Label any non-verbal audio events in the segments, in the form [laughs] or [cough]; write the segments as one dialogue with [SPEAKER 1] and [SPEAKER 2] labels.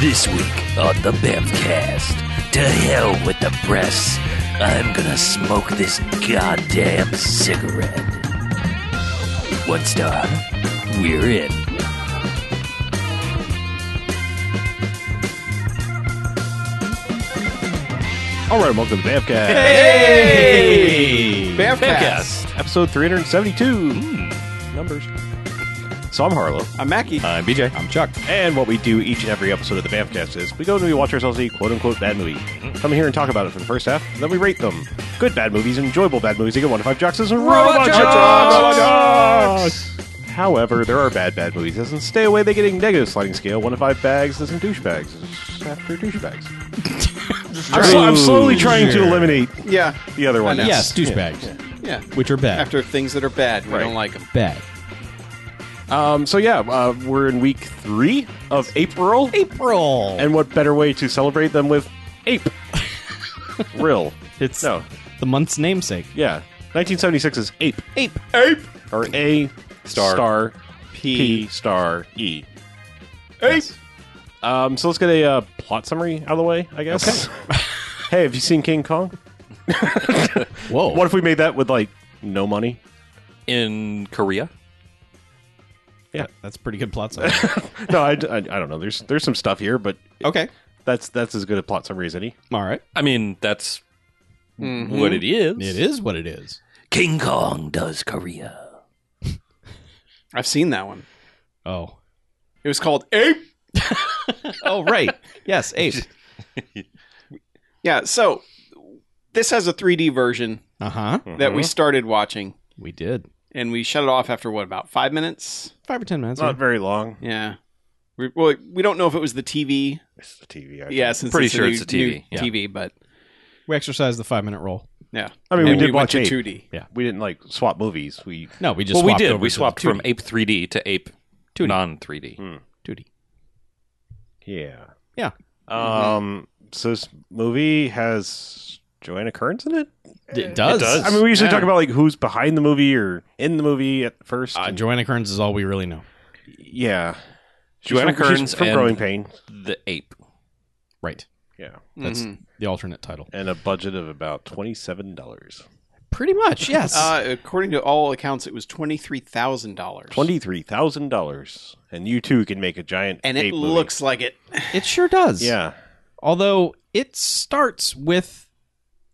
[SPEAKER 1] This week on the Bamcast, to hell with the press. I'm gonna smoke this goddamn cigarette. Once done, we're in.
[SPEAKER 2] All right, welcome to the Bamcast.
[SPEAKER 3] Hey!
[SPEAKER 2] Bamcast. Episode 372. Hmm. numbers. So I'm Harlow.
[SPEAKER 3] I'm Mackie.
[SPEAKER 2] I'm BJ.
[SPEAKER 3] I'm Chuck.
[SPEAKER 2] And what we do each and every episode of the Bamcast is we go and we watch ourselves a quote unquote bad movie. Come here and talk about it for the first half, and then we rate them. Good bad movies, enjoyable bad movies. You get one to five jocks as a robot
[SPEAKER 3] jocks!
[SPEAKER 2] jocks! However, there are bad bad movies. Doesn't stay away. They getting negative sliding scale. One to five bags. Isn't douchebags. After douchebags. [laughs] I'm, sl- I'm slowly trying to
[SPEAKER 3] Sure.
[SPEAKER 2] eliminate
[SPEAKER 4] Yeah,
[SPEAKER 2] the other one.
[SPEAKER 4] I know.
[SPEAKER 3] Yes,
[SPEAKER 4] Yes.
[SPEAKER 3] douchebags.
[SPEAKER 4] yeah.
[SPEAKER 3] Which are bad.
[SPEAKER 4] After things that are bad, we
[SPEAKER 2] Right.
[SPEAKER 4] don't like them.
[SPEAKER 3] bad.
[SPEAKER 2] Um, so yeah, uh, we're in week three of April,
[SPEAKER 3] April.
[SPEAKER 2] and what better way to celebrate than with
[SPEAKER 3] [laughs]
[SPEAKER 2] ape? Rill.
[SPEAKER 3] it's
[SPEAKER 2] No,
[SPEAKER 3] the month's namesake.
[SPEAKER 2] yeah, 1976 is ape
[SPEAKER 3] Ape.
[SPEAKER 2] or a
[SPEAKER 4] Star.
[SPEAKER 2] star p, star e. Yes. Um, so let's get a uh, plot summary out of the way, I guess. [laughs] hey, have you seen King Kong?
[SPEAKER 3] Whoa.
[SPEAKER 2] What if we made that with like no
[SPEAKER 3] [laughs]
[SPEAKER 2] money?
[SPEAKER 1] In Korea?
[SPEAKER 3] That's a pretty good plot [laughs] summary.
[SPEAKER 2] No, I, I, I don't know. There's there's some stuff here, but
[SPEAKER 3] okay.
[SPEAKER 2] that's that's as good a plot summary as any.
[SPEAKER 3] All right.
[SPEAKER 1] I mean, that's
[SPEAKER 4] Mm-hmm.
[SPEAKER 1] what Mm-hmm. it is.
[SPEAKER 3] It is what it is.
[SPEAKER 1] King Kong does Korea.
[SPEAKER 4] I've seen that one.
[SPEAKER 3] Oh.
[SPEAKER 4] It was called Ape.
[SPEAKER 3] Oh, right. [laughs] yes, ape.
[SPEAKER 4] Yeah. So this has a 3D version
[SPEAKER 3] Uh huh.
[SPEAKER 4] that we started watching,
[SPEAKER 3] We did.
[SPEAKER 4] and we shut it off after what about five minutes?
[SPEAKER 3] Five or ten minutes.
[SPEAKER 2] Not very long.
[SPEAKER 4] Yeah. We, well, we don't know if it was the TV.
[SPEAKER 2] It's the TV. I
[SPEAKER 4] Yeah, since
[SPEAKER 1] Pretty
[SPEAKER 4] it's
[SPEAKER 1] sure
[SPEAKER 4] a new,
[SPEAKER 1] it's the TV,
[SPEAKER 4] new
[SPEAKER 1] yeah.
[SPEAKER 4] TV, but
[SPEAKER 3] we exercised the five minute rule.
[SPEAKER 4] yeah.
[SPEAKER 2] I mean, we
[SPEAKER 4] And
[SPEAKER 2] did
[SPEAKER 4] went
[SPEAKER 2] watch Ape.
[SPEAKER 4] to 2D.
[SPEAKER 2] we didn't like swap movies. We
[SPEAKER 3] No, we just
[SPEAKER 1] well, we
[SPEAKER 3] swapped
[SPEAKER 1] did.
[SPEAKER 3] over
[SPEAKER 1] We
[SPEAKER 3] to the
[SPEAKER 1] swapped from
[SPEAKER 3] 2D.
[SPEAKER 1] Ape 3D to Ape
[SPEAKER 3] 2D.
[SPEAKER 1] non 3D.
[SPEAKER 3] Duty.
[SPEAKER 2] yeah
[SPEAKER 3] Yeah.
[SPEAKER 2] Um, so this movie has Joanna Kearns in it.
[SPEAKER 3] It does.
[SPEAKER 1] does.
[SPEAKER 2] I mean, we usually
[SPEAKER 4] Yeah.
[SPEAKER 2] talk about like who's behind the movie or in the movie at first.
[SPEAKER 3] Uh,
[SPEAKER 2] and-
[SPEAKER 3] Joanna Kearns is all we really know.
[SPEAKER 2] yeah,
[SPEAKER 1] Joanna
[SPEAKER 2] She's from, she's
[SPEAKER 1] Kearns
[SPEAKER 2] from
[SPEAKER 1] and-
[SPEAKER 2] Growing Pain.
[SPEAKER 1] The Ape.
[SPEAKER 3] Right.
[SPEAKER 2] Yeah,
[SPEAKER 3] That's
[SPEAKER 2] Mm-hmm.
[SPEAKER 4] Mhm.
[SPEAKER 3] the alternate title.
[SPEAKER 2] and a budget of about twenty seven dollars,
[SPEAKER 3] Pretty much, yes.
[SPEAKER 4] Uh, according to all accounts, it was twenty three thousand dollars.
[SPEAKER 2] twenty three thousand dollars, and you too can make a giant
[SPEAKER 4] and it
[SPEAKER 2] ape movie.
[SPEAKER 4] looks like it.
[SPEAKER 3] it sure does.
[SPEAKER 2] yeah.
[SPEAKER 3] although it starts with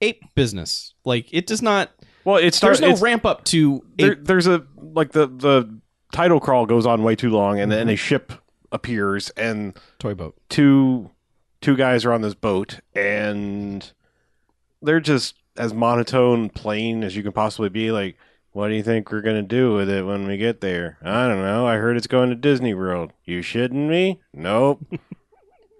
[SPEAKER 3] ape business. Like it does not.
[SPEAKER 2] Well, it starts.
[SPEAKER 3] There's no
[SPEAKER 2] it's-
[SPEAKER 3] ramp up to
[SPEAKER 2] there,
[SPEAKER 3] ape.
[SPEAKER 2] there's a like the the title crawl goes on way too long, and
[SPEAKER 3] Mm-hmm.
[SPEAKER 2] then a ship appears, and
[SPEAKER 3] toy boat.
[SPEAKER 2] two two guys are on this boat and they're just as monotone plain as you can possibly be like what do you think we're going to do with it when we get there i don't know i heard it's going to disney world you shitting me nope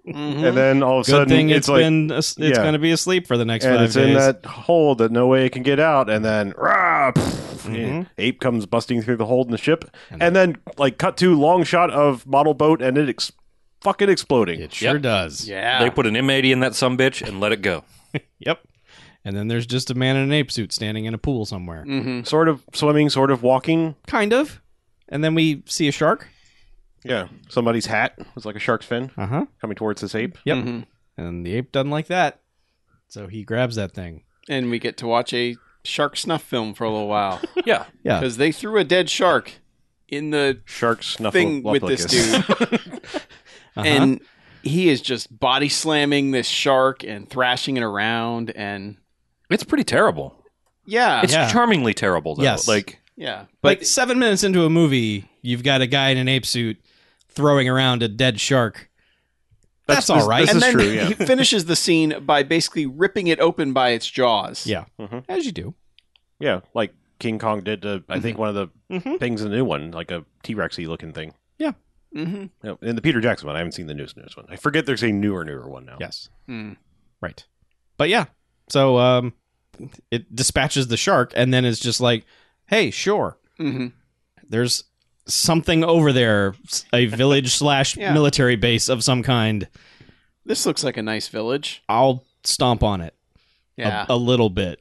[SPEAKER 4] Mhm.
[SPEAKER 2] and then all of a
[SPEAKER 3] Mm-hmm. Good
[SPEAKER 2] sudden
[SPEAKER 3] thing
[SPEAKER 2] it's
[SPEAKER 3] it's
[SPEAKER 2] like
[SPEAKER 3] been as- it's
[SPEAKER 2] yeah.
[SPEAKER 3] going to be asleep for the next
[SPEAKER 2] and
[SPEAKER 3] five
[SPEAKER 2] it's
[SPEAKER 3] days.
[SPEAKER 2] in that hole that no way it can get out and then rah, pff,
[SPEAKER 3] Mhm.
[SPEAKER 2] ape comes busting through the hole in the ship
[SPEAKER 3] And-
[SPEAKER 2] and, then like cut to long shot of model boat and it ex- fucking exploding
[SPEAKER 3] it sure
[SPEAKER 1] Yep.
[SPEAKER 3] does.
[SPEAKER 5] Ah.
[SPEAKER 4] yeah,
[SPEAKER 1] They put an M80 in that some bitch and let it go.
[SPEAKER 3] Yep. And then there's just a man in an ape suit standing in a pool somewhere,
[SPEAKER 4] hmm
[SPEAKER 2] sort of swimming sort of walking
[SPEAKER 3] kind of. And then we see a shark.
[SPEAKER 2] Yeah, somebody's hat was like a shark's fin
[SPEAKER 3] Uh huh.
[SPEAKER 2] coming towards this ape.
[SPEAKER 3] Yep.
[SPEAKER 4] Mhm.
[SPEAKER 3] And the ape doesn't like that, so he grabs that thing.
[SPEAKER 4] and we get to watch a shark snuff film for a little while
[SPEAKER 1] Yeah.
[SPEAKER 3] Yeah.
[SPEAKER 4] because they threw a dead shark in the
[SPEAKER 2] Shark snuffle
[SPEAKER 4] thing with this dude,
[SPEAKER 3] [laughs] Uh-huh.
[SPEAKER 4] and he is just body slamming this shark and thrashing it around, and
[SPEAKER 1] It's pretty terrible.
[SPEAKER 4] yeah,
[SPEAKER 1] It's
[SPEAKER 3] Yeah.
[SPEAKER 1] charmingly terrible, though.
[SPEAKER 3] Yes.
[SPEAKER 1] Like,
[SPEAKER 4] yeah,
[SPEAKER 3] like
[SPEAKER 4] but
[SPEAKER 3] seven minutes into a movie, you've got a guy in an ape suit throwing around a dead shark. That's, all right.
[SPEAKER 2] this
[SPEAKER 4] and
[SPEAKER 2] is
[SPEAKER 4] then
[SPEAKER 2] true, yeah.
[SPEAKER 4] he finishes the scene by basically ripping it open by its jaws.
[SPEAKER 3] yeah,
[SPEAKER 2] Mhm.
[SPEAKER 3] as you do.
[SPEAKER 2] [laughs] Yeah, like King Kong did to I think one of the
[SPEAKER 3] Mhm.
[SPEAKER 2] things in the new one, like a T Rexy looking thing.
[SPEAKER 4] hmm
[SPEAKER 2] No, In the Peter Jackson one, I haven't seen the newest newest one. I forget there's a newer newer one now.
[SPEAKER 3] Yes,
[SPEAKER 4] Mm.
[SPEAKER 3] right. But yeah, so um, it dispatches the shark, and then it's just like, hey, sure,
[SPEAKER 4] hmm
[SPEAKER 3] there's something over there, s- a village slash
[SPEAKER 4] Yeah.
[SPEAKER 3] military base of some kind.
[SPEAKER 4] This looks like a nice village.
[SPEAKER 3] I'll stomp on it a-
[SPEAKER 4] Yeah,
[SPEAKER 3] a, little bit,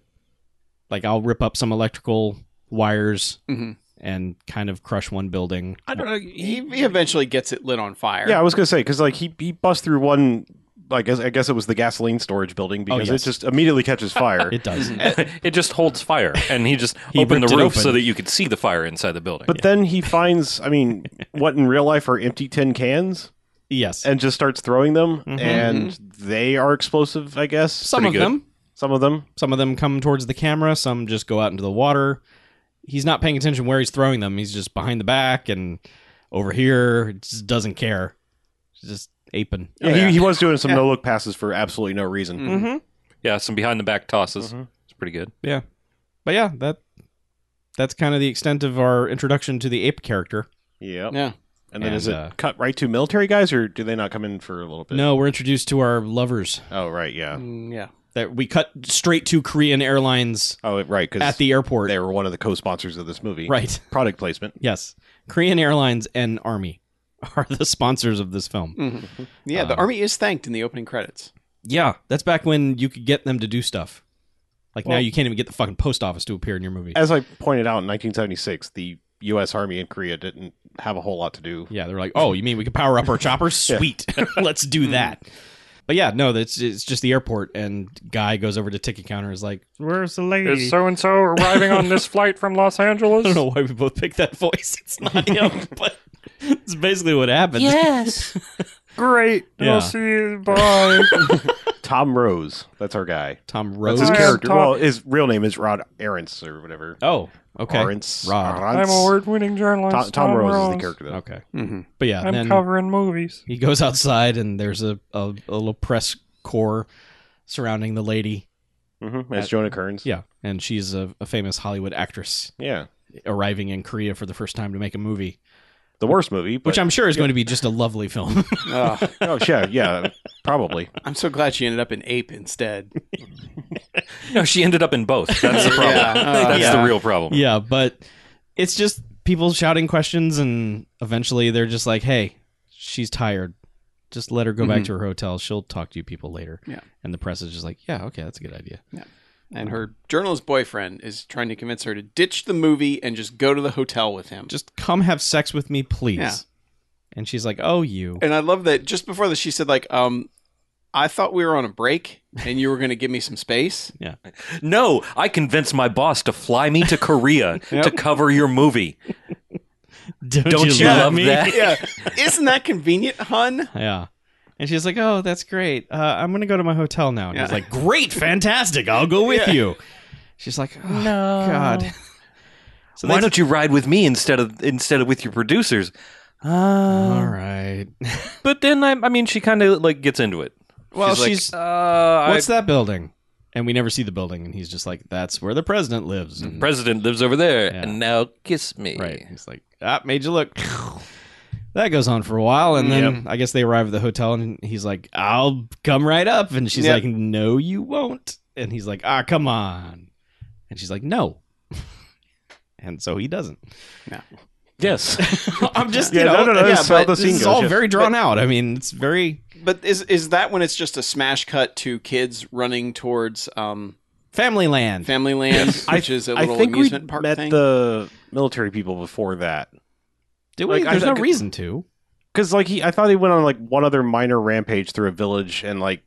[SPEAKER 3] like I'll rip up some electrical wires
[SPEAKER 4] Mhm.
[SPEAKER 3] and kind of crush one building.
[SPEAKER 4] I don't know. He, he eventually gets it lit on fire.
[SPEAKER 2] Yeah, I was gonna say because like he he busts through one. I guess I guess it was the gasoline storage building because
[SPEAKER 3] Oh, yes.
[SPEAKER 2] it just immediately catches fire.
[SPEAKER 3] [laughs] It does.
[SPEAKER 5] [laughs] it just holds fire, and he just
[SPEAKER 3] He
[SPEAKER 5] opened the
[SPEAKER 3] ripped it
[SPEAKER 5] roof
[SPEAKER 3] open.
[SPEAKER 5] so that you could see the fire inside the building.
[SPEAKER 2] but then he finds, I mean, what in real life are empty tin cans,
[SPEAKER 3] yes.
[SPEAKER 2] and just starts throwing them, and they are explosive. I guess
[SPEAKER 3] Mm-hmm. Some of
[SPEAKER 5] pretty good.
[SPEAKER 3] them.
[SPEAKER 2] some of them.
[SPEAKER 3] Some of them come towards the camera, some just go out into the water. He's not paying attention where he's throwing them. He's just behind the back and over here. Just doesn't care. He's just aping.
[SPEAKER 2] Yeah,
[SPEAKER 4] yeah.
[SPEAKER 2] He, he was doing some no look passes for absolutely no reason.
[SPEAKER 3] Mm-hmm.
[SPEAKER 5] yeah, some behind the back tosses. It's pretty good.
[SPEAKER 3] Yeah. But yeah, that that's kind of the extent of our introduction to the ape character.
[SPEAKER 2] Yep.
[SPEAKER 4] Yeah.
[SPEAKER 2] And then is
[SPEAKER 3] And,
[SPEAKER 2] it
[SPEAKER 3] uh,
[SPEAKER 2] cut right to military guys, or do they not come in for a little bit?
[SPEAKER 3] No, we're introduced to our lovers
[SPEAKER 2] Oh, right. Yeah.
[SPEAKER 4] Mm, yeah.
[SPEAKER 3] that we cut straight to Korean Airlines
[SPEAKER 2] Oh, right. Because
[SPEAKER 3] at the airport.
[SPEAKER 2] they were one of the co-sponsors of this movie.
[SPEAKER 3] [laughs] Right.
[SPEAKER 2] Product placement.
[SPEAKER 3] Yes. Korean Airlines and Army [laughs] are the sponsors of this
[SPEAKER 2] Hmm.
[SPEAKER 3] film.
[SPEAKER 4] Mhm. Yeah. the
[SPEAKER 3] Um,
[SPEAKER 4] army is thanked in the opening credits.
[SPEAKER 3] Yeah, that's back when you could get them to do stuff. Like now
[SPEAKER 2] Well-
[SPEAKER 3] you can't even get the fucking post office to appear in your movie.
[SPEAKER 2] As I pointed out in 1976, the U.S. Army in Korea didn't have a whole lot to do.
[SPEAKER 3] Yeah, they're like, "Oh, you mean we could power up our choppers?
[SPEAKER 2] [laughs] Yeah. Hmm.
[SPEAKER 3] Sweet, [laughs] let's do that." But yeah, no, that's it's just the airport, and guy goes over to ticket counter and is like, "Where's the lady?"
[SPEAKER 5] Is so and so arriving on this flight from Los
[SPEAKER 3] [laughs]
[SPEAKER 5] Angeles?
[SPEAKER 3] I don't know why we both picked that voice. It's
[SPEAKER 2] [laughs]
[SPEAKER 3] not him, but it's basically what happened.
[SPEAKER 1] Yes.
[SPEAKER 5] Great.
[SPEAKER 3] Yeah.
[SPEAKER 5] I'll see you. Bye.
[SPEAKER 2] Tom Rose, that's our guy.
[SPEAKER 3] Tom
[SPEAKER 2] That's
[SPEAKER 3] Rose.
[SPEAKER 2] his
[SPEAKER 5] I am
[SPEAKER 2] character.
[SPEAKER 5] Tom-
[SPEAKER 2] Well, his real name is Rod Arentz or whatever.
[SPEAKER 3] Oh, okay.
[SPEAKER 2] Arentz.
[SPEAKER 3] Rod.
[SPEAKER 2] Arentz.
[SPEAKER 5] award-winning journalist.
[SPEAKER 2] Tom, Tom Rose, is the character. Though.
[SPEAKER 3] Okay,
[SPEAKER 4] Mm-hmm.
[SPEAKER 3] but yeah, then
[SPEAKER 5] covering movies.
[SPEAKER 3] he goes outside, and there's a, a, a little press corps surrounding the lady.
[SPEAKER 2] hmm It's Jonah Kearns.
[SPEAKER 3] Yeah, and she's a, a famous Hollywood actress
[SPEAKER 2] Yeah.
[SPEAKER 3] arriving in Korea for the first time to make a movie,
[SPEAKER 2] The worst movie, but
[SPEAKER 3] which I'm sure is going to be just a lovely film.
[SPEAKER 2] [laughs] oh yeah, yeah, probably.
[SPEAKER 4] I'm so glad she ended up in ape instead.
[SPEAKER 5] [laughs] No, she ended up in both. That's the problem.
[SPEAKER 4] Yeah. Uh,
[SPEAKER 5] That's
[SPEAKER 4] yeah.
[SPEAKER 5] the real problem.
[SPEAKER 3] yeah, but it's just people shouting questions, and eventually they're just like, "Hey, she's tired. Just let her go back to her hotel. She'll talk to you people later."
[SPEAKER 4] Mm-hmm. Yeah.
[SPEAKER 3] and the press is just like, "Yeah, okay, that's a good idea."
[SPEAKER 4] And her journalist boyfriend is trying to convince her to ditch the movie and just go to the hotel with him.
[SPEAKER 3] Just come have sex with me, please.
[SPEAKER 4] Yeah.
[SPEAKER 3] And she's like, "Oh, you."
[SPEAKER 5] Uh,
[SPEAKER 4] And I love that just before this, she said, like, um, I thought we were on a break and you were going to give me some
[SPEAKER 3] [laughs]
[SPEAKER 4] space.
[SPEAKER 5] No, I convinced my boss to fly me
[SPEAKER 3] [laughs]
[SPEAKER 5] to Korea to cover your movie.
[SPEAKER 3] Don't,
[SPEAKER 5] Don't you, love that?
[SPEAKER 4] Yeah. Isn't that convenient, hun?
[SPEAKER 3] Yeah. And she's like, "Oh, that's great. Uh, I'm gonna go to my hotel now." And he's
[SPEAKER 4] Yeah.
[SPEAKER 3] like, "Great, fantastic. I'll go with
[SPEAKER 4] Yeah.
[SPEAKER 3] you." She's like, "Oh
[SPEAKER 5] [laughs]
[SPEAKER 3] God." [laughs] So
[SPEAKER 5] Why
[SPEAKER 3] they-
[SPEAKER 5] don't you ride with me instead of instead of with your producers? Uh,
[SPEAKER 3] All right.
[SPEAKER 5] But then I, I mean, she kind of like gets into it.
[SPEAKER 3] Well,
[SPEAKER 5] like,
[SPEAKER 3] she's-
[SPEAKER 5] uh,
[SPEAKER 3] What's that building? And we never see the building. And he's just like, "That's where the president lives."
[SPEAKER 5] I,
[SPEAKER 3] And,
[SPEAKER 5] president lives over there,
[SPEAKER 3] Yeah.
[SPEAKER 5] and now kiss me.
[SPEAKER 3] right. He's like, "Ah, made
[SPEAKER 2] [laughs]
[SPEAKER 3] you look." That goes on for a while, and then I guess they arrive at the hotel, and he's like, "I'll come right up," and she's
[SPEAKER 4] Yep.
[SPEAKER 3] like, "No, you won't," and he's like, "Ah, come on," and she's like, "No," [laughs] and so he doesn't.
[SPEAKER 5] Yes.
[SPEAKER 3] [laughs] I'm just
[SPEAKER 2] Yeah,
[SPEAKER 3] [laughs] you know,
[SPEAKER 2] no, no, no,
[SPEAKER 4] yeah,
[SPEAKER 2] that's how
[SPEAKER 4] but
[SPEAKER 2] the
[SPEAKER 3] this
[SPEAKER 2] scene
[SPEAKER 3] is
[SPEAKER 2] goes,
[SPEAKER 3] all
[SPEAKER 2] yeah.
[SPEAKER 3] very drawn out. I mean, it's very
[SPEAKER 4] But is is that when it's just a smash cut to kids running towards um,
[SPEAKER 3] family land.
[SPEAKER 4] Family Land, which is a
[SPEAKER 2] I
[SPEAKER 4] little
[SPEAKER 2] think we
[SPEAKER 4] amusement park
[SPEAKER 2] met
[SPEAKER 4] thing?
[SPEAKER 2] the military people before that.
[SPEAKER 3] Do we?
[SPEAKER 2] Like, I
[SPEAKER 3] There's no
[SPEAKER 2] think-
[SPEAKER 3] reason to.
[SPEAKER 2] Because like he, I thought he went on like one other minor rampage through a village and like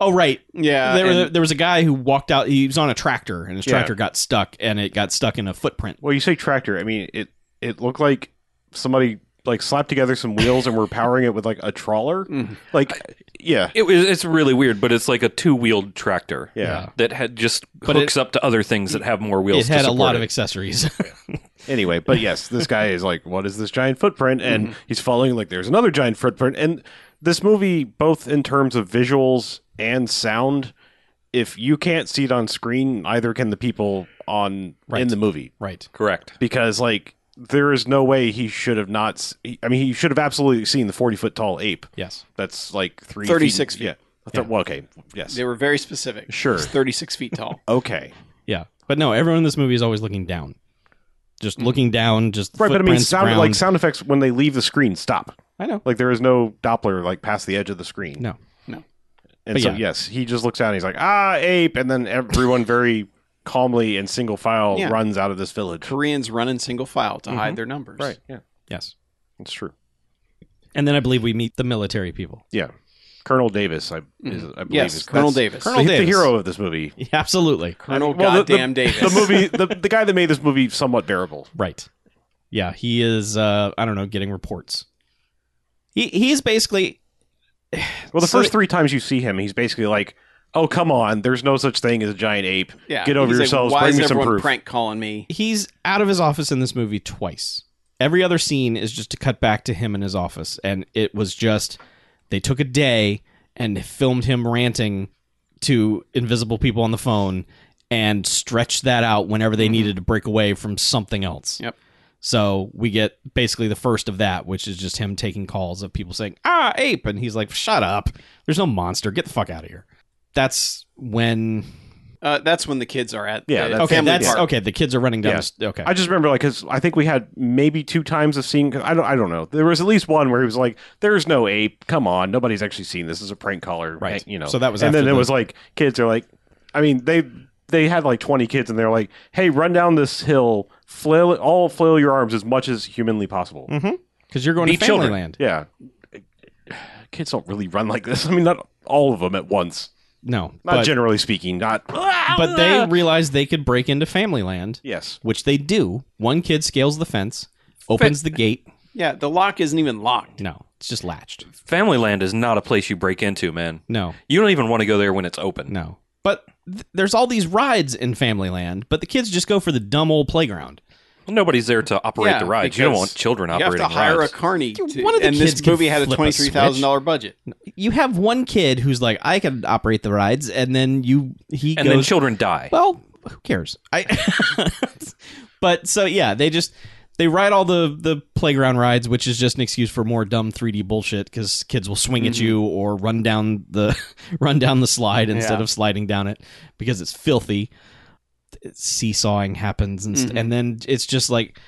[SPEAKER 3] Oh right,
[SPEAKER 4] yeah.
[SPEAKER 3] there,
[SPEAKER 4] and-
[SPEAKER 3] there was a guy who walked out. He was on a tractor, and his
[SPEAKER 2] Uh, Yeah.
[SPEAKER 3] tractor got stuck, and it got stuck in a footprint.
[SPEAKER 2] well, you say tractor. I mean it. It looked like somebody like slapped together some wheels and were powering it with like a trawler. Like yeah,
[SPEAKER 5] It was. It's really weird, but it's like a two-wheeled tractor.
[SPEAKER 2] Yeah.
[SPEAKER 5] That had just
[SPEAKER 3] But
[SPEAKER 5] hooks up to other things that have more wheels.
[SPEAKER 3] It had a
[SPEAKER 5] to support
[SPEAKER 3] lot of
[SPEAKER 5] it.
[SPEAKER 3] accessories.
[SPEAKER 2] [laughs]
[SPEAKER 3] [laughs]
[SPEAKER 2] Anyway, but yes, this guy is like, what is this giant footprint? And he's following like there's another giant footprint. And this movie, both in terms of visuals and sound, if you can't see it on screen, neither can the people on in the movie.
[SPEAKER 3] right.
[SPEAKER 5] Correct.
[SPEAKER 2] because like there is no way he should have not. s- he- I mean, he should have absolutely seen the forty foot tall ape.
[SPEAKER 3] Yes.
[SPEAKER 2] That's like three
[SPEAKER 4] 36 feet.
[SPEAKER 2] Yeah. Th- Well, okay. Yes.
[SPEAKER 4] They were very specific.
[SPEAKER 2] Sure.
[SPEAKER 4] It's 36 feet
[SPEAKER 2] [laughs]
[SPEAKER 4] tall.
[SPEAKER 2] okay.
[SPEAKER 3] Yeah. But no, everyone in this movie is always looking down. Just looking down. Just
[SPEAKER 2] Mm. Right, but I mean,
[SPEAKER 3] footprints,
[SPEAKER 2] sound like
[SPEAKER 3] ground.
[SPEAKER 2] sound effects when they leave the screen stop.
[SPEAKER 3] I know.
[SPEAKER 2] Like there is no Doppler like past the edge of the screen.
[SPEAKER 3] No.
[SPEAKER 2] And
[SPEAKER 3] But
[SPEAKER 2] so
[SPEAKER 3] yeah.
[SPEAKER 2] yes, he just looks down. And he's like ah ape, and then everyone very [laughs] calmly in single file
[SPEAKER 4] Yeah.
[SPEAKER 2] runs out of this village.
[SPEAKER 4] Koreans run in single file to hide their numbers.
[SPEAKER 2] Mm-hmm. Right. Yeah.
[SPEAKER 3] Yes.
[SPEAKER 2] It's true.
[SPEAKER 3] And then I believe we meet the military
[SPEAKER 2] [laughs]
[SPEAKER 3] people.
[SPEAKER 2] Yeah. Colonel Davis, I, is, I believe.
[SPEAKER 4] Yes,
[SPEAKER 2] is,
[SPEAKER 4] Colonel
[SPEAKER 2] that's-
[SPEAKER 4] Davis.
[SPEAKER 3] Colonel
[SPEAKER 2] he's the
[SPEAKER 3] Davis.
[SPEAKER 2] hero of this movie.
[SPEAKER 3] Yeah, absolutely.
[SPEAKER 4] Colonel
[SPEAKER 2] Well, the- the-
[SPEAKER 4] Goddamn Davis.
[SPEAKER 2] The movie, the, the guy that made this movie somewhat bearable.
[SPEAKER 3] Right. Yeah, he is. Uh, I don't know, getting reports. He he's basically
[SPEAKER 2] Well, the
[SPEAKER 3] So
[SPEAKER 2] first
[SPEAKER 3] it-
[SPEAKER 2] three times you see him, he's basically like, "Oh, come on, there's no such thing as a giant ape.
[SPEAKER 4] [laughs] Yeah.
[SPEAKER 2] Get over
[SPEAKER 4] He's like,
[SPEAKER 2] yourselves.
[SPEAKER 4] Why
[SPEAKER 2] bring
[SPEAKER 4] is
[SPEAKER 2] me some
[SPEAKER 4] everyone
[SPEAKER 2] proof."
[SPEAKER 4] prank calling me?
[SPEAKER 3] he's out of his office in this movie twice. Every other scene is just to cut back to him in his office, and it was just they took a day and filmed him ranting to invisible people on the phone and stretched that out whenever they needed to break away from something else.
[SPEAKER 4] Yep.
[SPEAKER 3] So we get basically the first of that, which is just him taking calls of people saying, ah, ape. And he's like, shut up. There's no monster. Get the fuck out of here. That's when.
[SPEAKER 4] Uh, that's when the kids are at
[SPEAKER 2] Yeah,
[SPEAKER 4] the
[SPEAKER 2] that's-
[SPEAKER 3] Okay,
[SPEAKER 4] family
[SPEAKER 3] that's
[SPEAKER 4] park.
[SPEAKER 3] okay. The kids are running down.
[SPEAKER 2] Yeah.
[SPEAKER 3] the st- okay,
[SPEAKER 2] I just remember like because I think we had maybe two times of scene. Cause I don't, I don't know. There was at least one where he was like, "There's no ape. Come on, nobody's actually seen this. This is a prank caller,
[SPEAKER 3] Right.
[SPEAKER 2] You know.
[SPEAKER 3] So that was
[SPEAKER 2] and
[SPEAKER 3] after
[SPEAKER 2] then it
[SPEAKER 3] the-
[SPEAKER 2] was like kids are like, I mean they they had like 20 kids and they're like, "Hey, run down this hill, flail all flail your arms as much as humanly possible."
[SPEAKER 3] Mm-hmm. because you're going to
[SPEAKER 5] Be children.
[SPEAKER 3] Familyland.
[SPEAKER 2] Yeah, kids don't really run like this. I mean, not all of them at once.
[SPEAKER 3] No,
[SPEAKER 2] Not
[SPEAKER 3] but, Ah!
[SPEAKER 2] generally speaking. Not.
[SPEAKER 3] but they realized they could break into Familyland,
[SPEAKER 2] Yes.
[SPEAKER 3] which they do. One kid scales the fence, opens the gate.
[SPEAKER 4] Yeah, the lock isn't even locked.
[SPEAKER 3] No, it's just latched.
[SPEAKER 5] Familyland is not a place you break into, man.
[SPEAKER 3] No,
[SPEAKER 5] You don't even want to go there when it's open.
[SPEAKER 3] no. But th- there's all these rides in Familyland, but the kids just go for the dumb old playground.
[SPEAKER 5] Nobody's there to operate
[SPEAKER 4] Yeah,
[SPEAKER 5] the rides. You don't
[SPEAKER 4] because
[SPEAKER 5] want children
[SPEAKER 4] You have
[SPEAKER 5] operating
[SPEAKER 4] to hire
[SPEAKER 5] rides.
[SPEAKER 4] a carny.
[SPEAKER 3] Dude,
[SPEAKER 4] to-
[SPEAKER 3] one of the
[SPEAKER 4] and
[SPEAKER 3] kids
[SPEAKER 4] this
[SPEAKER 3] can
[SPEAKER 4] movie had a
[SPEAKER 3] flip a switch.
[SPEAKER 4] twenty-three thousand dollar budget.
[SPEAKER 3] You have one kid who's like, "I can operate the rides," and then you he
[SPEAKER 5] and
[SPEAKER 3] goes,
[SPEAKER 5] then children die.
[SPEAKER 3] well, who cares? I [laughs] But so yeah, they just they ride all the the playground rides, which is just an excuse for more dumb 3D bullshit cuz kids will swing
[SPEAKER 4] Mm-hmm.
[SPEAKER 3] at you or run down the [laughs] run down the slide instead of sliding down it because it's filthy. Seesawing happens and, st-
[SPEAKER 4] Mm-hmm.
[SPEAKER 3] and then it's just like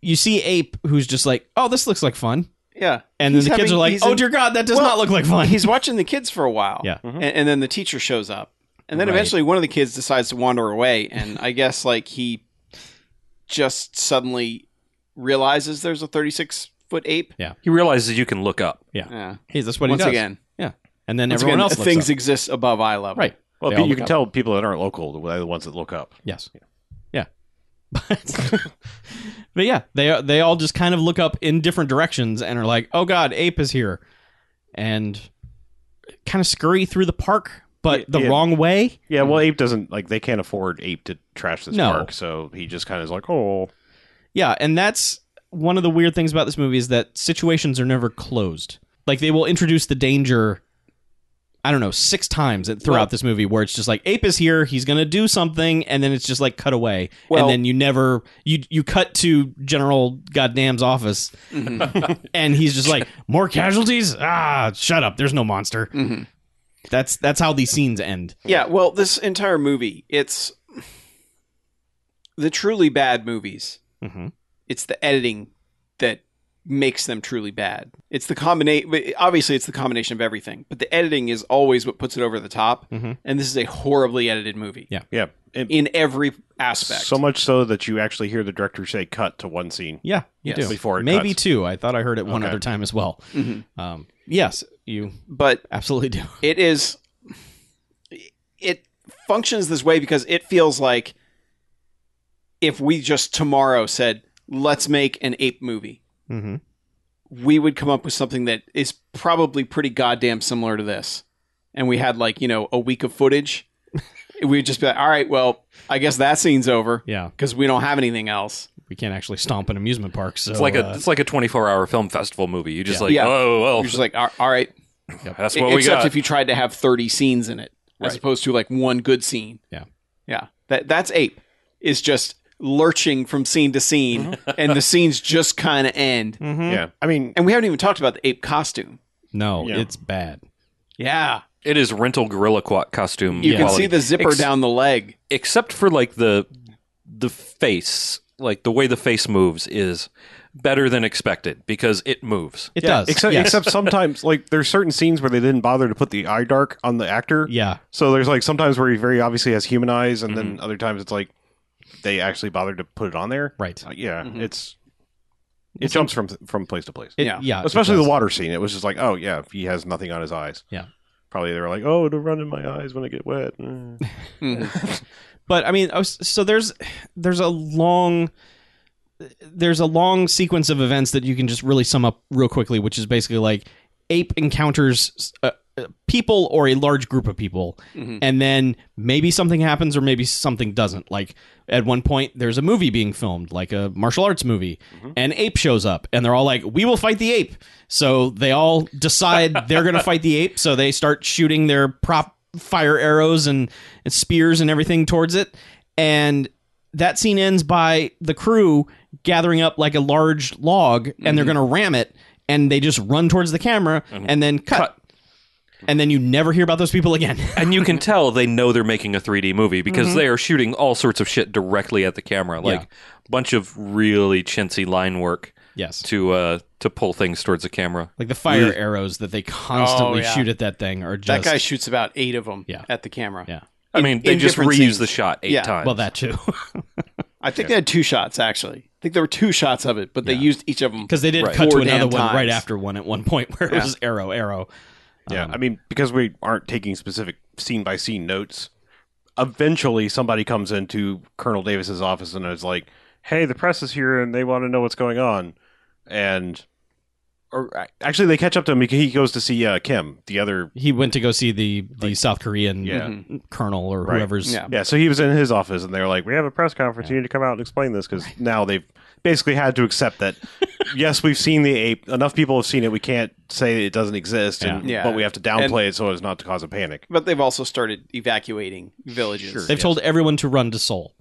[SPEAKER 3] you see ape who's just like, "Oh, this looks like fun."
[SPEAKER 4] Yeah,
[SPEAKER 3] And
[SPEAKER 4] He's
[SPEAKER 3] then the kids
[SPEAKER 4] having-
[SPEAKER 3] are like,
[SPEAKER 4] he's
[SPEAKER 3] "Oh
[SPEAKER 4] in-
[SPEAKER 3] dear god, that does
[SPEAKER 4] Well,
[SPEAKER 3] not look like fun."
[SPEAKER 4] He's watching the kids for a while. Mm-hmm.
[SPEAKER 3] Yeah.
[SPEAKER 4] and, and then the teacher shows up, and then
[SPEAKER 3] Right.
[SPEAKER 4] eventually one of the kids decides to wander away, and I guess like he just suddenly realizes there's a thirty-six foot ape.
[SPEAKER 5] He realizes you can look up.
[SPEAKER 4] Yeah,
[SPEAKER 3] Hey, that's what
[SPEAKER 4] once
[SPEAKER 3] he does.
[SPEAKER 4] again,
[SPEAKER 3] And then
[SPEAKER 4] once
[SPEAKER 3] everyone
[SPEAKER 4] again,
[SPEAKER 3] else looks
[SPEAKER 4] things
[SPEAKER 3] up.
[SPEAKER 4] exist above eye level.
[SPEAKER 3] Right.
[SPEAKER 2] Well,
[SPEAKER 3] They all
[SPEAKER 2] you
[SPEAKER 3] look
[SPEAKER 2] can
[SPEAKER 3] up.
[SPEAKER 2] tell people that aren't local they're the ones that look up.
[SPEAKER 3] Yes. Yeah. [laughs] But but yeah, they they all just kind of look up in different directions and are like, "Oh God, ape is here," and kind of scurry through the park, but
[SPEAKER 2] Yeah,
[SPEAKER 3] the
[SPEAKER 2] yeah.
[SPEAKER 3] wrong way.
[SPEAKER 2] Yeah, well, Ape doesn't like they can't afford Ape to trash this
[SPEAKER 3] Mm-hmm. No.
[SPEAKER 2] park, so he just kind of is like, oh,
[SPEAKER 3] Yeah, and that's one of the weird things about this movie is that situations are never closed. Like they will introduce the danger. I don't know, six times throughout
[SPEAKER 4] Well-
[SPEAKER 3] this movie, where it's just like ape is here, he's gonna do something, and then it's just like cut away,
[SPEAKER 4] Well-
[SPEAKER 3] and then you never you you cut to General Goddamn's office,
[SPEAKER 4] Mm-hmm.
[SPEAKER 3] and he's just
[SPEAKER 2] [laughs]
[SPEAKER 3] like more casualties. Ah, shut up, there's no monster.
[SPEAKER 4] Mm-hmm.
[SPEAKER 3] That's that's how these scenes end.
[SPEAKER 4] Yeah, well, this entire movie, it's the truly bad movies.
[SPEAKER 3] Mhm.
[SPEAKER 4] It's the editing that makes them truly bad. It's the combination. Obviously, it's the combination of everything, but the editing is always what puts it over the top.
[SPEAKER 3] Mhm.
[SPEAKER 4] And this is a horribly edited movie
[SPEAKER 3] Yeah.
[SPEAKER 2] yeah. It-
[SPEAKER 4] in every aspect.
[SPEAKER 2] so much so that you actually hear the director say cut to one scene.
[SPEAKER 3] Yeah, you
[SPEAKER 4] Yes.
[SPEAKER 3] do.
[SPEAKER 2] Before it
[SPEAKER 3] maybe
[SPEAKER 2] cuts.
[SPEAKER 3] two. I thought I heard it
[SPEAKER 2] Okay.
[SPEAKER 3] one
[SPEAKER 2] Mm-hmm.
[SPEAKER 3] other time as well.
[SPEAKER 4] Mhm.
[SPEAKER 3] Um, yes, you
[SPEAKER 4] but
[SPEAKER 3] absolutely do.
[SPEAKER 4] it is it functions this way because it feels like if we just tomorrow said let's make an ape movie
[SPEAKER 2] Mm-hmm.
[SPEAKER 3] Mhm.
[SPEAKER 4] we would come up with something that is probably pretty goddamn similar to this and we had like you know a week of footage [laughs] we'd just be like all right well i guess that scene's over
[SPEAKER 3] Yeah,
[SPEAKER 4] because we don't have anything else
[SPEAKER 3] we can't actually stomp an amusement park. So
[SPEAKER 5] It's like a
[SPEAKER 3] uh,
[SPEAKER 5] it's like a 24 hour film festival movie. You just
[SPEAKER 3] Yeah.
[SPEAKER 5] like
[SPEAKER 4] Yeah.
[SPEAKER 5] oh well,
[SPEAKER 4] you're just like all all right
[SPEAKER 5] that's what we
[SPEAKER 4] except
[SPEAKER 5] got.
[SPEAKER 4] if you tried to have 30 scenes in it as
[SPEAKER 5] Right.
[SPEAKER 4] opposed to like one good scene
[SPEAKER 3] Yeah.
[SPEAKER 4] yeah that that's ape is just lurching from scene to
[SPEAKER 5] [laughs]
[SPEAKER 4] scene and the scenes just kind of end
[SPEAKER 3] Mm-hmm.
[SPEAKER 2] Yeah, I mean,
[SPEAKER 4] and we haven't even talked about the ape costume
[SPEAKER 3] no,
[SPEAKER 2] Yeah.
[SPEAKER 3] it's bad.
[SPEAKER 4] yeah
[SPEAKER 5] it is rental gorilla qu- costume.
[SPEAKER 4] you can
[SPEAKER 5] quality.
[SPEAKER 4] see the zipper
[SPEAKER 5] Ex-
[SPEAKER 4] down the leg
[SPEAKER 5] except for like the the face, like the way the face moves is better than expected because it moves.
[SPEAKER 3] It
[SPEAKER 2] Yeah,
[SPEAKER 3] does.
[SPEAKER 2] Except,
[SPEAKER 3] yes.
[SPEAKER 2] except sometimes, like there's certain scenes where they didn't bother to put the eye dark on the actor.
[SPEAKER 3] yeah.
[SPEAKER 2] So there's like sometimes where he very obviously has human eyes, and
[SPEAKER 3] Mm-hmm.
[SPEAKER 2] then other times it's like they actually bothered to put it on there.
[SPEAKER 3] Right.
[SPEAKER 2] Uh, yeah,
[SPEAKER 3] Mm-hmm.
[SPEAKER 4] Mhm.
[SPEAKER 2] it's it jumps from from place to place.
[SPEAKER 3] It-
[SPEAKER 4] Yeah.
[SPEAKER 3] Yeah. it
[SPEAKER 2] Especially the
[SPEAKER 3] does.
[SPEAKER 2] water scene. It was just like, oh yeah, he has nothing on his eyes.
[SPEAKER 3] Yeah.
[SPEAKER 2] Probably they were like, oh, it'll run in my eyes when I get wet. Mm.
[SPEAKER 4] Mhm.
[SPEAKER 3] but I mean, I was- so there's there's a long there's a long sequence of events that you can just really sum up real quickly, which is basically like ape encounters uh, uh, people or a large group of people,
[SPEAKER 4] Mhm.
[SPEAKER 3] and then maybe something happens or maybe something doesn't. Like at one point, there's a movie being filmed, like a martial arts movie, and ape shows up, and they're all like, "We will fight the ape." So they all decide they're going to fight the ape. So they start shooting their prop fire arrows and, and spears and everything towards it. And that scene ends by the crew gathering up like a large log and they're
[SPEAKER 4] Mm-hmm.
[SPEAKER 3] going to ram it. And they just run towards the camera and then cut. And then you never hear about those people again.
[SPEAKER 5] And you
[SPEAKER 4] [laughs]
[SPEAKER 5] can tell they know they're making a 3D movie because
[SPEAKER 4] Mm-hmm.
[SPEAKER 5] they are shooting all sorts of shit directly at the camera, like
[SPEAKER 3] Yeah.
[SPEAKER 5] a bunch of really chintzy line work
[SPEAKER 3] yes.
[SPEAKER 5] to uh, to pull things towards the camera.
[SPEAKER 3] Like the fire arrows that they constantly
[SPEAKER 4] Mm. Oh, yeah.
[SPEAKER 3] shoot at that thing are just.
[SPEAKER 4] That guy shoots about eight of them
[SPEAKER 3] Yeah.
[SPEAKER 4] at the camera.
[SPEAKER 3] Yeah.
[SPEAKER 5] I mean, they
[SPEAKER 4] in
[SPEAKER 5] just
[SPEAKER 4] different
[SPEAKER 5] reuse
[SPEAKER 4] scenes.
[SPEAKER 5] the shot eight
[SPEAKER 4] Yeah.
[SPEAKER 5] times.
[SPEAKER 3] well, that too. [laughs]
[SPEAKER 4] I think they had two shots actually. I think there were two shots of it, but they used each of them
[SPEAKER 3] Because they did
[SPEAKER 5] Right.
[SPEAKER 3] cut
[SPEAKER 4] Four
[SPEAKER 3] to another
[SPEAKER 4] damn
[SPEAKER 3] one right
[SPEAKER 4] times.
[SPEAKER 3] after one at one point [laughs] where it was arrow, arrow.
[SPEAKER 2] Yeah, I mean, because we aren't taking specific scene by scene notes, eventually somebody comes into Colonel Davis's office and is like, "Hey, the press is here and they want to know what's going on," and or uh, actually they catch up to him. He he goes to see uh, Kim, the other.
[SPEAKER 3] He went to go see the, the South Korean
[SPEAKER 2] Yeah.
[SPEAKER 3] colonel or
[SPEAKER 2] Right.
[SPEAKER 3] whoever's.
[SPEAKER 4] Yeah.
[SPEAKER 2] Yeah, so he was in his office and they were like, "We have a press conference. You need to come out and explain this," because now they've basically had to accept that. yes, we've seen the ape. Enough people have seen it. We can't say it doesn't exist, And,
[SPEAKER 4] Yeah. Yeah.
[SPEAKER 2] but we have to downplay it so as not to cause a panic.
[SPEAKER 4] But they've also started evacuating villages.
[SPEAKER 3] They've told everyone to run to Seoul.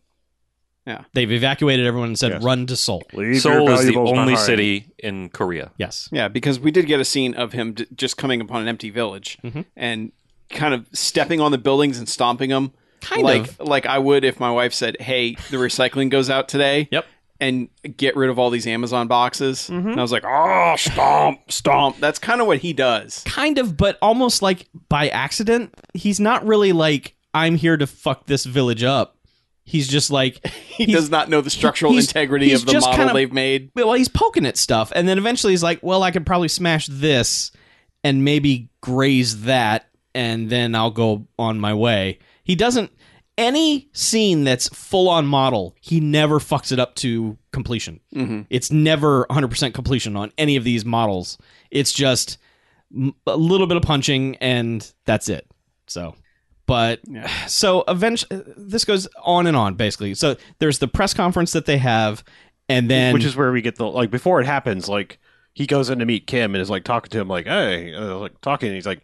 [SPEAKER 4] Yeah.
[SPEAKER 3] They've evacuated everyone and said,
[SPEAKER 2] Yes.
[SPEAKER 3] run to Seoul.
[SPEAKER 2] Leave
[SPEAKER 5] Seoul
[SPEAKER 2] your
[SPEAKER 5] is the
[SPEAKER 2] valuables
[SPEAKER 5] only
[SPEAKER 2] behind.
[SPEAKER 5] city in Korea.
[SPEAKER 3] Yes.
[SPEAKER 4] Yeah, because we did get a scene of him d- just coming upon an empty village
[SPEAKER 3] Mm-hmm.
[SPEAKER 4] and kind of stepping on the buildings and stomping them.
[SPEAKER 3] Kind
[SPEAKER 4] like,
[SPEAKER 3] of.
[SPEAKER 4] Like I would if my wife said, hey, the recycling goes out today.
[SPEAKER 3] Yep. Mm-hmm.
[SPEAKER 4] And get rid of all these Amazon boxes. And I was like, oh, stomp, stomp. That's kind of what he does.
[SPEAKER 3] Kind of, but almost like by accident. He's not really like, I'm here to fuck this village up. He's just
[SPEAKER 4] [laughs]
[SPEAKER 3] like,
[SPEAKER 4] He does not know the structural
[SPEAKER 3] he's-
[SPEAKER 4] integrity
[SPEAKER 3] he's
[SPEAKER 4] of the
[SPEAKER 3] just
[SPEAKER 4] model
[SPEAKER 3] kind of-
[SPEAKER 4] they've made.
[SPEAKER 3] well, he's poking at stuff. And then eventually he's like, well, I could probably smash this and maybe graze that, and then I'll go on my way. He doesn't. Any scene that's full on model, he never fucks it up to completion.
[SPEAKER 2] Mm-hmm.
[SPEAKER 3] It's never 100% completion on any of these models. It's just m- a little bit of punching and that's it. So, but [sighs] so eventually this goes on and on basically. So there's the press conference that they have and then
[SPEAKER 2] which is where we get the like before it happens like he goes in to meet kim and is like talking to him like hey uh, like talking and he's like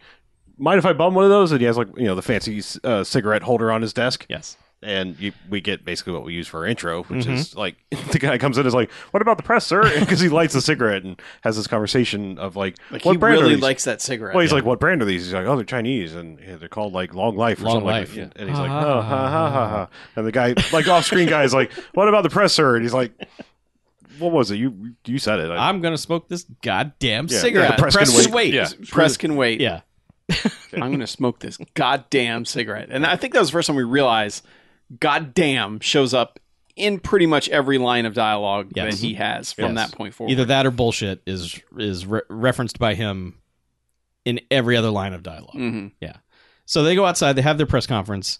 [SPEAKER 2] mind if i bum one of those and he has like you know the fancy uh, cigarette holder on his desk
[SPEAKER 3] yes.
[SPEAKER 2] and you, we get basically what we use for our intro which is like [laughs] the guy comes in and is like what about the press sir [laughs] because he lights a cigarette and has this conversation of like,
[SPEAKER 4] Like,
[SPEAKER 2] what
[SPEAKER 4] he
[SPEAKER 2] brand are
[SPEAKER 4] really
[SPEAKER 2] these?
[SPEAKER 4] likes that cigarette.
[SPEAKER 2] well, he's like, "What brand are these?" He's like, "Oh, they're Chinese, and yeah, they're called like Long Life or
[SPEAKER 3] Long
[SPEAKER 2] something
[SPEAKER 3] Life,
[SPEAKER 2] like that."
[SPEAKER 3] yeah.
[SPEAKER 2] And- And he's like, "Oh, ha ha ha ha!" And the guy, like off-screen guy, is like, "What about the presser?" And he's like, "What was it? You you said it." I,
[SPEAKER 3] I'm going to smoke this goddamn
[SPEAKER 2] Yeah,
[SPEAKER 3] cigarette.
[SPEAKER 4] yeah, press
[SPEAKER 3] press
[SPEAKER 2] can
[SPEAKER 3] is
[SPEAKER 2] wait.
[SPEAKER 3] wait.
[SPEAKER 5] Yeah.
[SPEAKER 4] Press can wait.
[SPEAKER 3] Yeah.
[SPEAKER 4] I'm going to smoke this goddamn cigarette. And I think that was the first time we realized goddamn shows up in pretty much every line of dialogue
[SPEAKER 3] Yes.
[SPEAKER 4] that he has from
[SPEAKER 3] Yes.
[SPEAKER 4] that point forward.
[SPEAKER 3] Either that or bullshit is is re- referenced by him in every other line of dialog
[SPEAKER 4] Mhm.
[SPEAKER 3] Yeah. So they go outside, they have their press conference.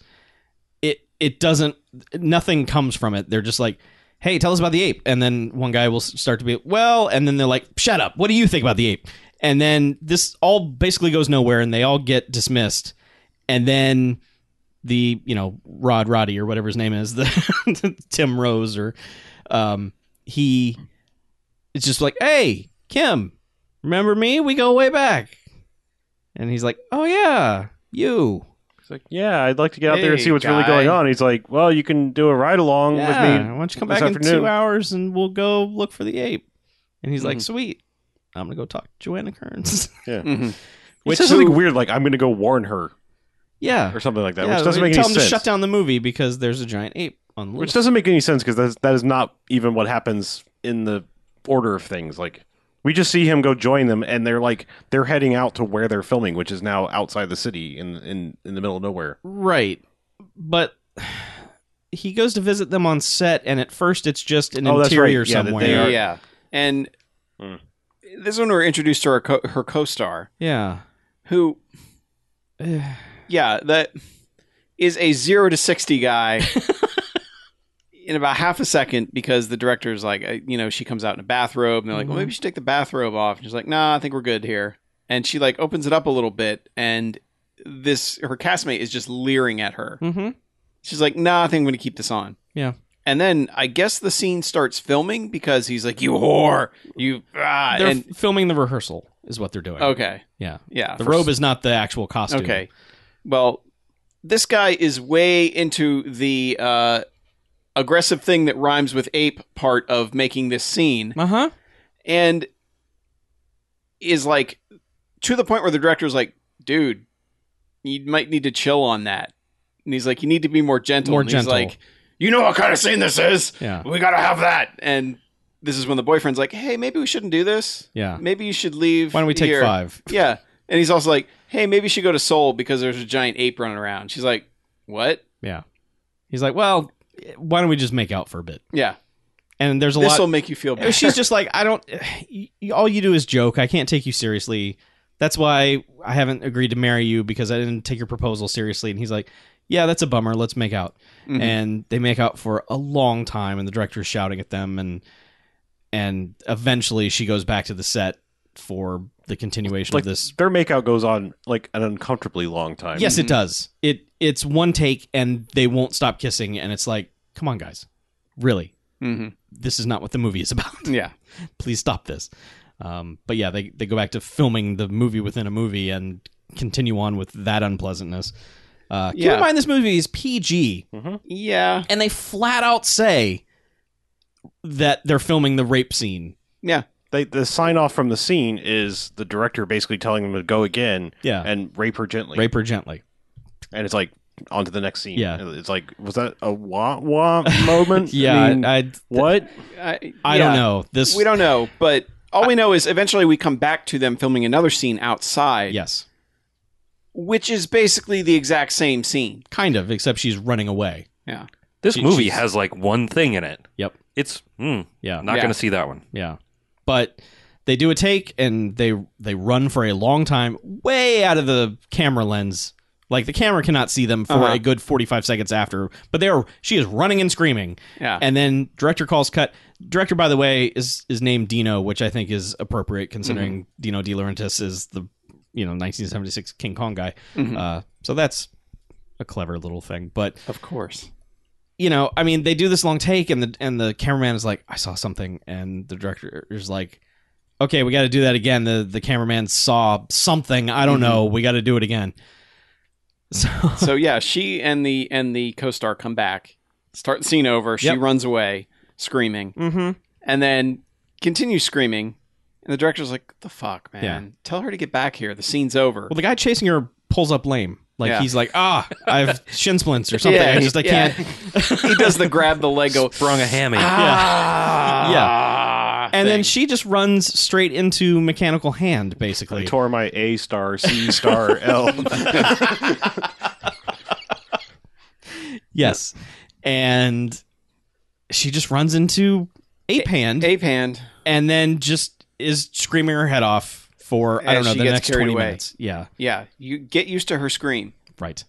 [SPEAKER 3] It it doesn't nothing comes from it. They're just like, "Hey, tell us about the ape." And then one guy will s- start to be, "Well," and then they're like, "Shut up. What do you think about the ape?" And then this all basically goes nowhere and they all get dismissed. And then the, you know, Rod Roddy or whatever his name is, [laughs] the Tim Rose or um he it's just like, "Hey, Kim, remember me? We go way back." And he's like, "Oh yeah, you."
[SPEAKER 2] he's like, "Yeah, I'd like to get out there and
[SPEAKER 4] Hey,
[SPEAKER 2] see what's really
[SPEAKER 4] guy.
[SPEAKER 2] going on." He's like, "Well, you can do a ride along
[SPEAKER 3] Yeah,
[SPEAKER 2] with me."
[SPEAKER 3] why don't you come
[SPEAKER 2] this
[SPEAKER 3] back in
[SPEAKER 2] afternoon.
[SPEAKER 3] two hours and we'll go look for the ape? And he's like,
[SPEAKER 4] Mhm.
[SPEAKER 3] sweet. I'm gonna go talk to Joanna Kearns.
[SPEAKER 4] Mhm.
[SPEAKER 2] Which
[SPEAKER 3] Mm. Which
[SPEAKER 2] is something
[SPEAKER 3] who-
[SPEAKER 2] weird, like I'm going to go warn her
[SPEAKER 3] [laughs] yeah.
[SPEAKER 2] or something like that,
[SPEAKER 3] yeah
[SPEAKER 2] which doesn't
[SPEAKER 3] we
[SPEAKER 2] make
[SPEAKER 3] tell
[SPEAKER 2] any
[SPEAKER 3] him
[SPEAKER 2] sense.
[SPEAKER 3] to shut down the movie because there's a giant ape on the
[SPEAKER 2] Which
[SPEAKER 3] loose.
[SPEAKER 2] doesn't make any sense because that is not even what happens in the order of things. Like we just see him go join them, and they're like they're heading out to where they're filming, which is now outside the city in in in the middle of nowhere.
[SPEAKER 3] Right. But [sighs] he goes to visit them on set, and at first it's just an
[SPEAKER 2] Oh, that's
[SPEAKER 3] interior
[SPEAKER 2] right. Yeah, that
[SPEAKER 3] somewhere.
[SPEAKER 2] they
[SPEAKER 4] Yeah,
[SPEAKER 2] are-
[SPEAKER 4] yeah. And
[SPEAKER 2] Hmm.
[SPEAKER 4] this is when we're introduced to our co- her co-star,
[SPEAKER 3] yeah.
[SPEAKER 4] who, yeah, that is a zero to sixty
[SPEAKER 3] [laughs]
[SPEAKER 4] guy in about half a second because the director's like, uh, you know, she comes out in a bathrobe and they're like,
[SPEAKER 3] Mm-hmm.
[SPEAKER 4] well, maybe you should take the bathrobe off. And she's like, nah, I think we're good here. And she like opens it up a little bit, and this her castmate is just leering at her.
[SPEAKER 3] [sighs] Mm-hmm.
[SPEAKER 4] She's like, nah, I think I'm going to keep this on.
[SPEAKER 3] Yeah.
[SPEAKER 4] And then I guess the scene starts filming because he's like, you whore. You. Ah,
[SPEAKER 3] They're
[SPEAKER 4] and,
[SPEAKER 3] f- filming the rehearsal, is what they're doing.
[SPEAKER 4] okay.
[SPEAKER 3] Yeah.
[SPEAKER 4] Yeah.
[SPEAKER 3] The
[SPEAKER 4] for-
[SPEAKER 3] robe is not the actual costume.
[SPEAKER 4] Okay. Well, this guy is way into the uh, aggressive thing that rhymes with ape part of making this scene
[SPEAKER 3] Uh huh.
[SPEAKER 4] and is like to the point where the director's like, dude, you might need to chill on that. And he's like, you need to be more gentle.
[SPEAKER 3] More
[SPEAKER 4] and
[SPEAKER 3] gentle.
[SPEAKER 4] He's like, you know what kind of scene this is.
[SPEAKER 3] Yeah.
[SPEAKER 4] We gotta have that. And this is when the boyfriend's like, hey, maybe we shouldn't do this.
[SPEAKER 3] Yeah.
[SPEAKER 4] Maybe you should leave.
[SPEAKER 3] Why don't we take
[SPEAKER 4] here."
[SPEAKER 3] five?
[SPEAKER 4] Yeah. And he's also like, hey, maybe you should go to Seoul because there's a giant ape running around. She's like, what?
[SPEAKER 3] Yeah. He's like, well, why don't we just make out for a bit?
[SPEAKER 4] Yeah.
[SPEAKER 3] And there's a
[SPEAKER 4] This
[SPEAKER 3] lot.
[SPEAKER 4] will make you feel better.
[SPEAKER 3] [laughs] she's just like i don't y- y- all you do is joke i can't take you seriously that's why i haven't agreed to marry you because i didn't take your proposal seriously and he's like yeah that's a bummer let's make out
[SPEAKER 4] Mhm.
[SPEAKER 3] and they make out for a long time and the director's shouting at them and and eventually she goes back to the set for the continuation
[SPEAKER 2] Like
[SPEAKER 3] of this
[SPEAKER 2] Their makeout goes on like an uncomfortably long time.
[SPEAKER 3] yes it does it it's one take and they won't stop kissing and it's like come on guys really
[SPEAKER 4] [laughs] Mm-hmm.
[SPEAKER 3] this is not what the movie is [laughs] about
[SPEAKER 4] Yeah.
[SPEAKER 3] please stop this. Um, but yeah, they, they go back to filming the movie within a movie and continue on with that unpleasantness. Uh, keep
[SPEAKER 4] Yeah.
[SPEAKER 3] in mind this movie is PG,
[SPEAKER 4] Yeah.
[SPEAKER 3] and they flat out say that they're filming the rape scene.
[SPEAKER 4] Yeah.
[SPEAKER 2] They, the sign off from the scene is the director basically telling them to go again
[SPEAKER 3] Yeah,
[SPEAKER 2] and rape her gently.
[SPEAKER 3] rape her gently.
[SPEAKER 2] And it's like on to the next scene.
[SPEAKER 3] Yeah.
[SPEAKER 2] It's like, was that a wah wah moment?
[SPEAKER 3] [laughs] Yeah,
[SPEAKER 2] I
[SPEAKER 3] I,
[SPEAKER 2] mean,
[SPEAKER 3] I,
[SPEAKER 2] what?
[SPEAKER 4] I,
[SPEAKER 3] I
[SPEAKER 4] yeah.
[SPEAKER 3] don't know this.
[SPEAKER 4] We don't know, but all we know is eventually we come back to them filming another scene outside,
[SPEAKER 3] Yes,
[SPEAKER 4] which is basically the exact same scene.
[SPEAKER 3] kind of, except she's running away.
[SPEAKER 4] Yeah.
[SPEAKER 5] This
[SPEAKER 3] She-
[SPEAKER 5] movie
[SPEAKER 3] she's-
[SPEAKER 5] has like one thing in it.
[SPEAKER 3] Yep.
[SPEAKER 5] It's mm,
[SPEAKER 3] Yeah,
[SPEAKER 5] not
[SPEAKER 4] Yeah.
[SPEAKER 5] going to see that one.
[SPEAKER 3] yeah, but they do a take and they they run for a long time, way out of the camera lens. Like the camera cannot see them for
[SPEAKER 4] Uh-huh.
[SPEAKER 3] a good forty five seconds after, but they are she is running and screaming,
[SPEAKER 4] Yeah.
[SPEAKER 3] and then director calls cut. Director, by the way, is is named Dino, which I think is appropriate considering Dino De Laurentiis is the you know nineteen seventy six King Kong guy.
[SPEAKER 4] Mhm.
[SPEAKER 3] Uh, so that's a clever little thing, but
[SPEAKER 4] of course.
[SPEAKER 3] you know, I mean, they do this long take, and the and the cameraman is like, "I saw something," and the director is like, "Okay, we got to do that again." The the cameraman saw something. I
[SPEAKER 4] Mm-hmm.
[SPEAKER 3] don't know. We got to do it again. So
[SPEAKER 4] So yeah, she and the and the co-star come back, start the scene over. She
[SPEAKER 3] Yep.
[SPEAKER 4] runs away screaming,
[SPEAKER 3] mm-hmm.
[SPEAKER 4] and then continues screaming. And the director's like, "What the fuck, man? Tell her to get back here. The scene's over."
[SPEAKER 3] well, the guy chasing her pulls up lame. Like
[SPEAKER 4] Yeah.
[SPEAKER 3] he's like, "Ah,
[SPEAKER 4] [laughs]
[SPEAKER 3] I've shin splints or something. I just I
[SPEAKER 4] yeah.
[SPEAKER 3] can't."
[SPEAKER 4] he does the grab the leg, [laughs] go
[SPEAKER 3] [laughs]
[SPEAKER 5] Sprung a hammy.
[SPEAKER 4] ah,
[SPEAKER 3] And then
[SPEAKER 4] thing.
[SPEAKER 3] she just runs straight into mechanical hand,
[SPEAKER 2] I
[SPEAKER 3] basically.
[SPEAKER 2] tore my A star, C
[SPEAKER 3] [laughs]
[SPEAKER 2] star, L.
[SPEAKER 3] Yes, and she just runs into ape hand.
[SPEAKER 4] ape hand.
[SPEAKER 3] and then just is screaming her head off for
[SPEAKER 4] As
[SPEAKER 3] I don't know
[SPEAKER 4] she
[SPEAKER 3] the
[SPEAKER 4] gets
[SPEAKER 3] next
[SPEAKER 4] carried
[SPEAKER 3] twenty
[SPEAKER 4] away.
[SPEAKER 3] minutes. Yeah,
[SPEAKER 4] Yeah, you get used to her scream
[SPEAKER 3] right.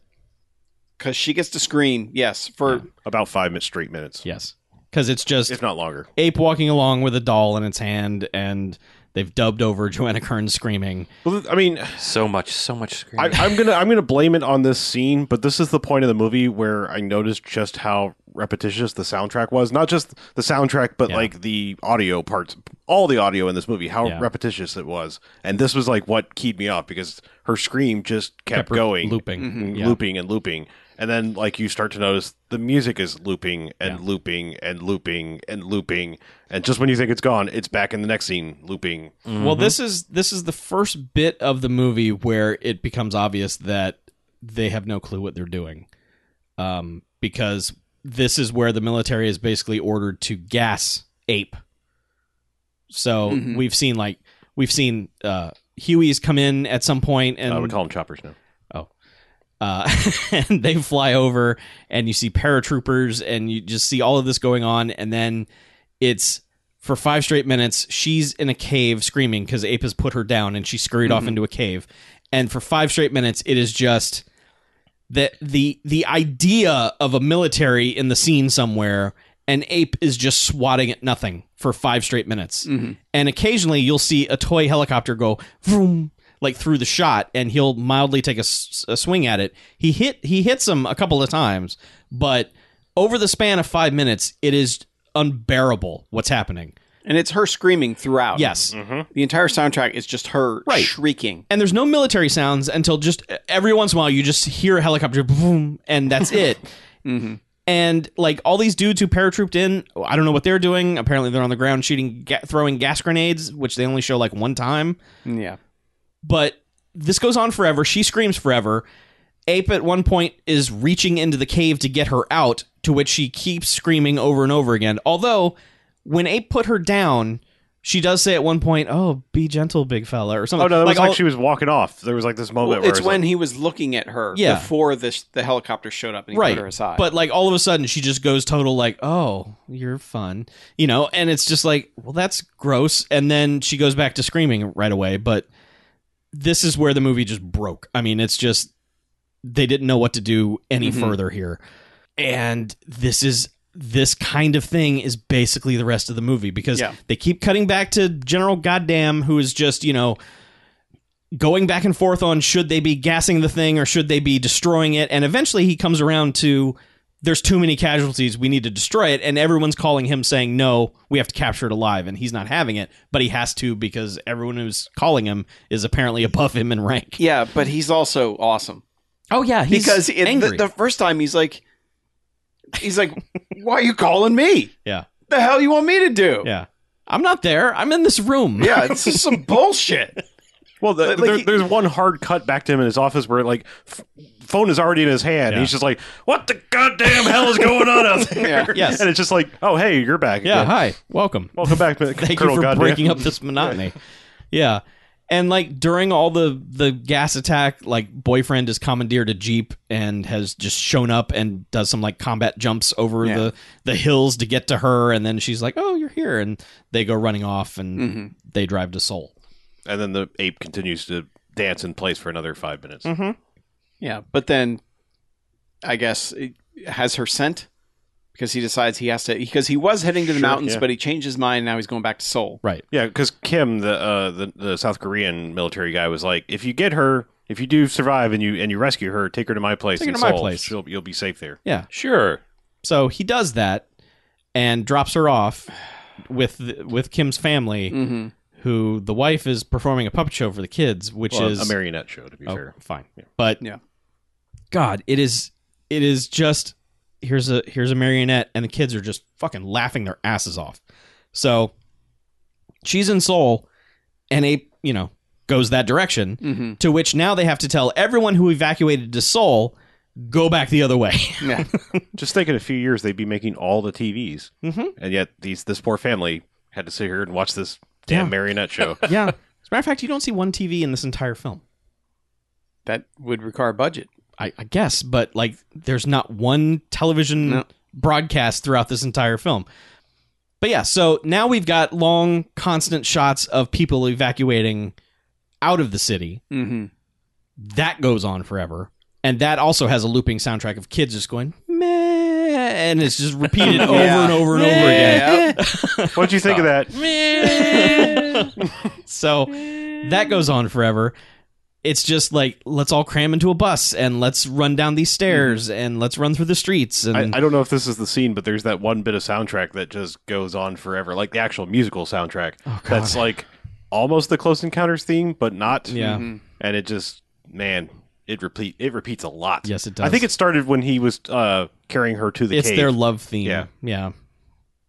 [SPEAKER 4] because she gets to scream. Yes, for
[SPEAKER 2] About five minutes, straight minutes,
[SPEAKER 3] Yes, because it's just
[SPEAKER 2] if not longer.
[SPEAKER 3] ape walking along with a doll in its hand, and they've dubbed over [laughs] Joanna Kern screaming.
[SPEAKER 2] Well, I mean,
[SPEAKER 5] so much, so much
[SPEAKER 2] I,
[SPEAKER 5] screaming.
[SPEAKER 2] I'm gonna I'm gonna blame it on this scene, but this is the point of the movie where I noticed just how repetitious the soundtrack was. Not just the soundtrack, but
[SPEAKER 3] Yeah.
[SPEAKER 2] like the audio parts, all the audio in this movie, how
[SPEAKER 3] Yeah.
[SPEAKER 2] repetitious it was. And this was like what keyed me off because her scream just kept
[SPEAKER 3] Pepper-
[SPEAKER 2] going,
[SPEAKER 3] looping. Mm-hmm.
[SPEAKER 2] and
[SPEAKER 3] Yeah.
[SPEAKER 2] looping and looping. And then like you start to notice the music is looping and
[SPEAKER 3] Yeah.
[SPEAKER 2] looping and looping and looping. And just when you think it's gone, it's back in the next scene looping.
[SPEAKER 5] Mm-hmm.
[SPEAKER 3] Well, this is this is the first bit of the movie where it becomes obvious that they have no clue what they're doing, um, because this is where the military is basically ordered to gas ape. So
[SPEAKER 2] Mm-hmm.
[SPEAKER 4] Mhm.
[SPEAKER 3] we've seen like we've seen uh, Hueys come in at some point and
[SPEAKER 2] I
[SPEAKER 5] Oh,
[SPEAKER 2] would call them choppers now.
[SPEAKER 3] uh, [laughs] and they fly over and you see paratroopers and you just see all of this going on and then it's for five straight minutes she's in a cave screaming because ape has put her down and she scurried off
[SPEAKER 4] Mhm.
[SPEAKER 3] into a cave and for five straight minutes it is just that the the idea of a military in the scene somewhere and ape is just swatting at nothing for five straight minutes
[SPEAKER 4] Mhm.
[SPEAKER 3] and occasionally you'll see a toy helicopter go vroom like through the shot and he'll mildly take a, s- a swing at it he hit he hits him a couple of times but over the span of five minutes it is unbearable what's happening
[SPEAKER 4] And it's her screaming throughout.
[SPEAKER 3] yes
[SPEAKER 4] The entire soundtrack is just her
[SPEAKER 3] Right.
[SPEAKER 4] shrieking.
[SPEAKER 3] and there's no military sounds until just every once in a while you just hear a helicopter boom and that's it
[SPEAKER 4] Mhm.
[SPEAKER 3] and like all these dudes who paratrooped in i don't know what they're doing apparently they're on the ground shooting ga- throwing gas grenades which they only show like one time
[SPEAKER 4] Yeah.
[SPEAKER 3] but this goes on forever. She screams forever. Ape at one point is reaching into the cave to get her out, to which she keeps screaming over and over again. Although, when Ape put her down, she does say at one point, "Oh, be gentle, big fella," or something.
[SPEAKER 2] Oh no, that was like
[SPEAKER 3] all-
[SPEAKER 2] she was walking off. There was like this moment
[SPEAKER 4] Well,
[SPEAKER 2] where
[SPEAKER 4] it's
[SPEAKER 2] it was
[SPEAKER 4] when he was looking at her
[SPEAKER 3] Yeah.
[SPEAKER 4] before this the helicopter showed up and he
[SPEAKER 3] right.
[SPEAKER 4] put her aside.
[SPEAKER 3] But like all of a sudden, she just goes total like, "Oh, you're fun," you know. And it's just like, well, that's gross. And then she goes back to screaming right away. But this is where the movie just broke. I mean, it's just they didn't know what to do any
[SPEAKER 4] Mhm.
[SPEAKER 3] further here. And this is this kind of thing is basically the rest of the movie because
[SPEAKER 4] Yeah.
[SPEAKER 3] they keep cutting back to General Goddamn, who is just you know going back and forth on should they be gassing the thing or should they be destroying it and eventually he comes around to there's too many casualties we need to destroy it and everyone's calling him saying no we have to capture it alive and he's not having it but he has to because everyone who's calling him is apparently above him in rank
[SPEAKER 4] yeah, but he's also awesome.
[SPEAKER 3] oh yeah he's
[SPEAKER 4] because it,
[SPEAKER 3] angry
[SPEAKER 4] The, the first time he's like he's like [laughs] why are you calling me?
[SPEAKER 3] Yeah.
[SPEAKER 4] The hell you want me to do?
[SPEAKER 3] yeah i'm not there i'm in this room
[SPEAKER 4] Yeah, it's just some bullshit.
[SPEAKER 2] Well, the,
[SPEAKER 4] Like-
[SPEAKER 2] there,
[SPEAKER 4] like-
[SPEAKER 2] there's one hard cut back to him in his office where like f- phone is already in his hand.
[SPEAKER 3] Yeah.
[SPEAKER 2] He's just like, "What the goddamn hell is going on out
[SPEAKER 3] [laughs]
[SPEAKER 2] there?"
[SPEAKER 4] Yeah.
[SPEAKER 3] Yes.
[SPEAKER 2] and it's just like, "Oh, hey, you're back."
[SPEAKER 3] yeah
[SPEAKER 2] again.
[SPEAKER 3] hi welcome
[SPEAKER 2] welcome back, Colonel
[SPEAKER 3] [laughs] Thank you for
[SPEAKER 2] Goddamn.
[SPEAKER 3] breaking
[SPEAKER 2] [laughs]
[SPEAKER 3] up this monotony. yeah. And like during all the the gas attack, like boyfriend is commandeered a jeep and has just shown up and does some like combat jumps over
[SPEAKER 4] Yeah.
[SPEAKER 3] the the hills to get to her, and then she's like, "Oh, you're here," and they go running off and
[SPEAKER 2] Mm-hmm.
[SPEAKER 4] hmm
[SPEAKER 3] they drive to Seoul.
[SPEAKER 2] And then the ape continues to dance in place for another five minutes.
[SPEAKER 4] Yeah, but then I guess it has her sent because he decides he has to because he was heading to the
[SPEAKER 2] Sure,
[SPEAKER 4] mountains,
[SPEAKER 2] yeah.
[SPEAKER 4] but he changed his mind. Now he's going back to Seoul.
[SPEAKER 3] Right.
[SPEAKER 2] Yeah, because Kim, the, uh, the the South Korean military guy, was like, "If you get her, if you do survive and you and you rescue her, take her to my place.
[SPEAKER 3] Take her
[SPEAKER 2] in
[SPEAKER 3] to my
[SPEAKER 2] Seoul.
[SPEAKER 3] place.
[SPEAKER 2] She'll, you'll be safe there."
[SPEAKER 5] Sure.
[SPEAKER 3] So he does that and drops her off with the, with Kim's family,
[SPEAKER 2] Mm.
[SPEAKER 4] Mm-hmm.
[SPEAKER 3] who the wife is performing a puppet show for the kids, which
[SPEAKER 2] Well,
[SPEAKER 3] is
[SPEAKER 2] a marionette show, to be
[SPEAKER 3] Oh,
[SPEAKER 2] fair.
[SPEAKER 3] fine. But
[SPEAKER 4] Yeah.
[SPEAKER 3] God, it is it is just here's a here's a marionette and the kids are just fucking laughing their asses off. So she's in Seoul and a you know, goes that direction
[SPEAKER 4] Mm-hmm.
[SPEAKER 3] to which now they have to tell everyone who evacuated to Seoul go back the other way. [laughs]
[SPEAKER 4] Yeah.
[SPEAKER 2] Just think in a few years they'd be making all the TVs,
[SPEAKER 3] Mhm.
[SPEAKER 2] and yet these this poor family had to sit here and watch this damn
[SPEAKER 3] Yeah.
[SPEAKER 2] marionette
[SPEAKER 3] [laughs]
[SPEAKER 2] show.
[SPEAKER 3] yeah. As a matter of fact, you don't see one TV in this entire film.
[SPEAKER 4] that would require budget.
[SPEAKER 3] I, I guess, but like there's not one television
[SPEAKER 4] No.
[SPEAKER 3] broadcast throughout this entire film. But yeah, so now we've got long, constant shots of people evacuating out of the city.
[SPEAKER 4] Mm-hmm.
[SPEAKER 3] That goes on forever. And that also has a looping soundtrack of kids just going, meh, and it's just repeated over
[SPEAKER 4] [laughs] Yeah.
[SPEAKER 3] and over and over again.
[SPEAKER 4] Yeah.
[SPEAKER 2] What'd you think of that?
[SPEAKER 3] [laughs] so that goes on forever. It's just like let's all cram into a bus and let's run down these stairs and let's run through the streets and
[SPEAKER 2] Mm-hmm. I, I don't know if this is the scene, but there's that one bit of soundtrack that just goes on forever, like the actual musical soundtrack.
[SPEAKER 3] Oh, God.
[SPEAKER 2] that's like almost the Close Encounters theme, but not.
[SPEAKER 3] yeah.
[SPEAKER 4] Mhm.
[SPEAKER 2] and it just man, it repeat it repeats a lot.
[SPEAKER 3] Yes, it does.
[SPEAKER 2] I think it started when he was uh, carrying her to the
[SPEAKER 3] it's
[SPEAKER 2] cave.
[SPEAKER 3] their love theme.
[SPEAKER 2] Yeah.
[SPEAKER 3] yeah.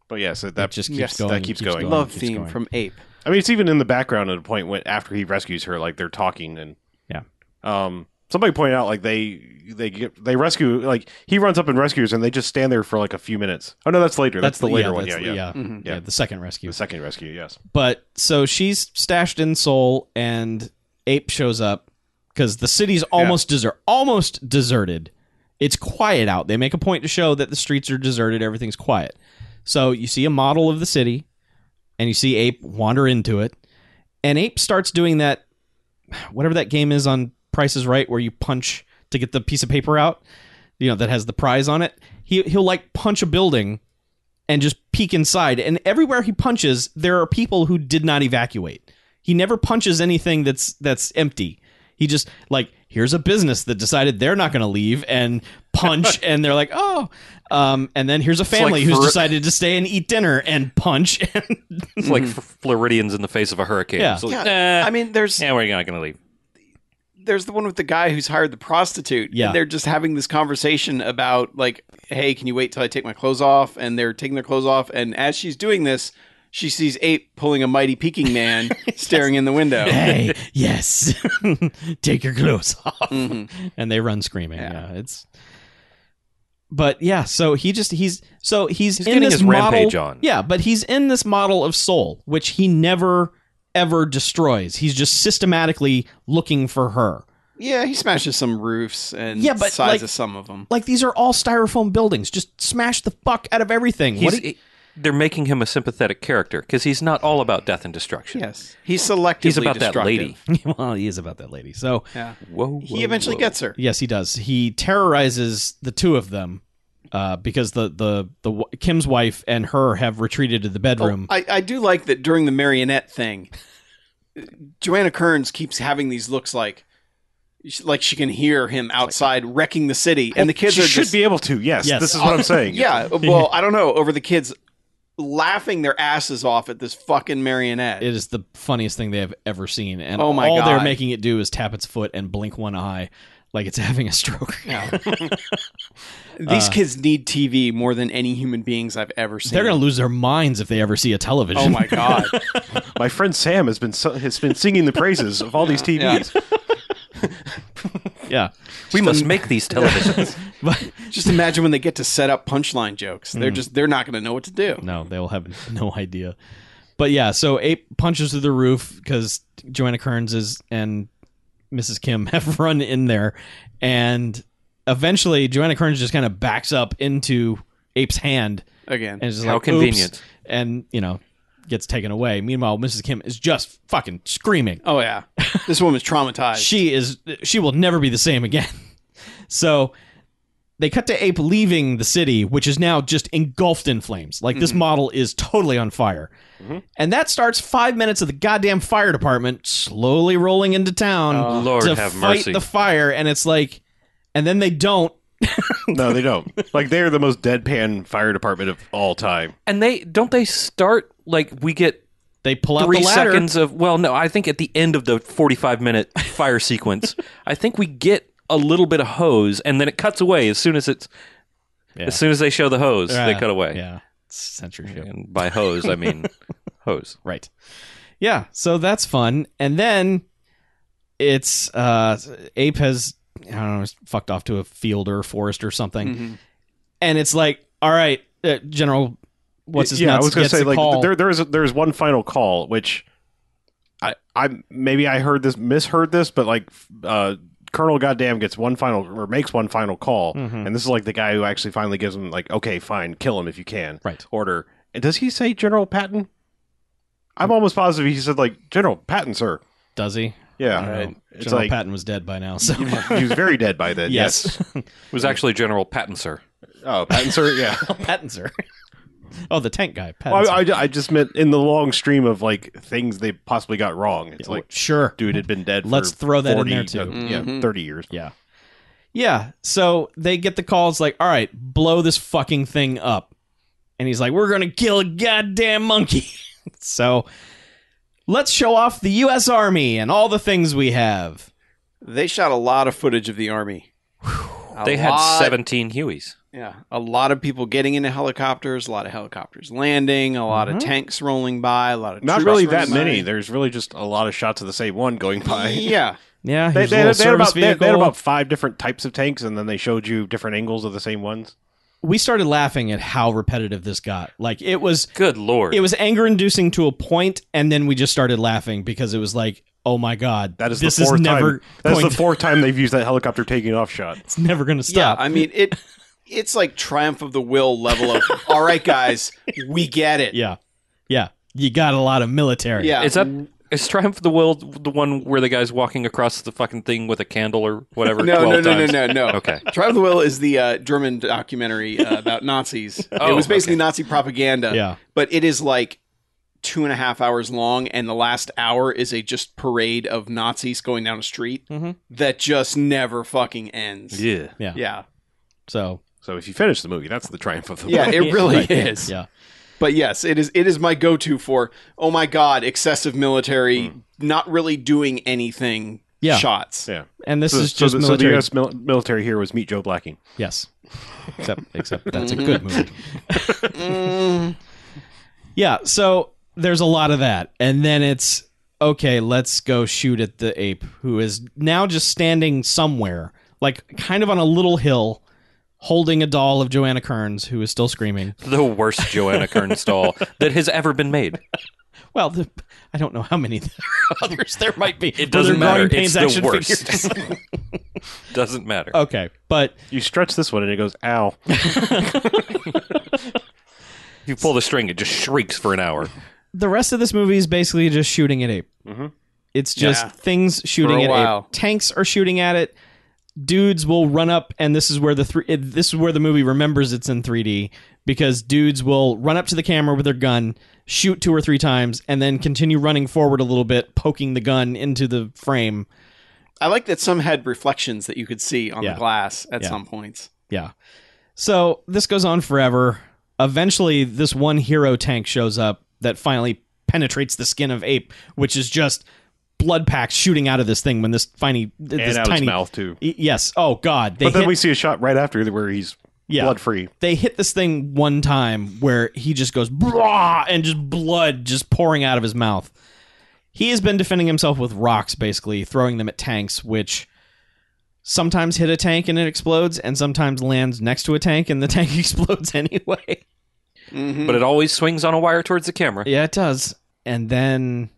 [SPEAKER 2] but yes, yeah, so
[SPEAKER 3] That
[SPEAKER 2] that
[SPEAKER 3] just keeps
[SPEAKER 4] yes,
[SPEAKER 3] going.
[SPEAKER 2] that
[SPEAKER 3] and
[SPEAKER 2] keeps going.
[SPEAKER 3] going.
[SPEAKER 4] Love
[SPEAKER 3] keeps
[SPEAKER 4] theme
[SPEAKER 3] going.
[SPEAKER 4] from Ape.
[SPEAKER 2] I mean, it's even in the background at a point when after he rescues her, like they're talking and
[SPEAKER 3] Yeah.
[SPEAKER 2] Um, somebody pointed out like they they get they rescue like he runs up and rescues and they just stand there for like a few minutes. Oh no, that's later. That's, the, later one. Yeah,
[SPEAKER 3] that's
[SPEAKER 2] yeah,
[SPEAKER 3] the- yeah.
[SPEAKER 4] Mhm.
[SPEAKER 3] Yeah, the second rescue.
[SPEAKER 2] The second rescue. Yes.
[SPEAKER 3] But so she's stashed in Seoul, and Ape shows up because the city's almost desert, almost deserted. It's quiet out. They make a point to show that the streets are deserted. Everything's quiet. So you see a model of the city, and you see Ape wander into it, and Ape starts doing that, whatever that game is on Price is Right, where you punch to get the piece of paper out, you know that has the prize on it. He he'll like punch a building and just peek inside. And everywhere he punches, there are people who did not evacuate. He never punches anything that's that's empty. He just like here's a business that decided they're not going to leave and punch, and they're like, oh, um, and then here's a
[SPEAKER 5] like
[SPEAKER 3] family who's
[SPEAKER 5] Fer-
[SPEAKER 3] decided to stay and eat dinner and punch. [laughs] And
[SPEAKER 5] It's like Floridians in the face of a hurricane.
[SPEAKER 3] Yeah.
[SPEAKER 5] It's like,
[SPEAKER 4] Mm-hmm. Yeah,
[SPEAKER 5] "Nah,
[SPEAKER 4] I mean, there's
[SPEAKER 5] Eh. yeah, we're not going to leave.
[SPEAKER 4] there's the one with the guy who's hired the prostitute.
[SPEAKER 3] Yeah.
[SPEAKER 4] And they're just having this conversation about like, hey, can you wait till I take my clothes off? And they're taking their clothes off. And as she's doing this, she sees ape pulling a mighty peaking
[SPEAKER 5] [laughs]
[SPEAKER 4] man [laughs] staring in the window.
[SPEAKER 3] hey, yes, [laughs] take your clothes off.
[SPEAKER 4] Mhm.
[SPEAKER 5] Mm-hmm.
[SPEAKER 3] and they run screaming.
[SPEAKER 4] Yeah.
[SPEAKER 3] Yeah. it's. But yeah, so he just he's so he's,
[SPEAKER 5] He's
[SPEAKER 3] in
[SPEAKER 5] getting
[SPEAKER 3] this
[SPEAKER 5] his
[SPEAKER 3] model,
[SPEAKER 5] rampage on.
[SPEAKER 3] Yeah, but he's in this model of soul, which he never ever destroys. He's just systematically looking for her.
[SPEAKER 4] Yeah, he smashes some roofs and
[SPEAKER 3] Yeah, but,
[SPEAKER 4] sizes
[SPEAKER 3] like-
[SPEAKER 4] some of them.
[SPEAKER 3] Like these are all styrofoam buildings. Just smash the fuck out of everything. What
[SPEAKER 5] He's- e,
[SPEAKER 3] do you-
[SPEAKER 5] they're making him a sympathetic character because he's not all about death and destruction.
[SPEAKER 4] Yes, he's selectively
[SPEAKER 5] He's about that
[SPEAKER 4] destructive.
[SPEAKER 5] lady.
[SPEAKER 3] [laughs] well, he is about that lady. So
[SPEAKER 4] Yeah,
[SPEAKER 5] Whoa.
[SPEAKER 4] he eventually gets her.
[SPEAKER 3] Yes, he does. He terrorizes the two of them uh, because the the the w- Kim's wife and her have retreated to the bedroom.
[SPEAKER 4] Oh, I, I do like that during the marionette thing, Joanna Kearns keeps having these looks like, like she can hear him outside wrecking the city, and the kids
[SPEAKER 2] she
[SPEAKER 4] are
[SPEAKER 2] should
[SPEAKER 4] just
[SPEAKER 2] be able to. Yes,
[SPEAKER 3] Yes.
[SPEAKER 2] This is
[SPEAKER 4] [laughs]
[SPEAKER 2] what I'm saying.
[SPEAKER 3] [laughs]
[SPEAKER 4] yeah. Well, I don't know over the kids laughing their asses off at this fucking marionette.
[SPEAKER 3] it is the funniest thing they have ever seen, and
[SPEAKER 4] uh, Oh my
[SPEAKER 3] all they're
[SPEAKER 4] God.
[SPEAKER 3] making it do is tap its foot and blink one eye, like it's [laughs] having a stroke.
[SPEAKER 4] Oh, These kids need TV more than any human beings I've ever seen.
[SPEAKER 3] uh, they're gonna lose their minds if they ever see a television.
[SPEAKER 4] Oh my god!
[SPEAKER 2] My friend Sam has been so, has been singing the praises of
[SPEAKER 4] [laughs]
[SPEAKER 2] all these TVs.
[SPEAKER 3] [laughs] yeah,
[SPEAKER 5] We must
[SPEAKER 4] [laughs]
[SPEAKER 5] make these televisions.
[SPEAKER 3] but
[SPEAKER 4] just imagine when they get to set up punchline jokes. They're just they're not gonna know what to do.
[SPEAKER 3] Mm. no, they will have [laughs] no idea. But yeah, so ape punches through the roof because Joanna Kearns is and Mrs. Kim [laughs] have run in there, and eventually Joanna Kearns just kind of backs up into Ape's hand
[SPEAKER 4] Again,
[SPEAKER 3] and is just
[SPEAKER 5] How
[SPEAKER 3] like, "Oops,"
[SPEAKER 5] convenient.
[SPEAKER 3] and you know gets taken away. Meanwhile, Mrs. Kim is just fucking screaming.
[SPEAKER 4] oh yeah, this woman's traumatized.
[SPEAKER 3] She is she will never be the same again. [laughs] So they cut to Ape leaving the city, which is now just engulfed in flames. Like
[SPEAKER 5] Mm-hmm.
[SPEAKER 3] this model is totally on fire. And that starts five minutes of the goddamn fire department slowly rolling into town
[SPEAKER 5] Oh, Lord
[SPEAKER 3] to
[SPEAKER 5] have
[SPEAKER 3] fight
[SPEAKER 5] mercy.
[SPEAKER 3] the fire. And it's like, and then they don't.
[SPEAKER 2] No, they don't. Like they're the most deadpan fire department of all time.
[SPEAKER 5] and they don't they start like we get
[SPEAKER 3] They pull out
[SPEAKER 5] three
[SPEAKER 3] the ladder.
[SPEAKER 5] seconds of well no i think at the end of the 45
[SPEAKER 4] [laughs]
[SPEAKER 5] minute fire sequence i think we get a little bit of hose and then it cuts away as soon as it's
[SPEAKER 3] Yeah.
[SPEAKER 5] as soon as they show the hose they
[SPEAKER 3] Ah,
[SPEAKER 5] cut away
[SPEAKER 3] Yeah, It's censorship.
[SPEAKER 5] and by hose
[SPEAKER 3] [laughs]
[SPEAKER 5] i mean hose
[SPEAKER 3] Right. Yeah, so that's fun. And then it's uh Ape has I don't know, it's fucked off to a field or a forest or something.
[SPEAKER 2] Mm-hmm.
[SPEAKER 4] Mhm.
[SPEAKER 3] And it's like, all right, uh, General what's his
[SPEAKER 2] yeah, I
[SPEAKER 3] nuts
[SPEAKER 2] was gonna
[SPEAKER 3] gets
[SPEAKER 2] say
[SPEAKER 3] a
[SPEAKER 2] like
[SPEAKER 3] call.
[SPEAKER 2] there there is there is one final call which I I maybe I heard this misheard this but like f- uh Colonel Goddamn gets one final or makes one final call
[SPEAKER 3] Mm-hmm.
[SPEAKER 2] and this is like the guy who actually finally gives him like okay fine kill him if you can
[SPEAKER 3] Right.
[SPEAKER 2] order and does he say General Patton? I'm almost positive he said like General Patton sir
[SPEAKER 3] Does he?
[SPEAKER 2] yeah
[SPEAKER 3] I don't know.
[SPEAKER 2] it's
[SPEAKER 3] Uh, General
[SPEAKER 2] like
[SPEAKER 3] Patton was dead by
[SPEAKER 2] [laughs]
[SPEAKER 3] now, so
[SPEAKER 2] he was very dead by
[SPEAKER 3] [laughs]
[SPEAKER 2] then
[SPEAKER 3] yes.
[SPEAKER 5] it was actually general patton sir
[SPEAKER 2] oh Patton sir
[SPEAKER 3] [laughs]
[SPEAKER 2] yeah
[SPEAKER 3] Pattinser. oh, the tank guy, Pattinser.
[SPEAKER 2] well, I, I, I just meant in the long stream of like things they possibly got wrong it's like
[SPEAKER 3] sure.
[SPEAKER 2] dude had been dead.
[SPEAKER 3] Let's
[SPEAKER 2] for
[SPEAKER 3] throw that in
[SPEAKER 2] 40,
[SPEAKER 3] there, too.
[SPEAKER 2] uh,
[SPEAKER 4] Mm-hmm.
[SPEAKER 2] Yeah, thirty years.
[SPEAKER 3] Yeah. Yeah. So they get the calls like, all right, blow this fucking thing up. And he's like, we're going to kill a goddamn monkey. [laughs] so let's show off the U.S. Army and all the things we have.
[SPEAKER 4] They shot a lot of footage of the army. A
[SPEAKER 5] they had
[SPEAKER 4] lot.
[SPEAKER 5] 17 hueys
[SPEAKER 4] Yeah, a lot of people getting into helicopters, a lot of helicopters landing, a lot
[SPEAKER 3] Mhm.
[SPEAKER 4] of
[SPEAKER 5] Mm-hmm.
[SPEAKER 4] tanks rolling by, a lot of
[SPEAKER 2] Not
[SPEAKER 4] troops
[SPEAKER 2] really that
[SPEAKER 4] rolling by.
[SPEAKER 2] many. There's really just a lot of shots of the same one going
[SPEAKER 4] [laughs]
[SPEAKER 2] by. [laughs]
[SPEAKER 4] Yeah,
[SPEAKER 3] Yeah,
[SPEAKER 2] They,
[SPEAKER 3] here's a
[SPEAKER 2] they had, they
[SPEAKER 3] little
[SPEAKER 2] had
[SPEAKER 3] service
[SPEAKER 2] about, they had- they had
[SPEAKER 3] vehicle.
[SPEAKER 2] about five different types of tanks, and then they showed you different angles of the same ones.
[SPEAKER 3] we started laughing at how repetitive this got. Like it was
[SPEAKER 5] Good lord.
[SPEAKER 3] it was anger inducing to a point, and then we just started laughing because it was like, oh my god,
[SPEAKER 2] That is
[SPEAKER 3] this
[SPEAKER 2] the
[SPEAKER 3] is
[SPEAKER 2] fourth
[SPEAKER 3] never
[SPEAKER 2] time. That's
[SPEAKER 3] going
[SPEAKER 2] the
[SPEAKER 3] to-
[SPEAKER 2] fourth time they've used that helicopter taking off shot.
[SPEAKER 3] [laughs] it's never going to stop.
[SPEAKER 4] yeah. I mean it. It's like triumph of the will level
[SPEAKER 5] [laughs]
[SPEAKER 4] of. all right, guys, we get it.
[SPEAKER 3] yeah, yeah. You got a lot of military.
[SPEAKER 4] yeah.
[SPEAKER 5] Is that is Triumph of the Will the one where the guy's walking across the fucking thing with a candle or whatever?
[SPEAKER 4] no,
[SPEAKER 5] 12
[SPEAKER 4] no, no, no,
[SPEAKER 5] times?
[SPEAKER 4] no, no.
[SPEAKER 5] [laughs] Okay.
[SPEAKER 4] Triumph of the Will is the uh, German documentary uh, about
[SPEAKER 5] [laughs]
[SPEAKER 4] Nazis. it
[SPEAKER 5] Oh,
[SPEAKER 4] was basically
[SPEAKER 5] okay.
[SPEAKER 4] Nazi propaganda.
[SPEAKER 3] Yeah.
[SPEAKER 4] But it is like two and a half hours long, and the last hour is a just parade of Nazis going down a street
[SPEAKER 3] Mhm.
[SPEAKER 4] that just never fucking ends.
[SPEAKER 5] Yeah.
[SPEAKER 4] Yeah.
[SPEAKER 3] So
[SPEAKER 2] So if you finish the movie, that's the triumph of the
[SPEAKER 4] Yeah,
[SPEAKER 2] will.
[SPEAKER 4] it really [laughs]
[SPEAKER 3] Right.
[SPEAKER 4] is.
[SPEAKER 3] Yeah.
[SPEAKER 4] But yes, it is it is my go-to for oh my god, excessive military not really doing anything
[SPEAKER 3] Yeah.
[SPEAKER 2] [laughs]
[SPEAKER 4] shots.
[SPEAKER 2] Yeah.
[SPEAKER 3] and this
[SPEAKER 2] so,
[SPEAKER 3] is
[SPEAKER 2] so
[SPEAKER 3] just
[SPEAKER 2] the, so the
[SPEAKER 3] military.
[SPEAKER 2] U.S. Mil- military here was Meet Joe Blacking.
[SPEAKER 3] yes. Except except that's a good movie. Mm. Yeah, so there's a lot of that. And then it's okay, let's go shoot at the ape who is now just standing somewhere, like kind of on a little hill, holding a doll of Joanna Kearns who is still screaming.
[SPEAKER 5] The worst Joanna [laughs] Kearns doll that has ever been made.
[SPEAKER 3] Well, the, I don't know how many others there might be.
[SPEAKER 5] It doesn't matter. It's the worst.
[SPEAKER 3] Figures.
[SPEAKER 5] [laughs] Doesn't matter.
[SPEAKER 3] okay, but
[SPEAKER 2] You stretch this one and it goes, ow.
[SPEAKER 5] You pull the string, it just shrieks for an hour.
[SPEAKER 3] the rest of this movie is basically just shooting at ape.
[SPEAKER 2] Mhm.
[SPEAKER 3] It's just
[SPEAKER 4] Mm-hmm. Yeah.
[SPEAKER 3] things shooting
[SPEAKER 4] For a
[SPEAKER 3] at
[SPEAKER 4] while.
[SPEAKER 3] ape. Tanks are shooting at it. Dudes will run up, and this is where the three. It, this is where the movie remembers it's in 3D because dudes will run up to the camera with their gun, shoot two or three times, and then continue running forward a little bit, poking the gun into the frame.
[SPEAKER 4] I like that some had reflections that you could see on
[SPEAKER 3] Yeah.
[SPEAKER 4] the glass at
[SPEAKER 3] Yeah.
[SPEAKER 4] some points.
[SPEAKER 3] Yeah. So this goes on forever. Eventually, this one hero tank shows up that finally penetrates the skin of ape, which is just blood packs shooting out of this thing when this tiny this
[SPEAKER 2] and out of
[SPEAKER 3] tiny
[SPEAKER 2] its mouth, too.
[SPEAKER 3] Y- Yes. Oh God. They
[SPEAKER 2] But then
[SPEAKER 3] hit,
[SPEAKER 2] we see a shot right after where he's
[SPEAKER 3] yeah.
[SPEAKER 2] blood free.
[SPEAKER 3] They hit this thing one time where he just goes blah and just blood just pouring out of his mouth. He has been defending himself with rocks, basically throwing them at tanks, which sometimes hit a tank and it explodes, and sometimes lands next to a tank and the [laughs] tank explodes anyway.
[SPEAKER 4] Mhm.
[SPEAKER 5] But it always swings on a wire towards the camera.
[SPEAKER 3] Yeah, it does. And then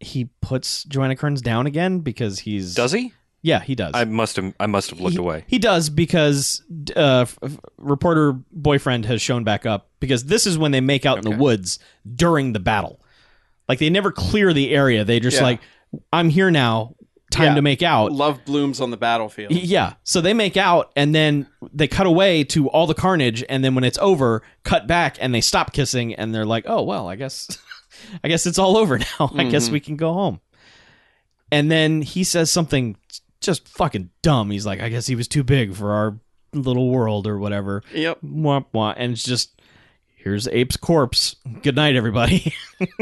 [SPEAKER 3] he puts Joanna Kearns down again because he's
[SPEAKER 5] Does he?
[SPEAKER 3] yeah he does
[SPEAKER 5] I must have I must have looked
[SPEAKER 3] he,
[SPEAKER 5] away.
[SPEAKER 3] He does because uh, f- f- reporter boyfriend has shown back up because this is when they make out in the
[SPEAKER 5] Okay.
[SPEAKER 3] woods during the battle. Like they never clear the area. They just
[SPEAKER 4] Yeah.
[SPEAKER 3] like, I'm here now. Time
[SPEAKER 4] Yeah.
[SPEAKER 3] to make out.
[SPEAKER 4] love blooms on the
[SPEAKER 3] [laughs]
[SPEAKER 4] battlefield.
[SPEAKER 3] Y- Yeah. So they make out and then they cut away to all the carnage and then when it's over, cut back and they stop kissing and they're like, "Oh, well, I guess [laughs] I guess it's all over [laughs] now. I guess
[SPEAKER 4] Mhm.
[SPEAKER 3] we can go home." And then he says something just fucking dumb. He's like, "I guess he was too big for our little world or whatever."
[SPEAKER 4] Yep.
[SPEAKER 3] Womp womp and it's just here's Ape's corpse. Good night everybody. [laughs]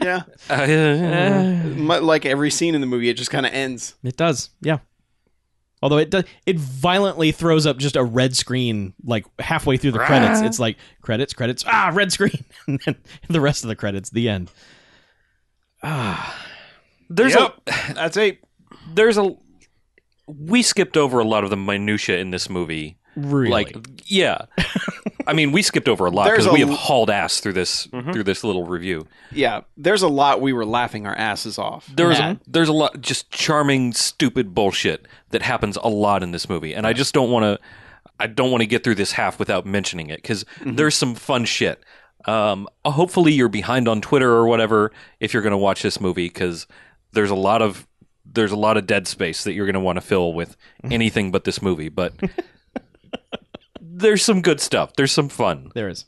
[SPEAKER 4] Yeah.
[SPEAKER 5] Uh,
[SPEAKER 4] Mu- like every scene in the movie, it just kind of ends.
[SPEAKER 3] It does, yeah. Although it does, it violently throws up just a red screen like halfway through the credits. It's like credits, credits, ah, red screen, [laughs] and then the rest of the credits, the end. Ah,
[SPEAKER 5] There's a
[SPEAKER 2] That's eight.
[SPEAKER 5] there's a we skipped over a lot of the minutia in this movie.
[SPEAKER 3] really?
[SPEAKER 5] Like [laughs] yeah. I mean, we skipped over a lot
[SPEAKER 4] There's
[SPEAKER 5] because
[SPEAKER 4] a Mm-hmm.
[SPEAKER 5] we have
[SPEAKER 4] l-
[SPEAKER 5] hauled ass through this through this little review.
[SPEAKER 4] Yeah. There's a lot we were laughing our asses off.
[SPEAKER 5] There was
[SPEAKER 3] Yeah.
[SPEAKER 5] a, there's a lot just charming stupid bullshit that happens a lot in this movie, and I just don't want to I don't want to get through this half without mentioning it because there's some fun shit. Um, uh, hopefully you're behind on Twitter or whatever if you're going to watch this movie because there's a lot of there's a lot of dead space that you're going to want to fill with anything but this movie. But there's some good stuff. There's some fun.
[SPEAKER 3] there is.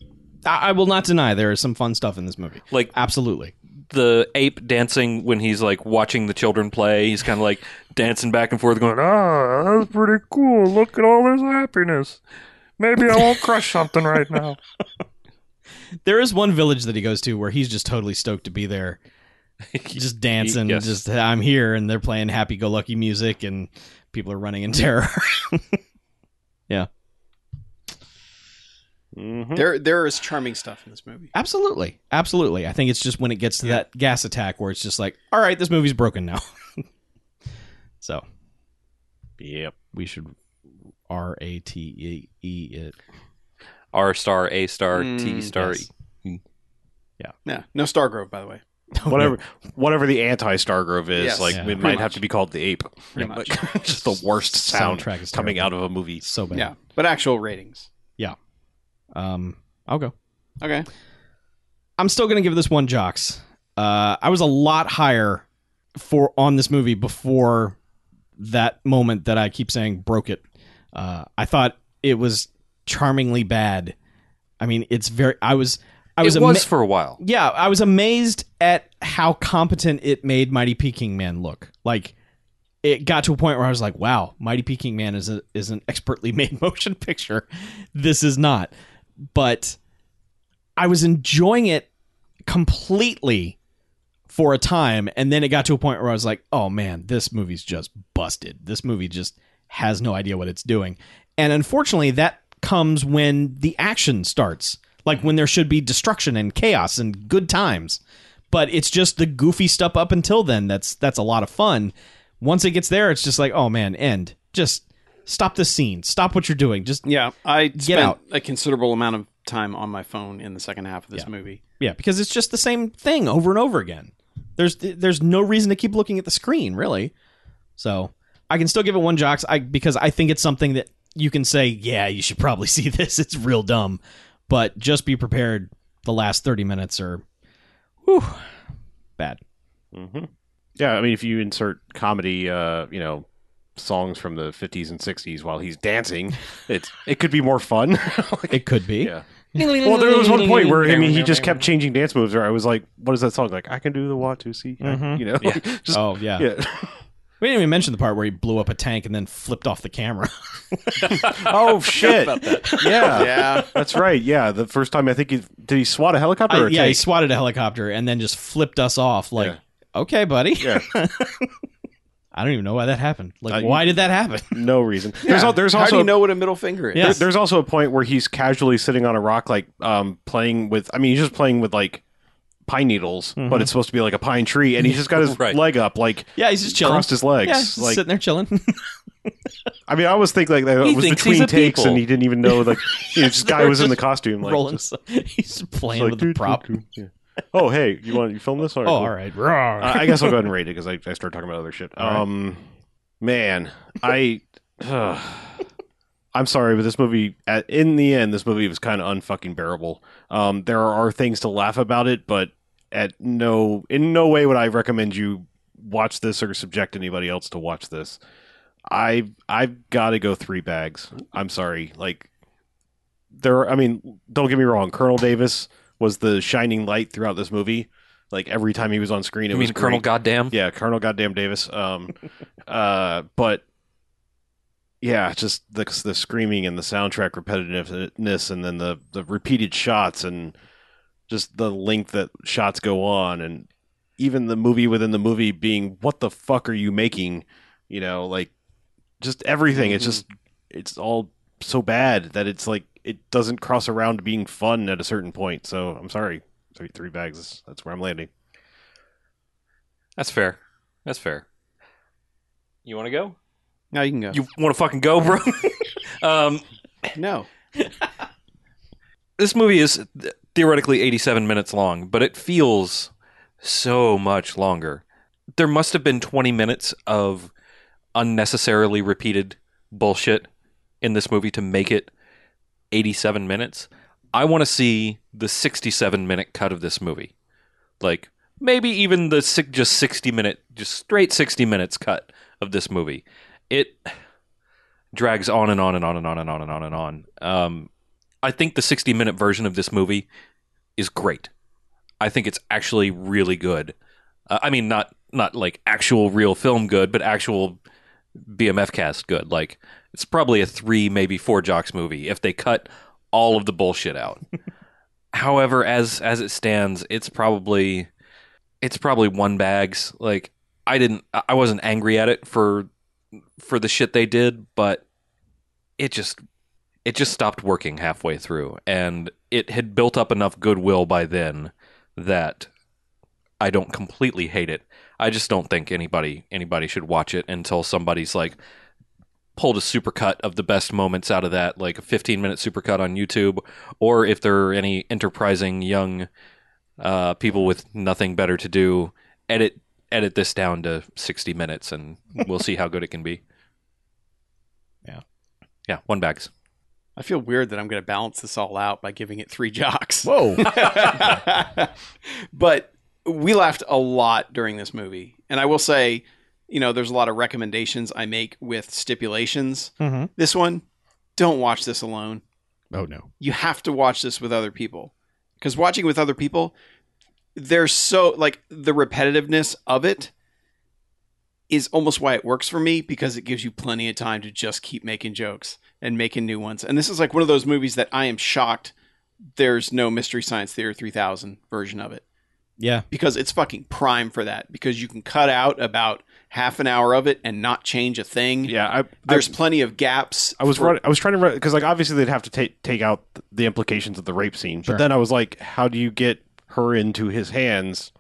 [SPEAKER 3] I, I will not deny there is some fun stuff in this movie.
[SPEAKER 5] Like
[SPEAKER 3] Absolutely.
[SPEAKER 5] the ape dancing when he's like watching the children play. He's kind of like dancing back and forth, going, "Ah, that's pretty cool. Look at all this happiness. Maybe I won't crush something right now."
[SPEAKER 3] There is one village that he goes to where he's just totally stoked to be there, just dancing,
[SPEAKER 5] Yes.
[SPEAKER 3] just I'm here, and they're playing happy-go-lucky music, and people are running in terror.
[SPEAKER 2] Mhm.
[SPEAKER 4] There, there is charming stuff in this movie.
[SPEAKER 3] Absolutely. Absolutely. I think it's just when it gets to that gas attack where it's just like, all right, this movie's broken now. [laughs] so
[SPEAKER 2] Yep.
[SPEAKER 3] we should R A T E E it.
[SPEAKER 5] R star, A star, T
[SPEAKER 4] Mm,
[SPEAKER 5] star.
[SPEAKER 3] yes.
[SPEAKER 4] Yeah, no Stargrove, by the way.
[SPEAKER 2] Whatever, whatever the anti Stargrove is,
[SPEAKER 4] Yes.
[SPEAKER 2] like
[SPEAKER 3] Yeah.
[SPEAKER 2] it
[SPEAKER 3] Pretty
[SPEAKER 2] might have
[SPEAKER 4] much.
[SPEAKER 2] to be called the ape.
[SPEAKER 4] Pretty much.
[SPEAKER 2] [laughs] Just the worst sound
[SPEAKER 3] Soundtrack is
[SPEAKER 2] coming out
[SPEAKER 3] terrible.
[SPEAKER 2] of a movie.
[SPEAKER 3] It's so bad.
[SPEAKER 4] Yeah, but actual ratings.
[SPEAKER 3] Um, I'll go.
[SPEAKER 4] Okay.
[SPEAKER 3] I'm still gonna give this one jocks. Uh, I was a lot higher for on this movie before that moment that I keep saying broke it. Uh, I thought it was charmingly bad. I mean, it's very. I was. I was.
[SPEAKER 5] it was
[SPEAKER 3] ama-
[SPEAKER 5] for a while.
[SPEAKER 3] yeah, I was amazed at how competent it made Mighty Peking Man look. Like it got to a point where I was like, "Wow, Mighty Peking Man is a, is an expertly [laughs] made motion picture. This is not." But I was enjoying it completely for a time, and then it got to a point where I was like, "Oh man, this movie's just busted. This movie just has no idea what it's doing." And unfortunately, that comes when the action starts, like when there should be destruction and chaos and good times. But it's just the goofy stuff up until then that's that's a lot of fun. Once it gets there, it's just like, "Oh man, end. Just stop the scene. Stop what you're doing. Just
[SPEAKER 4] Yeah, I spent
[SPEAKER 3] out.
[SPEAKER 4] a considerable amount of time on my phone in the second half of this
[SPEAKER 3] Yeah.
[SPEAKER 4] movie.
[SPEAKER 3] Yeah, because it's just the same thing over and over again. There's there's no reason to keep looking at the screen, really. So I can still give it one jocks, I because I think it's something that you can say, yeah, you should probably [laughs] see this. It's real dumb, but just be prepared. The last thirty minutes are, whew, bad.
[SPEAKER 2] hmm Yeah, I mean, if you insert comedy, uh, you know, songs from the 50s and 60s while he's dancing, it's it could be more fun. [laughs] Like,
[SPEAKER 3] It could be.
[SPEAKER 2] yeah. Well, there was one point where I mean, he just kept changing dance moves. Where I was like, "What is that song?" Like, I can do the Watusi,
[SPEAKER 3] Mhm.
[SPEAKER 2] you know,
[SPEAKER 5] Yeah.
[SPEAKER 2] [laughs] just
[SPEAKER 3] Oh yeah.
[SPEAKER 2] Mm-hmm. yeah. [laughs]
[SPEAKER 3] we didn't even mention the part where he blew up a tank and then flipped off the camera. [laughs]
[SPEAKER 2] oh shit, [laughs] yeah,
[SPEAKER 4] [laughs] Yeah,
[SPEAKER 2] that's right. Yeah, the first time I think he did he swat a helicopter. or
[SPEAKER 3] I-
[SPEAKER 2] a
[SPEAKER 3] yeah, he
[SPEAKER 2] tank?
[SPEAKER 3] swatted a helicopter and then just flipped us off. Like, okay, buddy.
[SPEAKER 2] Yeah.
[SPEAKER 3] I don't even know why that happened. Like,
[SPEAKER 2] Uh,
[SPEAKER 3] why did that happen? [laughs]
[SPEAKER 2] no reason. There's al- there's
[SPEAKER 4] How do
[SPEAKER 2] also
[SPEAKER 4] you know what a middle finger is?
[SPEAKER 3] Yeah.
[SPEAKER 2] there- there's also a point where he's casually sitting on a rock, like um playing with. I mean, he's just playing with like pine needles, but it's supposed to be like a pine tree, and he's just got his
[SPEAKER 5] Right.
[SPEAKER 2] leg up, like
[SPEAKER 3] Yeah, he's just chilling.
[SPEAKER 2] crossed his legs.
[SPEAKER 3] Yeah, he's just
[SPEAKER 2] like
[SPEAKER 3] sitting there chilling.
[SPEAKER 2] I mean, I always think like that
[SPEAKER 5] He
[SPEAKER 2] was
[SPEAKER 5] thinks he's
[SPEAKER 2] between
[SPEAKER 5] a
[SPEAKER 2] takes,
[SPEAKER 5] people.
[SPEAKER 2] and he didn't even know like you know, this
[SPEAKER 3] they
[SPEAKER 2] guy
[SPEAKER 3] were
[SPEAKER 2] was in the
[SPEAKER 3] just
[SPEAKER 2] costume, [laughs] like
[SPEAKER 3] rolling.
[SPEAKER 2] just-
[SPEAKER 3] so- [laughs] he's playing
[SPEAKER 2] It's
[SPEAKER 3] with
[SPEAKER 2] like,
[SPEAKER 3] the prop.
[SPEAKER 2] doo, doo, doo. Yeah. Oh, hey, you want you film this?
[SPEAKER 3] Oh, all [laughs] right.
[SPEAKER 2] cool. Uh, I I guess I'll go
[SPEAKER 3] [laughs]
[SPEAKER 2] ahead and rate it because I, I start talking about other shit.
[SPEAKER 3] All right.
[SPEAKER 2] Um, man, I, I'm sorry, but this movie, at, in the end, this movie was kind of unfucking bearable. Um, there are things to laugh about it, but at no, in no way would I recommend you watch this or subject anybody else to watch this. I I've got to go three bags. I'm sorry, like there. Are, I mean, don't get me wrong. Colonel Davis was the shining light throughout this movie. Like every time he was on screen, it
[SPEAKER 5] You
[SPEAKER 2] was
[SPEAKER 5] mean Colonel
[SPEAKER 2] great.
[SPEAKER 5] Goddamn?
[SPEAKER 2] Yeah, Colonel Goddamn Davis. Um, uh, but yeah, just the the screaming and the soundtrack repetitiveness, and then the the repeated shots, and just the length that shots go on, and even the movie within the movie being what the fuck are you making? You know, like just everything. It's just it's all so bad that it's like it doesn't cross around to being fun at a certain point. So I'm sorry, three, three bags. That's where I'm landing.
[SPEAKER 5] That's fair. That's fair. You want to go?
[SPEAKER 4] No, you can go.
[SPEAKER 5] You want to fucking go, bro? [laughs] um,
[SPEAKER 4] no.
[SPEAKER 5] this movie is theoretically 87 minutes long, but it feels so much longer. There must have been 20 minutes of unnecessarily repeated bullshit in this movie to make it 87 minutes. I want to see the 67 minute cut of this movie. Like maybe even the si- just 60 minute just straight 60 minutes cut of this movie. It drags on and on and on and on and on and on and on. Um I think the 60 minute version of this movie is great. I think it's actually really good. Uh, I mean, not not like actual real film good, but actual BMF cast good. Like it's probably a three, maybe four jocks movie if they cut all of the bullshit out. However, as as it stands, it's probably it's probably one bags. Like I didn't, I I wasn't angry at it for for the shit they did, but it just it just stopped working halfway through, and it had built up enough goodwill by then that I don't completely hate it. I just don't think anybody anybody should watch it until somebody's like pulled a supercut of the best moments out of that, like a 15 minute supercut on YouTube, or if there are any enterprising young uh, people with nothing better to do, edit edit this down to 60 minutes, and we'll see how good it can be.
[SPEAKER 3] Yeah.
[SPEAKER 5] yeah, one bags.
[SPEAKER 4] I feel weird that I'm going to balance this all out by giving it three [laughs] jocks.
[SPEAKER 3] Whoa.
[SPEAKER 4] but we laughed a lot during this movie. And I will say, you know, there's a lot of recommendations I make with stipulations.
[SPEAKER 3] mm-hmm.
[SPEAKER 4] This one, don't watch this alone.
[SPEAKER 3] Oh no.
[SPEAKER 4] You have to watch this with other people. Because watching with other people, there's so, like, the repetitiveness of it is almost why it works for me because it gives you plenty of time to just keep making jokes and making new ones. And this is like one of those movies that I am shocked there's no Mystery Science Theater 3000 version of it
[SPEAKER 3] Yeah.
[SPEAKER 4] because it's fucking prime for that because you can cut out about half an hour of it and not change a thing.
[SPEAKER 2] Yeah, I,
[SPEAKER 4] There's
[SPEAKER 2] I,
[SPEAKER 4] plenty of gaps.
[SPEAKER 2] I was
[SPEAKER 4] for-
[SPEAKER 2] running, I was trying to run because like obviously they'd have to take take out th- the implications of the rape scene,
[SPEAKER 3] Sure.
[SPEAKER 2] but then I was like, how do you get her into his hands?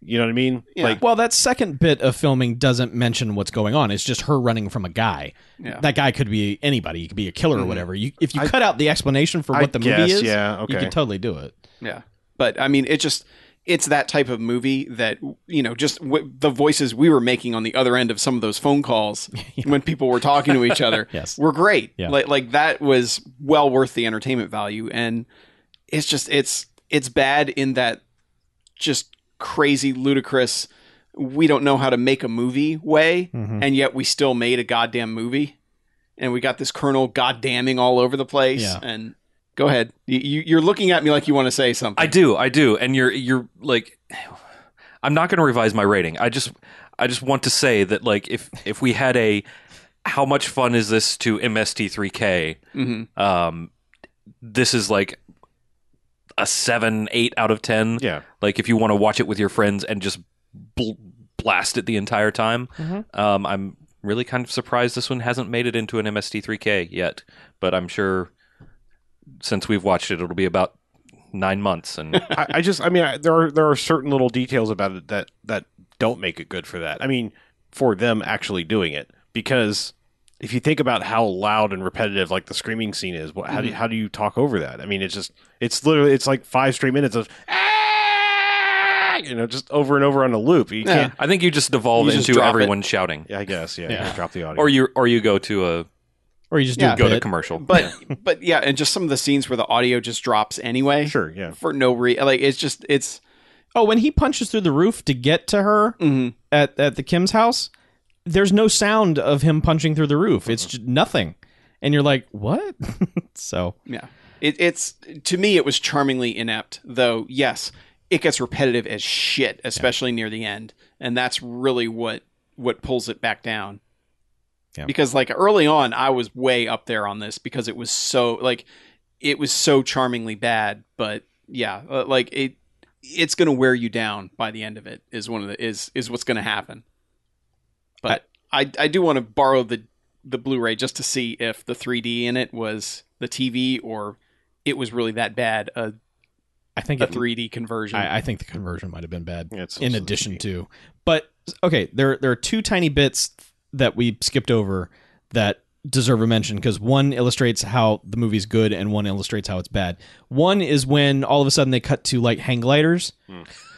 [SPEAKER 2] You know what I mean?
[SPEAKER 4] Yeah.
[SPEAKER 2] Like
[SPEAKER 3] Well, that second bit of filming doesn't mention what's going on. It's just her running from a guy.
[SPEAKER 4] Yeah.
[SPEAKER 3] That guy could be anybody. He could be a killer or whatever. You, if you
[SPEAKER 2] Mm-hmm. I-
[SPEAKER 3] cut out the explanation for
[SPEAKER 2] I
[SPEAKER 3] what the
[SPEAKER 2] guess,
[SPEAKER 3] movie is,
[SPEAKER 2] yeah,
[SPEAKER 3] you
[SPEAKER 2] okay.
[SPEAKER 3] could totally do it.
[SPEAKER 4] Yeah. But I mean, it just it's that type of movie that you know, just w- the voices we were making on the other end of some of those phone
[SPEAKER 3] [laughs]
[SPEAKER 4] calls when people were talking to each other
[SPEAKER 3] Yes.
[SPEAKER 4] were great.
[SPEAKER 3] Yeah.
[SPEAKER 4] Like like that was well worth the entertainment value and it's just it's it's bad in that just crazy ludicrous we don't know how to make a movie way
[SPEAKER 3] Mhm.
[SPEAKER 4] and yet we still made a goddamn movie and we got this colonel goddamming all over the place
[SPEAKER 3] Yeah.
[SPEAKER 4] and go ahead you, you, you're looking at me like you want to say something
[SPEAKER 5] I do, I do, and you're you're like, I'm not going to revise my rating. I just I just want to say that like if if we had a how much fun is this to MST3K?
[SPEAKER 4] hmm
[SPEAKER 5] Um, this is like a seven, eight out of ten.
[SPEAKER 2] yeah,
[SPEAKER 5] Like if you want to watch it with your friends and just bl- blast it the entire time. Um, I'm really kind of surprised this one hasn't made it into an MST3K yet, but I'm sure since we've watched it, it'll be about nine months and.
[SPEAKER 2] I, I just I mean I, there are there are certain little details about it that that don't make it good for that. I mean for them actually doing it because if you think about how loud and repetitive like the screaming scene is, what, how do you, how do you talk over that? I mean it's just it's literally it's like five straight minutes of "Ah!" you know just over and over on a loop. You can't.
[SPEAKER 5] I think you just devolve
[SPEAKER 4] You just
[SPEAKER 5] into
[SPEAKER 4] drop
[SPEAKER 5] everyone shouting,
[SPEAKER 2] Yeah, I guess. Yeah,
[SPEAKER 3] Yeah.
[SPEAKER 2] you drop the audio.
[SPEAKER 5] or you or you go to a
[SPEAKER 3] Or you just
[SPEAKER 4] Yeah.
[SPEAKER 3] do
[SPEAKER 5] go
[SPEAKER 3] a
[SPEAKER 5] to
[SPEAKER 3] bit.
[SPEAKER 5] commercial.
[SPEAKER 4] but but yeah and just some of the scenes where the audio just drops anyway
[SPEAKER 2] sure. Yeah.
[SPEAKER 4] for no reason like it's just it's
[SPEAKER 3] oh, when he punches through the roof to get to her
[SPEAKER 4] mhm.
[SPEAKER 3] at at the Kim's house, there's no sound of him punching through the roof.
[SPEAKER 2] Mm-hmm.
[SPEAKER 3] It's just nothing, and you're like, what? [laughs] so
[SPEAKER 4] yeah it, it's to me it was charmingly inept though yes it gets repetitive as shit especially near the end and that's really what what pulls it back down
[SPEAKER 3] Yeah.
[SPEAKER 4] because like early on i was way up there on this because it was so like it was so charmingly bad but yeah uh, like it it's gonna wear you down by the end of it is one of the is is what's gonna happen but i i do want to borrow the the blu-ray just to see if the 3d in it was the tv or it was really that bad a,
[SPEAKER 3] I think
[SPEAKER 4] a
[SPEAKER 3] it,
[SPEAKER 4] 3d conversion
[SPEAKER 3] I, I think the conversion might have been bad.
[SPEAKER 2] Yeah, it's-
[SPEAKER 3] in
[SPEAKER 2] it's-
[SPEAKER 3] addition to. But okay, there there are two tiny bits that we skipped over that deserve a mention because one illustrates how the movie's good and one illustrates how it's bad. One is when all of a sudden they cut to like hang gliders.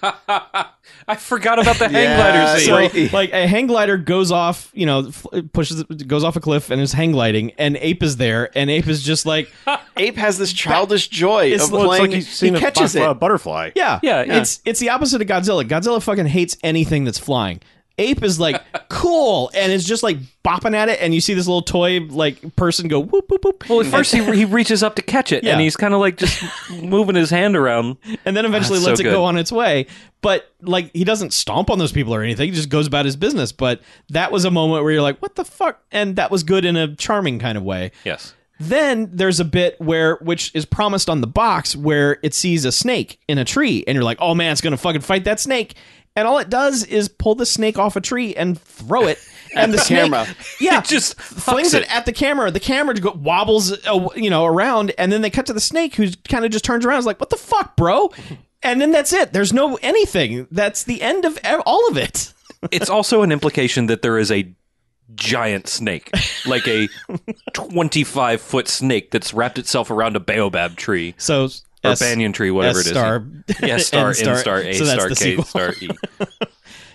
[SPEAKER 5] I forgot about the hang
[SPEAKER 4] Yeah.
[SPEAKER 5] glider scene.
[SPEAKER 3] So
[SPEAKER 4] Right.
[SPEAKER 3] [laughs] like a hang glider goes off, you know, f- pushes goes off a cliff and is hang gliding, and Ape is there, and Ape is just like,
[SPEAKER 4] ape has this childish joy
[SPEAKER 3] It's-
[SPEAKER 4] of
[SPEAKER 2] Well, it's
[SPEAKER 4] playing
[SPEAKER 2] like he's seen
[SPEAKER 4] he
[SPEAKER 2] a
[SPEAKER 4] catches
[SPEAKER 2] butterfly,
[SPEAKER 4] it
[SPEAKER 2] butterfly.
[SPEAKER 3] yeah,
[SPEAKER 5] Yeah, yeah.
[SPEAKER 3] it's it's the opposite of Godzilla. Godzilla fucking hates anything that's flying. Ape is
[SPEAKER 5] [laughs]
[SPEAKER 3] like cool and is just like bopping at it, and you see this little toy like person go whoop whoop whoop.
[SPEAKER 5] Well, at first he, he reaches up to catch it,
[SPEAKER 3] Yeah.
[SPEAKER 5] and he's kind of like just [laughs] moving his hand around.
[SPEAKER 3] and then eventually
[SPEAKER 5] That's
[SPEAKER 3] lets
[SPEAKER 5] so
[SPEAKER 3] it go
[SPEAKER 5] good.
[SPEAKER 3] on its way. But like he doesn't stomp on those people or anything; he just goes about his business. But that was a moment where you're like, "What the fuck?" And that was good in a charming kind of way.
[SPEAKER 5] Yes,
[SPEAKER 3] Then there's a bit where, which is promised on the box, where it sees a snake in a tree, and you're like, "Oh man, it's gonna fucking fight that snake!" and all it does is pull the snake off a tree and throw
[SPEAKER 5] [laughs]
[SPEAKER 3] it, and the,
[SPEAKER 4] the
[SPEAKER 3] snake,
[SPEAKER 4] camera.
[SPEAKER 3] yeah,
[SPEAKER 5] It just
[SPEAKER 3] flings
[SPEAKER 5] flings
[SPEAKER 3] it.
[SPEAKER 5] it.
[SPEAKER 3] at the camera. The camera go- wobbles, uh, you know, around, and then they cut to the snake, who kind of just turns around, and is like, "What the fuck, bro?" And then that's it. There's no anything. That's the end of ev- all of it.
[SPEAKER 5] it's also an implication that there is a giant snake, like a 25 foot snake that's wrapped itself around a baobab tree
[SPEAKER 3] So,
[SPEAKER 5] or
[SPEAKER 3] S-
[SPEAKER 5] banyan tree, whatever
[SPEAKER 3] S
[SPEAKER 5] it is.
[SPEAKER 3] star, [laughs]
[SPEAKER 5] Yeah, star, N
[SPEAKER 3] N
[SPEAKER 5] star, A
[SPEAKER 3] so that's
[SPEAKER 5] star,
[SPEAKER 3] the
[SPEAKER 5] K
[SPEAKER 3] sequel.
[SPEAKER 5] star, E.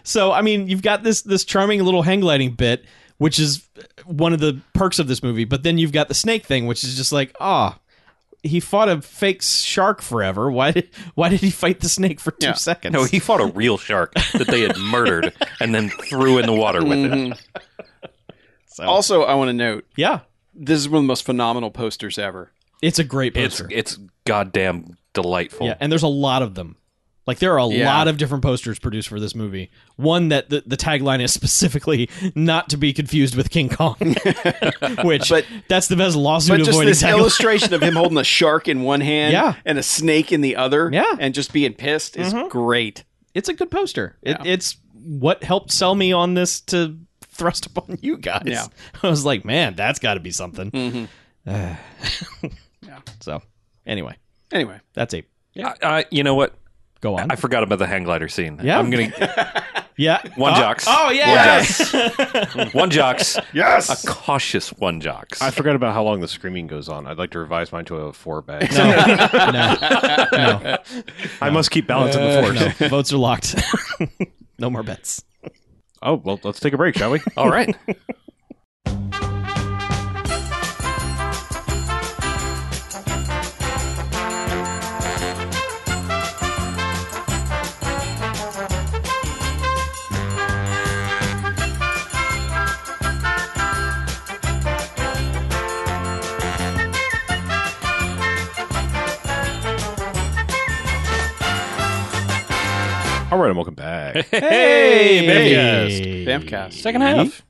[SPEAKER 3] So I mean, you've got this this charming little hang gliding bit, which is one of the perks of this movie. But then you've got the snake thing, which is just like, ah, he fought a fake shark forever. Why did why did he fight the snake for two
[SPEAKER 4] Yeah.
[SPEAKER 3] seconds?
[SPEAKER 5] No, he fought a real shark that they had murdered and then threw in the water with it.
[SPEAKER 4] Also, I want to note
[SPEAKER 3] yeah,
[SPEAKER 4] this is one of the most phenomenal posters ever.
[SPEAKER 3] it's a great
[SPEAKER 5] It's
[SPEAKER 3] poster.
[SPEAKER 5] it's goddamn delightful.
[SPEAKER 3] yeah, and there's a lot of them. Like there are a
[SPEAKER 4] Yeah.
[SPEAKER 3] lot of different posters produced for this movie. One that the, the tagline is [laughs] specifically not to be confused with King Kong, [laughs] which
[SPEAKER 4] But-
[SPEAKER 3] that's the best lawsuit
[SPEAKER 4] But just
[SPEAKER 3] avoiding
[SPEAKER 4] this
[SPEAKER 3] tagline.
[SPEAKER 4] illustration of him
[SPEAKER 3] [laughs]
[SPEAKER 4] holding a shark in one hand
[SPEAKER 3] Yeah.
[SPEAKER 4] and a snake in the other
[SPEAKER 3] Yeah. Mm-hmm.
[SPEAKER 4] and just being pissed is great.
[SPEAKER 3] it's a good poster. It,
[SPEAKER 4] Yeah.
[SPEAKER 3] It's what helped sell me on this to thrust [laughs] upon you guys.
[SPEAKER 4] Yeah.
[SPEAKER 3] I was like, man, that's got to be something.
[SPEAKER 4] Mhm.
[SPEAKER 3] [sighs] yeah. So, anyway,
[SPEAKER 4] Anyway,
[SPEAKER 3] that's a
[SPEAKER 5] I, I, you know what?
[SPEAKER 3] Uh, go on.
[SPEAKER 5] I forgot about the hang glider scene.
[SPEAKER 3] Yeah.
[SPEAKER 5] I'm gonna
[SPEAKER 3] yeah. [laughs]
[SPEAKER 5] one
[SPEAKER 3] oh,
[SPEAKER 5] jocks.
[SPEAKER 3] Oh yeah.
[SPEAKER 5] one jocks.
[SPEAKER 2] [laughs]
[SPEAKER 4] Yes!
[SPEAKER 5] A cautious one jocks.
[SPEAKER 2] I forgot about how long the screaming goes on. I'd like to revise mine to a four bag.
[SPEAKER 3] no. No.
[SPEAKER 2] I must keep balance in the force.
[SPEAKER 3] Uh, No. Votes are locked. [laughs] no more bets.
[SPEAKER 2] Oh well, let's take a break, shall we?
[SPEAKER 5] All right.
[SPEAKER 2] All right, and welcome back.
[SPEAKER 5] Hey,
[SPEAKER 4] Bamcast.
[SPEAKER 5] Second half.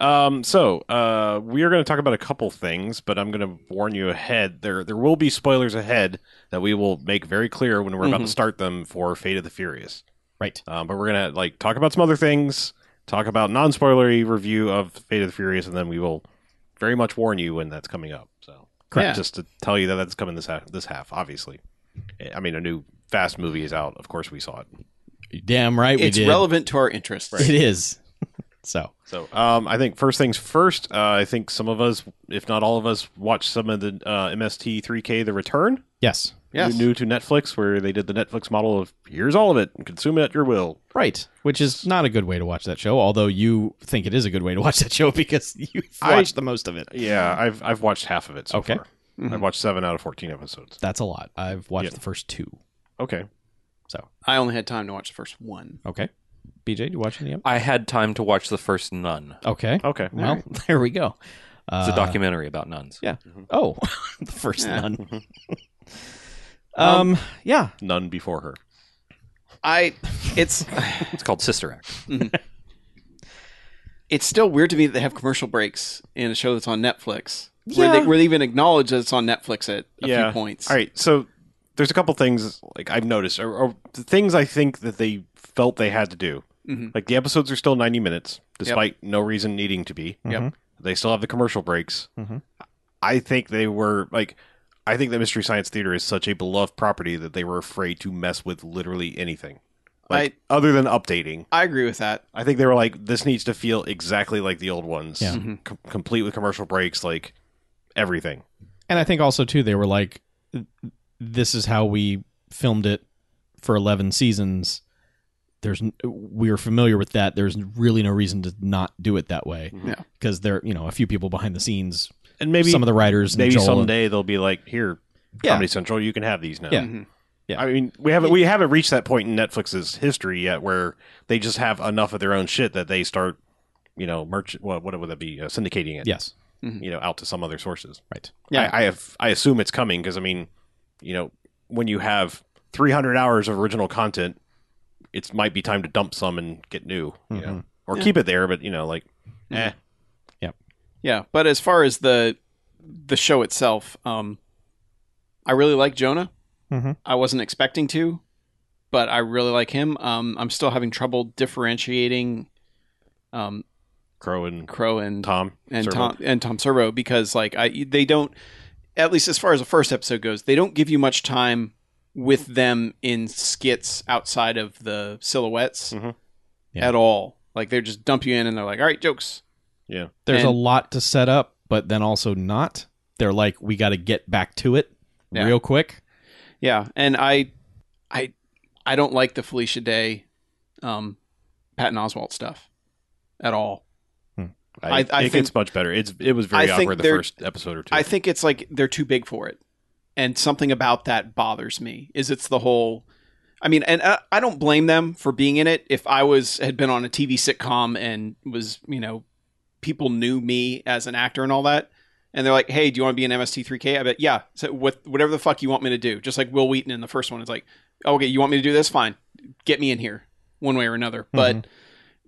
[SPEAKER 2] Um, so uh, we are going to talk about a couple things, but I'm going to warn you ahead. There, there will be spoilers ahead that we will make very clear when we're about to start them for Fate of the Furious.
[SPEAKER 3] Right.
[SPEAKER 2] Um, but we're going to like talk about some other things, talk about non-spoilery review of Fate of the Furious, and then we will very much warn you when that's coming up. So,
[SPEAKER 4] Correct.
[SPEAKER 2] just to tell you that that's coming this half. This half, obviously. I mean, a new Fast movie is out. Of course, we saw it.
[SPEAKER 3] You Damn right
[SPEAKER 4] it's
[SPEAKER 3] we did.
[SPEAKER 4] relevant to our interests.
[SPEAKER 3] It is. [laughs] so,
[SPEAKER 2] So um, I think first things first. Uh, I think some of us, if not all of us, watched some of the uh, MST3K The Return,
[SPEAKER 3] yes.
[SPEAKER 4] Yes.
[SPEAKER 2] new to Netflix, where they did the Netflix model of here's all of it, and consume it at your will.
[SPEAKER 3] Right, which is not a good way to watch that show. Although you think it is a good way to watch that show [laughs] because you
[SPEAKER 2] I-
[SPEAKER 3] watched the most of it.
[SPEAKER 2] Yeah, I've I've watched half of it. So
[SPEAKER 3] Okay.
[SPEAKER 2] far. I've watched seven out of fourteen episodes.
[SPEAKER 3] That's a lot. I've watched
[SPEAKER 2] Yeah.
[SPEAKER 3] the first two.
[SPEAKER 2] Okay,
[SPEAKER 3] So
[SPEAKER 4] I only had time to watch the first one.
[SPEAKER 3] okay, BJ, do you watch any of
[SPEAKER 5] [laughs] I had time to watch the first nun.
[SPEAKER 3] them? Okay,
[SPEAKER 2] okay.
[SPEAKER 3] well [laughs] there we go.
[SPEAKER 5] It's a documentary about nuns.
[SPEAKER 3] Yeah. Oh, [laughs] the first
[SPEAKER 4] Yeah.
[SPEAKER 3] none. [laughs] um, Yeah.
[SPEAKER 2] None before her.
[SPEAKER 4] I it's
[SPEAKER 3] [laughs]
[SPEAKER 5] It's called Sister Act.
[SPEAKER 4] it's still weird to me that they have commercial breaks in a show that's on Netflix. Where,
[SPEAKER 3] Yeah.
[SPEAKER 4] they, where they even acknowledge that it's on Netflix at a
[SPEAKER 2] yeah.
[SPEAKER 4] few points.
[SPEAKER 2] All right. So there's a couple things like I've noticed, or, or the things I think that they felt they had to do.
[SPEAKER 4] Mm-hmm.
[SPEAKER 2] Like the episodes are still 90 minutes, despite no reason needing to be. Mm-hmm.
[SPEAKER 4] Yep. Mm-hmm.
[SPEAKER 2] They still have the commercial breaks. I think they were like, I think that Mystery Science Theater is such a beloved property that they were afraid to mess with literally anything. Like, other than updating,
[SPEAKER 4] I agree with that.
[SPEAKER 2] I think they were like, this needs to feel exactly like the old ones,
[SPEAKER 4] Mm-hmm.
[SPEAKER 2] Com- complete with commercial breaks, like everything.
[SPEAKER 3] And I think also too they were like, "This is how we filmed it for eleven seasons." There's n- we are familiar with that. There's really no reason to not do it that way.
[SPEAKER 4] Yeah.
[SPEAKER 3] Because there, you know, a few people behind the scenes,
[SPEAKER 2] And maybe
[SPEAKER 3] some of the writers, and
[SPEAKER 2] maybe
[SPEAKER 3] Joel and-
[SPEAKER 2] someday they'll be like, here,
[SPEAKER 3] Yeah.
[SPEAKER 2] Comedy Central, you can have these now.
[SPEAKER 3] Yeah.
[SPEAKER 4] Mm-hmm.
[SPEAKER 2] I mean, we haven't we haven't reached that point in Netflix's history yet where they just have enough of their own shit that they start, you know, merch. What what would that be? Uh, syndicating it,
[SPEAKER 3] Yes,
[SPEAKER 2] you know, out to some other sources.
[SPEAKER 3] right.
[SPEAKER 4] Yeah.
[SPEAKER 2] I, I have I assume it's coming because I mean, you know, when you have 300 hours of original content, it might be time to dump some and get new,
[SPEAKER 3] Mm-hmm.
[SPEAKER 2] you know, or keep it there, but you know, like,
[SPEAKER 4] Mm-hmm.
[SPEAKER 2] eh,
[SPEAKER 4] Yeah, but as far as the the show itself, um, I really like Jonah.
[SPEAKER 3] Mhm.
[SPEAKER 2] Mm-hmm.
[SPEAKER 4] I wasn't expecting to. but I really like him. Um, I'm still having trouble differentiating um,
[SPEAKER 2] Crow and
[SPEAKER 4] Crow and
[SPEAKER 2] Tom
[SPEAKER 4] and
[SPEAKER 2] Servo.
[SPEAKER 4] Tom and Tom Servo because like I they don't at least as far as the first episode goes, they don't give you much time with them in skits outside of the silhouettes
[SPEAKER 2] Mhm.
[SPEAKER 3] Yeah.
[SPEAKER 4] at all. Like they just dump you in and they're like, "All right, jokes."
[SPEAKER 3] There's a
[SPEAKER 4] And-
[SPEAKER 3] lot to set up, but then also not. They're like, we got to get back to it
[SPEAKER 4] Yeah.
[SPEAKER 3] real quick.
[SPEAKER 4] Yeah, and I I I don't like the Felicia Day um Patton Oswalt stuff at all. I-
[SPEAKER 2] I,
[SPEAKER 4] I
[SPEAKER 2] it gets much better. It's it was very
[SPEAKER 4] I think
[SPEAKER 2] awkward the
[SPEAKER 4] they're-
[SPEAKER 2] first episode or two.
[SPEAKER 4] I think it's like they're too big for it, and something about that bothers me. Is it's the whole. I mean, and uh, I, I don't blame them for being in it. If I was had been on a TV sitcom and was you know, people knew me as an actor and all that, and they're like, "Hey, do you want to be an MST3K?" I bet, yeah. So what, whatever the fuck you want me to do, just like Will Wheaton in the first one, it's like, okay, you want me to do this? Fine, get me in here, one way or another. But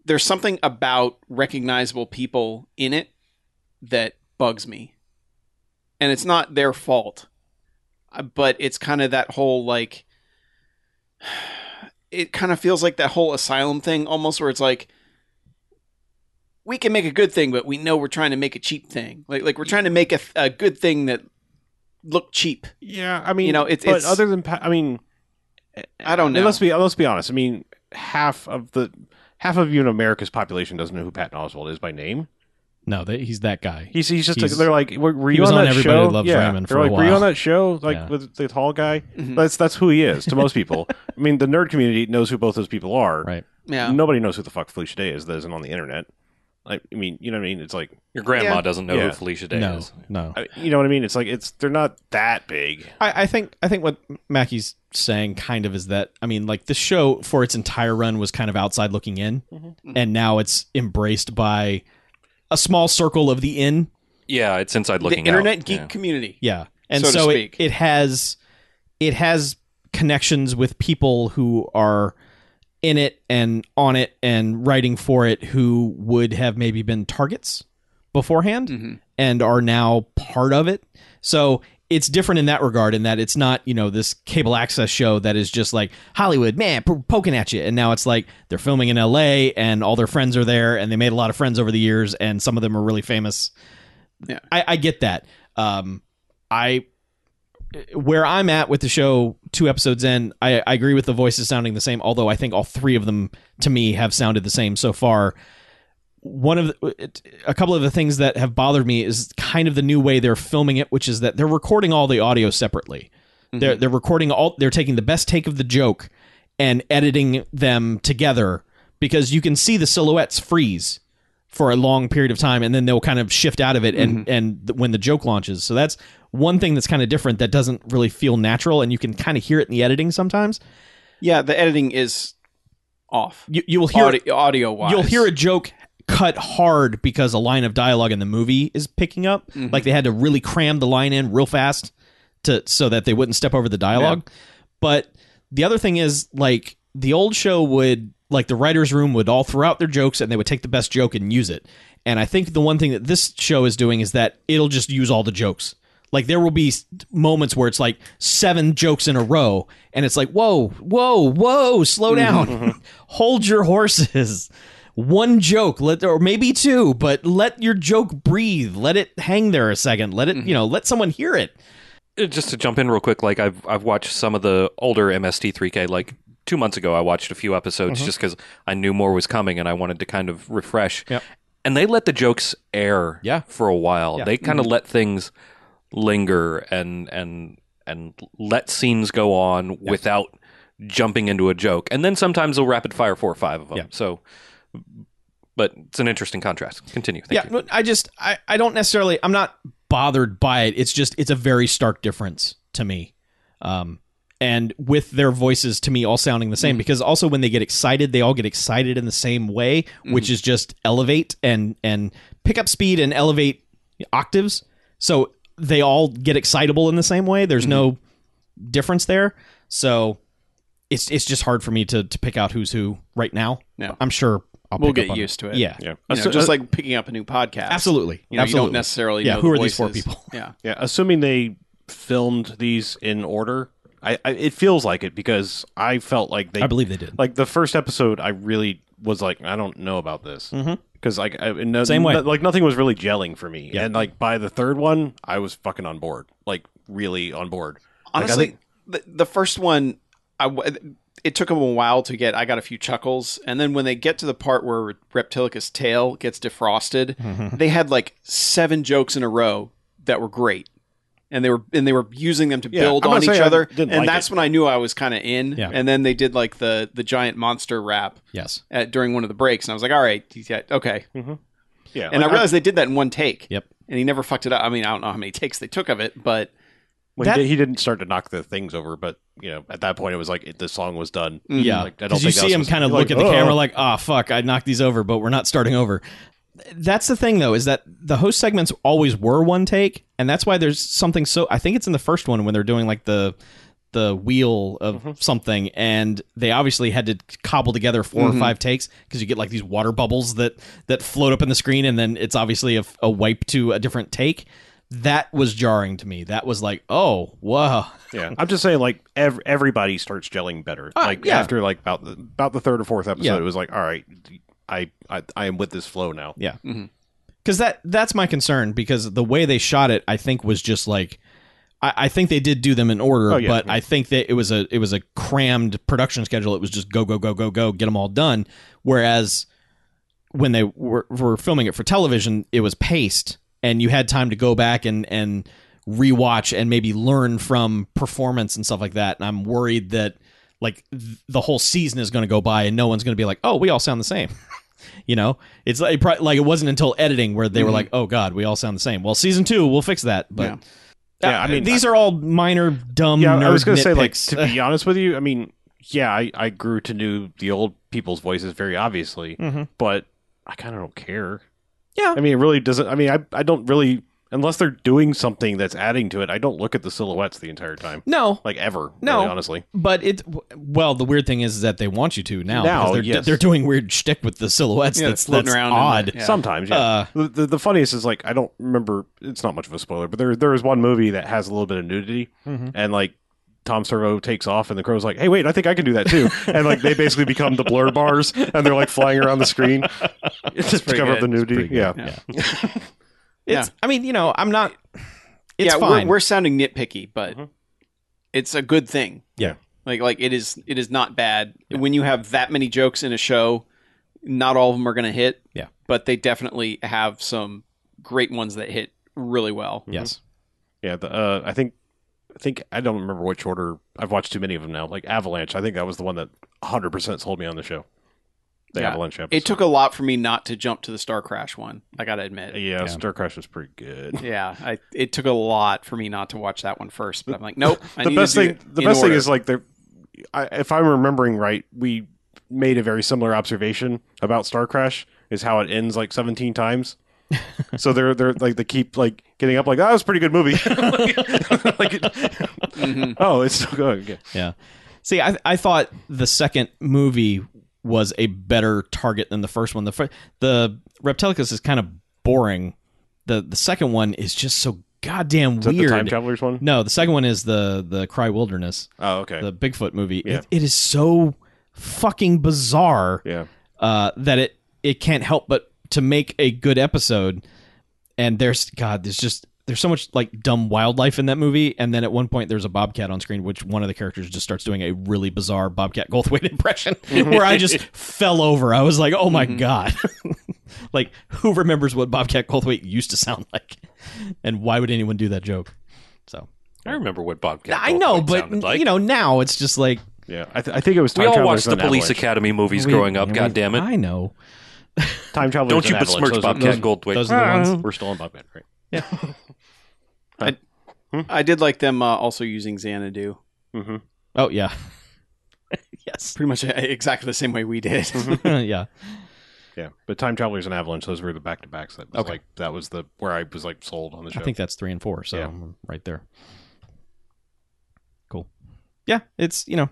[SPEAKER 4] there's something about recognizable people in it that bugs me and it's not their fault Uh, but it's kind of that whole like [sighs] it kind of feels like that whole asylum thing almost where it's like we can make a good thing but we know we're trying to make a cheap thing like like we're trying to make a, th- a good thing that looked cheap
[SPEAKER 2] yeah, I mean,
[SPEAKER 4] you know, it's-
[SPEAKER 2] but
[SPEAKER 4] it's-
[SPEAKER 2] other than pa- I mean,
[SPEAKER 4] i don't know
[SPEAKER 2] And let's be let's be honest. I mean, half of the half of even America's population doesn't know who Patton Oswald is by name.
[SPEAKER 3] No, they, he's that guy.
[SPEAKER 2] He's he's just
[SPEAKER 3] He's-
[SPEAKER 2] they're like, were, were
[SPEAKER 3] he
[SPEAKER 2] you
[SPEAKER 3] was
[SPEAKER 2] on,
[SPEAKER 3] on
[SPEAKER 2] that
[SPEAKER 3] Everybody
[SPEAKER 2] show?
[SPEAKER 3] Loves
[SPEAKER 2] yeah.
[SPEAKER 3] Raymond
[SPEAKER 2] they're
[SPEAKER 3] for a
[SPEAKER 2] like, were you
[SPEAKER 3] while."
[SPEAKER 2] on that show? Like
[SPEAKER 3] Yeah.
[SPEAKER 2] with the tall guy.
[SPEAKER 4] Mhm.
[SPEAKER 2] That's that's who he is to most people. I mean, the nerd community knows who both those people are.
[SPEAKER 3] Right.
[SPEAKER 4] yeah
[SPEAKER 2] Nobody knows who the fuck Felicia Day is that isn't on the internet. I I mean, you know what I mean? It's like,
[SPEAKER 5] Your grandma
[SPEAKER 4] Yeah.
[SPEAKER 5] doesn't know
[SPEAKER 2] Yeah.
[SPEAKER 5] who Felicia Day
[SPEAKER 3] no,
[SPEAKER 5] is.
[SPEAKER 3] no.
[SPEAKER 2] I- you know what I mean? It's like it's they're not that big.
[SPEAKER 3] I, I think I think what Mackey's saying kind of is that I mean, like the show for its entire run was kind of outside looking in,
[SPEAKER 2] Mm-hmm.
[SPEAKER 3] and now it's embraced by a small circle of the in.
[SPEAKER 5] Yeah, it's inside
[SPEAKER 4] the
[SPEAKER 5] looking out.
[SPEAKER 4] internet geek
[SPEAKER 5] Yeah.
[SPEAKER 4] community
[SPEAKER 3] Yeah. And
[SPEAKER 4] So
[SPEAKER 3] so,
[SPEAKER 4] to
[SPEAKER 3] it,
[SPEAKER 4] speak.
[SPEAKER 3] it has it has connections with people who are in it and on it and writing for it who would have maybe been targets beforehand
[SPEAKER 4] Mhm.
[SPEAKER 3] and are now part of it. So it's different in that regard in that it's not, you know, this cable access show that is just like Hollywood, man, p- poking at you. And now it's like they're filming in LA and all their friends are there and they made a lot of friends over the years and some of them are really famous.
[SPEAKER 4] Yeah.
[SPEAKER 3] I, I get that. Um, I where I'm at with the show two episodes in, I, I agree with the voices sounding the same, although I think all three of them to me have sounded the same so far. One of the, it- a couple of the things that have bothered me is kind of the new way they're filming it, which is that they're recording all the audio separately. They're they're recording all they're taking the best take of the joke and editing them together because you can see the silhouettes freeze for a long period of time and then they'll kind of shift out of it and and th- when the joke launches so that's one thing that's kind of different that doesn't really feel natural and you can kind of hear it in the editing sometimes
[SPEAKER 4] yeah the editing is off
[SPEAKER 3] you, you will hear
[SPEAKER 4] audio wise
[SPEAKER 3] you'll hear a joke cut hard because a line of dialogue in the movie is picking up like they had to really cram the line in real fast to so that they wouldn't step over the dialogue but the other thing is like the old show would like the writers room would all throw out their jokes and they would take the best joke and use it and i think the one thing that this show is doing is that it'll just use all the jokes like there will be s- moments where it's like seven jokes in a row and it's like whoa whoa whoa slow [laughs] down hold your horses [laughs] one joke let or maybe two but let your joke breathe let it hang there a second let it you know let someone hear it
[SPEAKER 5] Uh, just to jump in real quick, like I've I've watched some of the older MST3K. Like two months ago, I watched a few episodes
[SPEAKER 3] Mm-hmm.
[SPEAKER 5] just because I knew more was coming and I wanted to kind of refresh.
[SPEAKER 3] Yep.
[SPEAKER 5] And they let the jokes air.
[SPEAKER 3] Yeah.
[SPEAKER 5] for a while,
[SPEAKER 3] Yeah. Mm-hmm.
[SPEAKER 5] they kind of let things linger and and and let scenes go on without jumping into a joke. And then sometimes they'll rapid fire four or five of them.
[SPEAKER 3] Yeah.
[SPEAKER 5] So, but it's an interesting contrast. Continue. Thank
[SPEAKER 3] yeah
[SPEAKER 5] you.
[SPEAKER 3] no, i just I, I don't necessarily i'm not bothered by it it's just it's a very stark difference to me um and with their voices to me all sounding the
[SPEAKER 4] Mm-hmm.
[SPEAKER 3] same because also when they get excited they all get excited in the same way
[SPEAKER 4] Mm-hmm.
[SPEAKER 3] which is just elevate and and pick up speed and elevate octaves so they all get excitable in the same way there's no
[SPEAKER 4] Mm-hmm.
[SPEAKER 3] difference there so it's it's just hard for me to to pick out who's who right now
[SPEAKER 4] Yeah.
[SPEAKER 3] i'm sure I'll
[SPEAKER 4] we'll
[SPEAKER 3] pick up
[SPEAKER 4] get
[SPEAKER 3] on it.
[SPEAKER 4] used to it
[SPEAKER 3] yeah, uh,
[SPEAKER 2] Yeah.
[SPEAKER 4] You know,
[SPEAKER 2] Assu-
[SPEAKER 4] just like picking up a new podcast
[SPEAKER 3] absolutely
[SPEAKER 4] You know,
[SPEAKER 3] absolutely
[SPEAKER 4] you don't necessarily
[SPEAKER 3] Yeah,
[SPEAKER 4] know
[SPEAKER 3] who
[SPEAKER 4] the
[SPEAKER 3] are these four
[SPEAKER 4] voices.
[SPEAKER 3] people?
[SPEAKER 4] Yeah.
[SPEAKER 2] Yeah, assuming they filmed these in order, I, I it feels like it because I felt like they
[SPEAKER 3] I believe they did.
[SPEAKER 2] like the first episode. I really was like, I don't know about this
[SPEAKER 3] Mhm.
[SPEAKER 2] because like I, no,
[SPEAKER 3] Same way.
[SPEAKER 2] no- like nothing was really gelling for me.
[SPEAKER 3] Yeah.
[SPEAKER 2] And like by the third one, I was fucking on board, like really on board. Like, I
[SPEAKER 4] honestly
[SPEAKER 2] think-
[SPEAKER 4] the, the first one i w- it took them a while to get i got a few chuckles and then when they get to the part where reptilica's tail gets defrosted
[SPEAKER 2] Mm-hmm.
[SPEAKER 4] they had like seven jokes in a row that were great and they were and they were using them to
[SPEAKER 2] Yeah,
[SPEAKER 4] build
[SPEAKER 2] I'm not
[SPEAKER 4] on each
[SPEAKER 2] saying I
[SPEAKER 4] other
[SPEAKER 2] didn't
[SPEAKER 4] and
[SPEAKER 2] like
[SPEAKER 4] that's
[SPEAKER 2] it.
[SPEAKER 4] when i knew i was kind of in
[SPEAKER 3] Yeah.
[SPEAKER 4] and then they did like the the giant monster rap
[SPEAKER 3] Yes.
[SPEAKER 4] at, during one of the breaks and i was like all right yeah, okay
[SPEAKER 2] Yeah,
[SPEAKER 4] and
[SPEAKER 2] like,
[SPEAKER 4] i realized they did that in one take
[SPEAKER 3] Yep.
[SPEAKER 4] and he never fucked it up i mean i don't know how many takes they took of it
[SPEAKER 2] [laughs]
[SPEAKER 4] but
[SPEAKER 2] Well,
[SPEAKER 3] That-
[SPEAKER 2] he, did, he didn't start to knock the things over, but you know, at that point, it was like it, the song was done.
[SPEAKER 4] Mhm.
[SPEAKER 3] Yeah,
[SPEAKER 2] Like, I don't
[SPEAKER 3] because you
[SPEAKER 2] think I
[SPEAKER 3] see
[SPEAKER 2] was
[SPEAKER 3] him
[SPEAKER 2] supposed
[SPEAKER 3] kind of
[SPEAKER 2] to be
[SPEAKER 3] look
[SPEAKER 2] like,
[SPEAKER 3] at the
[SPEAKER 2] "Oh."
[SPEAKER 3] camera like, "Ah, fuck, I knocked these over, but we're not starting over." That's the thing, though, is that the host segments always were one take, and that's why there's something so. I think it's in the first one when they're doing like the the wheel of
[SPEAKER 4] Mm-hmm.
[SPEAKER 3] something, and they obviously had to cobble together 4
[SPEAKER 4] Mm-hmm.
[SPEAKER 3] or five takes because you get like these water bubbles that that float up in the screen, and then it's obviously a, a wipe to a different take. That was jarring to me. That was like, oh, whoa.
[SPEAKER 2] Yeah, I'm just saying, like ev- everybody starts gelling better.
[SPEAKER 3] Ah,
[SPEAKER 2] like
[SPEAKER 3] yeah.
[SPEAKER 2] after like about the, about the third or fourth episode,
[SPEAKER 3] Yeah.
[SPEAKER 2] it was like, all right, I, I I am with this flow now.
[SPEAKER 3] Yeah. Because that that's my concern because the way they shot it, I think, was just like. I I think they did do them in order,
[SPEAKER 2] Oh, yeah,
[SPEAKER 3] but
[SPEAKER 2] yeah.
[SPEAKER 3] I think that it was a it was a crammed production schedule. It was just go go go go go get them all done. Whereas when they were, were filming it for television, it was paced, and you had time to go back and and rewatch and maybe learn from performance and stuff like that. And I'm worried that like th- the whole season is going to go by and no one's going to be like, oh, we all sound the same. [laughs] you know, it's like, pro- like it wasn't until editing where they were
[SPEAKER 4] Mhm.
[SPEAKER 3] like, oh god, we all sound the same. Well, season two, we'll fix that. But
[SPEAKER 2] Mm-hmm. Yeah. Yeah,
[SPEAKER 3] I
[SPEAKER 2] I
[SPEAKER 3] mean,
[SPEAKER 2] mean,
[SPEAKER 3] these are all minor dumb. Uh,
[SPEAKER 2] Yeah, I was
[SPEAKER 3] going
[SPEAKER 2] gonna say, like to be honest with you, I mean, yeah, I I grew to know the old people's voices very obviously,
[SPEAKER 3] Mhm.
[SPEAKER 2] but I kind of don't care.
[SPEAKER 3] Yeah.
[SPEAKER 2] I mean, it really doesn't. I mean, I I don't really unless they're doing something that's adding to it. I don't look at the silhouettes the entire time,
[SPEAKER 3] no,
[SPEAKER 2] like ever.
[SPEAKER 3] No.
[SPEAKER 2] really, honestly.
[SPEAKER 3] but it. Well, the weird thing is that they want you to now.
[SPEAKER 2] Now,
[SPEAKER 3] because they're,
[SPEAKER 2] yes.
[SPEAKER 3] they're doing weird shtick with the silhouettes.
[SPEAKER 4] Yeah,
[SPEAKER 3] that's
[SPEAKER 4] floating
[SPEAKER 3] that's
[SPEAKER 4] around in
[SPEAKER 3] odd.
[SPEAKER 4] there. Yeah.
[SPEAKER 2] Sometimes, yeah.
[SPEAKER 3] Uh,
[SPEAKER 2] the, the the funniest is like I don't remember. It's not much of a spoiler, but there there is one movie that has a little bit of nudity,
[SPEAKER 4] Mm-hmm.
[SPEAKER 2] and like Tom Servo takes off, and the crow's like, "Hey, wait, I think I can do that
[SPEAKER 4] [laughs]
[SPEAKER 2] too." and like they basically become the blur bars, and they're like flying around the
[SPEAKER 4] [laughs]
[SPEAKER 2] screen just to
[SPEAKER 4] pretty
[SPEAKER 2] cover up the
[SPEAKER 4] good.
[SPEAKER 2] nudity. Yeah.
[SPEAKER 4] Yeah.
[SPEAKER 3] It's. I mean, you know, I'm not. It's
[SPEAKER 4] yeah,
[SPEAKER 3] fine. Mm-hmm.
[SPEAKER 4] We're, we're sounding nitpicky, but
[SPEAKER 2] Mhm.
[SPEAKER 4] it's a good thing.
[SPEAKER 3] Yeah.
[SPEAKER 4] Like like it is it is not bad when you have that many jokes in a show. Not all of them are going to hit.
[SPEAKER 3] Yeah.
[SPEAKER 4] But they definitely have some great ones that hit really well.
[SPEAKER 2] Mm-hmm.
[SPEAKER 3] yes.
[SPEAKER 2] yeah the, uh, I think I think I don't remember which order. I've watched too many of them now. Like Avalanche, I think that was the one that 100 percent sold me on the show. The
[SPEAKER 4] Yeah.
[SPEAKER 2] Avalanche episode.
[SPEAKER 4] It took a lot for me not to jump to the Star Crash one. I got to admit. Yeah.
[SPEAKER 2] yeah, Star Crash was pretty good.
[SPEAKER 4] I it took a lot for me not to watch that one first, but I'm like, nope.
[SPEAKER 2] [laughs]
[SPEAKER 4] I
[SPEAKER 2] the
[SPEAKER 4] need to
[SPEAKER 2] best
[SPEAKER 4] do
[SPEAKER 2] thing
[SPEAKER 4] it
[SPEAKER 2] the
[SPEAKER 4] in
[SPEAKER 2] best thing
[SPEAKER 4] order.
[SPEAKER 2] is like the I, if i'm remembering right we made a very similar observation about star crash is how it ends like 17
[SPEAKER 5] [laughs]
[SPEAKER 2] times so they're they're like they keep like getting up like that was a pretty good
[SPEAKER 5] [laughs]
[SPEAKER 2] movie [laughs] like, it-
[SPEAKER 5] Mm-hmm.
[SPEAKER 4] Mhm.
[SPEAKER 2] [laughs] oh it's still going okay.
[SPEAKER 3] Yeah. See, I I thought the second movie was a better target than the first one. The fir- the Reptilicus is kind of boring. The the second one is just so goddamn
[SPEAKER 2] is that
[SPEAKER 3] weird.
[SPEAKER 2] the time travelers one?
[SPEAKER 3] no, the second one is the the Cry Wilderness,
[SPEAKER 2] Oh, okay
[SPEAKER 3] the Bigfoot movie.
[SPEAKER 2] Yeah.
[SPEAKER 3] It, it is so fucking bizarre
[SPEAKER 2] yeah
[SPEAKER 3] uh, that it it can't help but to make a good episode. And there's God, there's just there's so much like dumb wildlife in that movie. And then at one point there's a bobcat on screen, which one of the characters just starts doing a really bizarre Bobcat Goldthwait [laughs] impression, where I
[SPEAKER 5] [laughs]
[SPEAKER 3] just fell over. I was like, oh
[SPEAKER 5] Mm-hmm.
[SPEAKER 3] my god, [laughs] like who remembers what Bobcat Goldthwait used to sound like, and why would anyone do that joke? So
[SPEAKER 5] I remember what Bobcat.
[SPEAKER 3] I know,
[SPEAKER 5] Goldthwait
[SPEAKER 3] but
[SPEAKER 5] sounded like.
[SPEAKER 3] you know now it's just like
[SPEAKER 2] yeah I, th- I think it was time
[SPEAKER 5] we all
[SPEAKER 2] travelers
[SPEAKER 5] watched the
[SPEAKER 2] and
[SPEAKER 5] Police
[SPEAKER 2] Avalanche.
[SPEAKER 5] Academy movies
[SPEAKER 3] we-
[SPEAKER 5] growing up.
[SPEAKER 3] we-
[SPEAKER 5] God damn it!
[SPEAKER 3] I know.
[SPEAKER 2] time travelers
[SPEAKER 5] Don't you
[SPEAKER 2] and Avalanche.
[SPEAKER 5] besmirch
[SPEAKER 2] Those are-
[SPEAKER 5] Bobcat
[SPEAKER 2] those-
[SPEAKER 5] Goldthwait?
[SPEAKER 3] those are the ones.
[SPEAKER 2] we're still on bobcat right
[SPEAKER 4] I did like them uh, also using Xanadu,
[SPEAKER 2] mm-hmm.
[SPEAKER 3] Oh yeah. [laughs] yes.
[SPEAKER 4] pretty much [laughs] uh, exactly the same way we did.
[SPEAKER 3] [laughs] Mm-hmm. yeah.
[SPEAKER 2] yeah but time travelers and avalanche those were the back-to-backs that was
[SPEAKER 3] Okay.
[SPEAKER 2] like that was the where i was like sold on the show
[SPEAKER 3] I think that's three and four, so
[SPEAKER 2] Yeah.
[SPEAKER 3] I'm right there. Cool. Yeah, it's you know,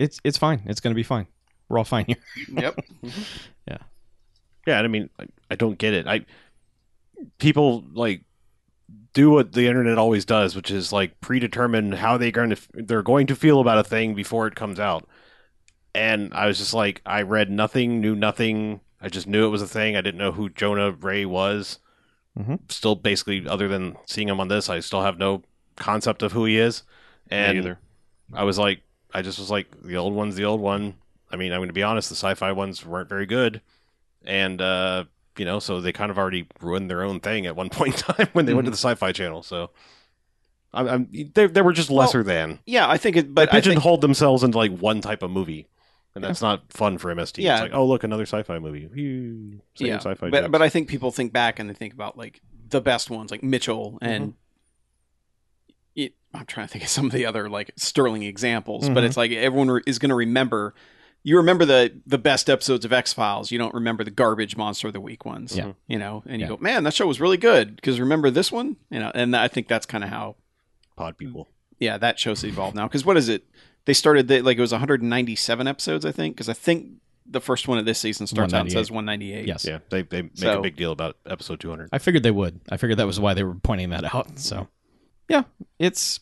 [SPEAKER 3] it's it's fine. It's gonna be fine. We're all fine here.
[SPEAKER 4] [laughs] yep.
[SPEAKER 2] Yeah, and I mean, I, I don't get it. I people like do what the internet always does, which is like predetermine how they going to they're going to feel about a thing before it comes out. And I was just like, I read nothing, knew nothing. I just knew it was a thing. I didn't know who Jonah Ray was.
[SPEAKER 3] Mhm.
[SPEAKER 2] Still, basically, other than seeing him on this, I still have no concept of who he is. And
[SPEAKER 5] either.
[SPEAKER 2] I was like, I just was like, the old one's the old one. I mean, I'm going to be honest, the sci-fi ones weren't very good, and uh, you know, so they kind of already ruined their own thing at one [laughs] point in time when they went to the
[SPEAKER 4] Mm-hmm.
[SPEAKER 2] Sci-Fi Channel. So, I'm, I'm they, they were just lesser than.
[SPEAKER 4] Yeah, I think it,
[SPEAKER 2] They
[SPEAKER 4] but I think,
[SPEAKER 2] pigeonholed themselves into like one type of movie, and that's not fun for MST.
[SPEAKER 4] Yeah.
[SPEAKER 2] It's like, oh look, another sci-fi movie. Phew, Same
[SPEAKER 4] yeah,
[SPEAKER 2] sci-fi.
[SPEAKER 4] but,
[SPEAKER 2] jokes.
[SPEAKER 4] but I think people think back and they think about like the best ones, like Mitchell and. It, I'm trying to think of some of the other like sterling examples, but
[SPEAKER 3] Mhm.
[SPEAKER 4] it's like everyone re- is going to remember. You remember the the best episodes of X Files. You don't remember the garbage Monster of the Week ones.
[SPEAKER 3] Yeah.
[SPEAKER 4] you know, and you
[SPEAKER 3] Yeah.
[SPEAKER 4] go, man, that show was really good because remember this one, you know. And I think that's kind of how
[SPEAKER 2] pod people.
[SPEAKER 4] yeah, that show's evolved now. Because what is it? They started the, like it was 197 episodes, I think. Because I think the first one of this season starts out and says 198.
[SPEAKER 3] Yes.
[SPEAKER 2] Yeah, they they make
[SPEAKER 4] So-
[SPEAKER 2] a big deal about episode 200.
[SPEAKER 3] I figured they would. I figured that was why they were pointing that out. So, yeah, it's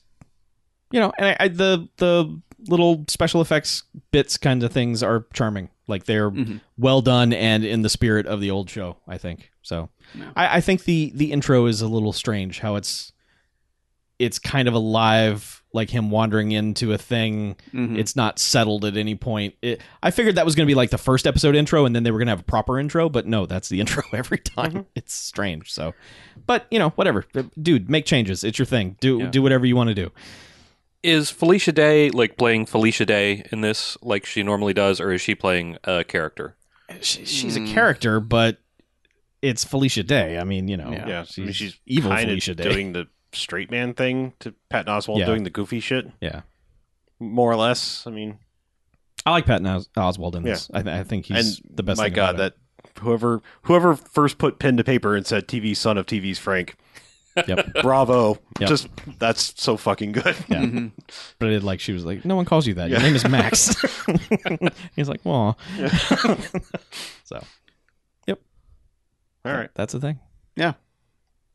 [SPEAKER 3] you know, and I, I the the little special effects bits kind of things are charming. Like they're
[SPEAKER 4] Mhm.
[SPEAKER 3] well done and in the spirit of the old show. I think so.
[SPEAKER 4] Yeah.
[SPEAKER 3] I, I think the the intro is a little strange. How it's it's kind of alive, like him wandering into a thing.
[SPEAKER 4] Mhm.
[SPEAKER 3] It's not settled at any point. It, I figured that was going to be like the first episode intro, and then they were going to have a proper intro, but no, that's the [laughs] intro every time. It's strange. So, but you know, whatever, Uh, dude, make changes. It's your thing. Do
[SPEAKER 5] Yeah.
[SPEAKER 3] do whatever you want to do.
[SPEAKER 5] Is Felicia Day like playing Felicia Day in this like she normally does, or is she playing a character?
[SPEAKER 3] She, she's
[SPEAKER 2] Hmm.
[SPEAKER 4] Mm.
[SPEAKER 3] a character, but it's Felicia Day. I mean, you know,
[SPEAKER 4] Yeah.
[SPEAKER 2] yeah, I mean, she's
[SPEAKER 3] evil
[SPEAKER 2] kinda
[SPEAKER 3] Felicia Day.
[SPEAKER 2] doing the straight man thing to Patton Oswald
[SPEAKER 3] Yeah.
[SPEAKER 2] doing the goofy shit,
[SPEAKER 3] [laughs] yeah,
[SPEAKER 2] more or less. I mean,
[SPEAKER 3] I like Patton Os- Oswald in this. I, th- I think he's the best.
[SPEAKER 2] My
[SPEAKER 3] thing
[SPEAKER 2] God,
[SPEAKER 3] about it.
[SPEAKER 2] that whoever whoever first put pen to paper and said "TV son of TV's Frank,"
[SPEAKER 3] Yep. [laughs]
[SPEAKER 2] bravo!
[SPEAKER 3] Yep.
[SPEAKER 2] Just that's so fucking good.
[SPEAKER 3] Yeah.
[SPEAKER 4] Mhm.
[SPEAKER 3] But it, like she was like, no one calls you that. Your
[SPEAKER 2] Yeah.
[SPEAKER 3] name
[SPEAKER 2] [laughs]
[SPEAKER 3] is Max. [laughs] He's like, well, [laughs] so
[SPEAKER 2] [laughs] All right,
[SPEAKER 3] that's the thing.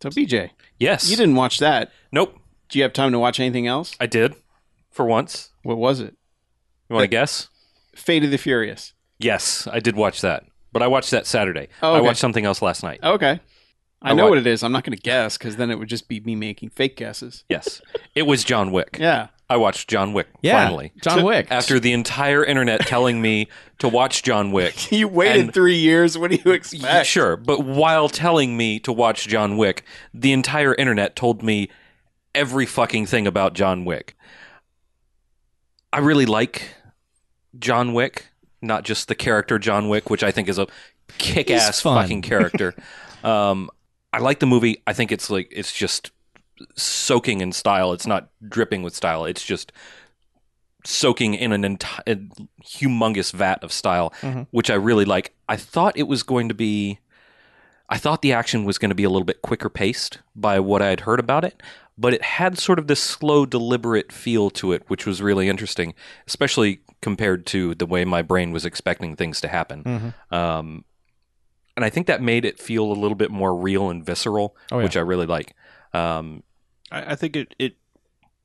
[SPEAKER 4] So, BJ,
[SPEAKER 5] Yes.
[SPEAKER 4] you didn't watch that.
[SPEAKER 5] Nope.
[SPEAKER 4] Do you have time to watch anything else?
[SPEAKER 5] I did. For once.
[SPEAKER 4] What was it?
[SPEAKER 5] You want to
[SPEAKER 4] But-
[SPEAKER 5] guess?
[SPEAKER 4] Fate of the Furious.
[SPEAKER 5] Yes, I did watch that. But I watched that Saturday.
[SPEAKER 4] Oh,
[SPEAKER 5] I
[SPEAKER 4] okay. Oh.
[SPEAKER 5] watched something else last night.
[SPEAKER 4] Okay. I,
[SPEAKER 5] I
[SPEAKER 4] know
[SPEAKER 5] wa-
[SPEAKER 4] what it is. I'm not going to guess because then it would just be me making fake guesses.
[SPEAKER 5] Yes. It was John Wick.
[SPEAKER 4] Yeah.
[SPEAKER 5] I watched John Wick
[SPEAKER 3] Yeah,
[SPEAKER 5] finally.
[SPEAKER 3] John
[SPEAKER 5] So-
[SPEAKER 3] Wick.
[SPEAKER 5] After the entire internet telling me to watch
[SPEAKER 4] [laughs]
[SPEAKER 5] John Wick.
[SPEAKER 4] [laughs]
[SPEAKER 5] [laughs]
[SPEAKER 4] You waited
[SPEAKER 5] And-
[SPEAKER 4] three years. What do you expect?
[SPEAKER 5] Sure, but while telling me to watch John Wick, the entire internet told me every fucking thing about John Wick. I really like John Wick, not just the character John Wick, which I think is a kick
[SPEAKER 3] He's
[SPEAKER 5] ass
[SPEAKER 3] fun.
[SPEAKER 5] fucking
[SPEAKER 3] [laughs]
[SPEAKER 5] character. um, I like the movie. I think it's like it's just soaking in style. It's not dripping with style. It's just soaking in an entire humongous vat of style,
[SPEAKER 3] Mhm.
[SPEAKER 5] which I really like. I thought it was going to be, I thought the action was going to be a little bit quicker paced by what I had heard about it, but it had sort of this slow, deliberate feel to it, which was really interesting, especially compared to the way my brain was expecting things to happen.
[SPEAKER 3] Mhm.
[SPEAKER 5] Um, and I think that made it feel a little bit more real and visceral,
[SPEAKER 3] Oh, yeah.
[SPEAKER 5] which I really like. Um,
[SPEAKER 2] I, I think it it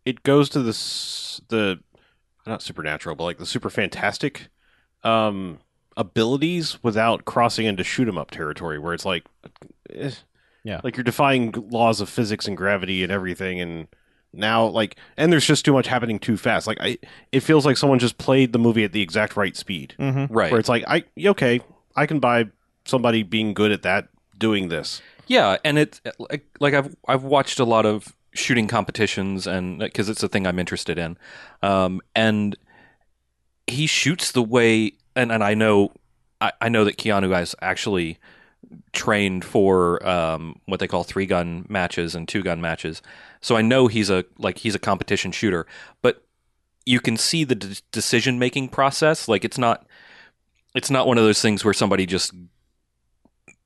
[SPEAKER 2] it goes to the s- the not supernatural, but like the super fantastic um, abilities without crossing into shoot 'em up territory, where it's like, eh,
[SPEAKER 3] Yeah.
[SPEAKER 2] like you're defying g- laws of physics and gravity and everything, and now like, and there's just too much happening too fast. Like, I it feels like someone just played the movie at the exact right speed,
[SPEAKER 3] Mm-hmm.
[SPEAKER 5] right.
[SPEAKER 2] where it's like, I okay, I can buy somebody being good at that doing this.
[SPEAKER 5] Yeah, and it like like I've I've watched a lot of shooting competitions and because it's a thing I'm interested in, um, and he shoots the way and and I know I, I know that Keanu has actually trained for um, what they call three gun matches and two gun matches, so I know he's a like he's a competition shooter, but you can see the d- decision making process like it's not it's not one of those things where somebody just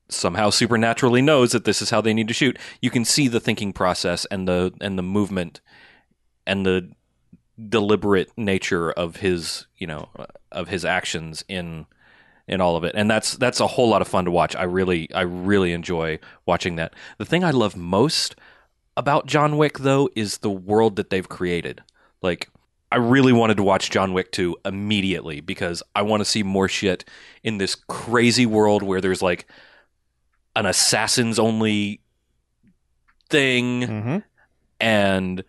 [SPEAKER 5] somehow supernaturally knows that this is how they need to shoot. You can see the thinking process and the and the movement and the deliberate nature of his you know of his actions in in all of it and that's that's a whole lot of fun to watch i really i really enjoy watching that the thing i love most about John Wick though is the world that they've created. Like I really wanted to watch John Wick 2 immediately because I want to see more shit in this crazy world where there's like an assassins only thing
[SPEAKER 2] Mm-hmm.
[SPEAKER 5] and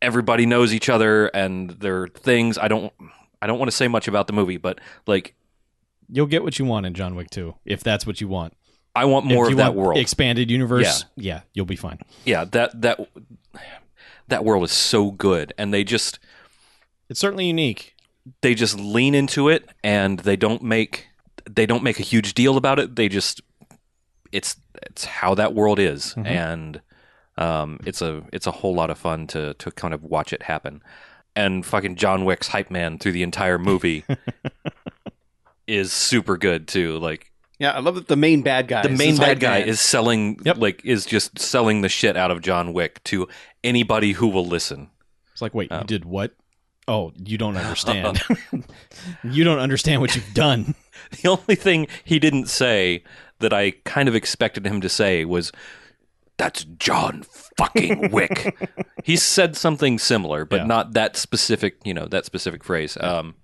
[SPEAKER 5] everybody knows each other and there are things I don't I don't want to say much about the movie, but like
[SPEAKER 3] You'll get what you want in John Wick 2 if that's what you want.
[SPEAKER 5] I want
[SPEAKER 3] If
[SPEAKER 5] more
[SPEAKER 3] you
[SPEAKER 5] of that
[SPEAKER 3] want
[SPEAKER 5] world.
[SPEAKER 3] expanded universe. Yeah. you'll be fine.
[SPEAKER 5] yeah, that that that world is so good and they just
[SPEAKER 3] It's certainly unique.
[SPEAKER 5] they just lean into it and they don't make they don't make a huge deal about it. They just it's it's how that world is
[SPEAKER 4] Mm-hmm.
[SPEAKER 3] Mhm.
[SPEAKER 5] and um, it's a it's a whole lot of fun to to kind of watch it happen. And fucking John Wick's hype man through the entire
[SPEAKER 4] [laughs]
[SPEAKER 5] movie is super good too. Like
[SPEAKER 4] Yeah, I love that the main bad guy.
[SPEAKER 5] the
[SPEAKER 4] is
[SPEAKER 5] main
[SPEAKER 4] his
[SPEAKER 5] bad
[SPEAKER 4] hype
[SPEAKER 5] guy
[SPEAKER 4] man.
[SPEAKER 5] is selling
[SPEAKER 3] Yep.
[SPEAKER 5] like is just selling the shit out of John Wick to anybody who will listen.
[SPEAKER 3] It's like, wait,
[SPEAKER 5] Oh.
[SPEAKER 3] you did what? Oh, you
[SPEAKER 5] [laughs]
[SPEAKER 3] don't understand. [laughs] you don't understand what you've
[SPEAKER 5] [laughs]
[SPEAKER 3] done.
[SPEAKER 5] The only thing he didn't say that I kind of expected him to say was, "That's John fucking
[SPEAKER 3] [laughs]
[SPEAKER 5] Wick." he said something similar, but
[SPEAKER 3] Yeah.
[SPEAKER 5] not that specific. You know that specific phrase. Um,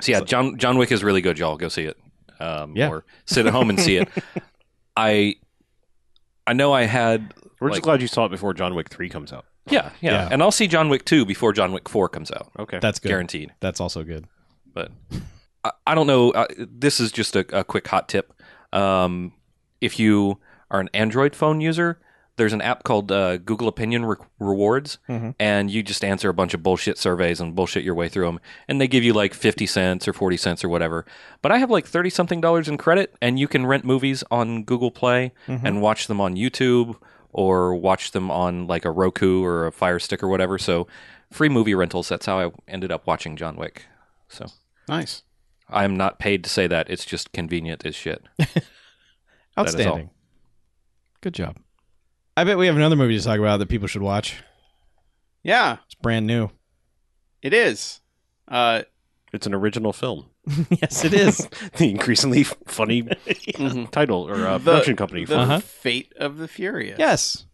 [SPEAKER 5] so yeah, John John Wick is really good. Y'all go see it, um,
[SPEAKER 3] Yeah.
[SPEAKER 5] or sit at home and
[SPEAKER 3] [laughs]
[SPEAKER 5] see it. I I know I had
[SPEAKER 2] We're
[SPEAKER 5] Like-
[SPEAKER 2] just glad you saw it before John Wick three comes out.
[SPEAKER 5] yeah, yeah
[SPEAKER 3] Yeah.
[SPEAKER 5] and I'll see John Wick two before John Wick four comes out,
[SPEAKER 2] Okay.
[SPEAKER 3] That's good.
[SPEAKER 5] guaranteed.
[SPEAKER 3] That's also good.
[SPEAKER 5] but I, I don't know. Uh, this is just a, a quick hot tip. Um, if you are an Android phone user, there's an app called uh, Google Opinion Re- Rewards,
[SPEAKER 2] Mhm.
[SPEAKER 5] and you just answer a bunch of bullshit surveys and bullshit your way through them, and they give you like fifty cents or forty cents or whatever. But I have like thirty something dollars in credit, and you can rent movies on Google Play and watch them on YouTube or watch them on like a Roku or a Fire Stick or whatever. So free movie rentals. That's how I ended up watching John Wick. So
[SPEAKER 4] nice.
[SPEAKER 5] I am not paid to say that. It's just convenient as shit. That is all.
[SPEAKER 3] Outstanding. Good job. I bet we have another movie to talk about that people should watch.
[SPEAKER 4] Yeah,
[SPEAKER 3] It's
[SPEAKER 2] [laughs]
[SPEAKER 3] brand new.
[SPEAKER 4] it is. Uh,
[SPEAKER 2] It's an original film. [laughs]
[SPEAKER 3] yes, it is.
[SPEAKER 2] the increasingly [laughs] funny
[SPEAKER 4] mhm.
[SPEAKER 2] title or uh,
[SPEAKER 4] The-
[SPEAKER 2] production company.
[SPEAKER 4] The
[SPEAKER 2] for-
[SPEAKER 3] Uh-huh.
[SPEAKER 4] Fate of the Furious.
[SPEAKER 3] yes.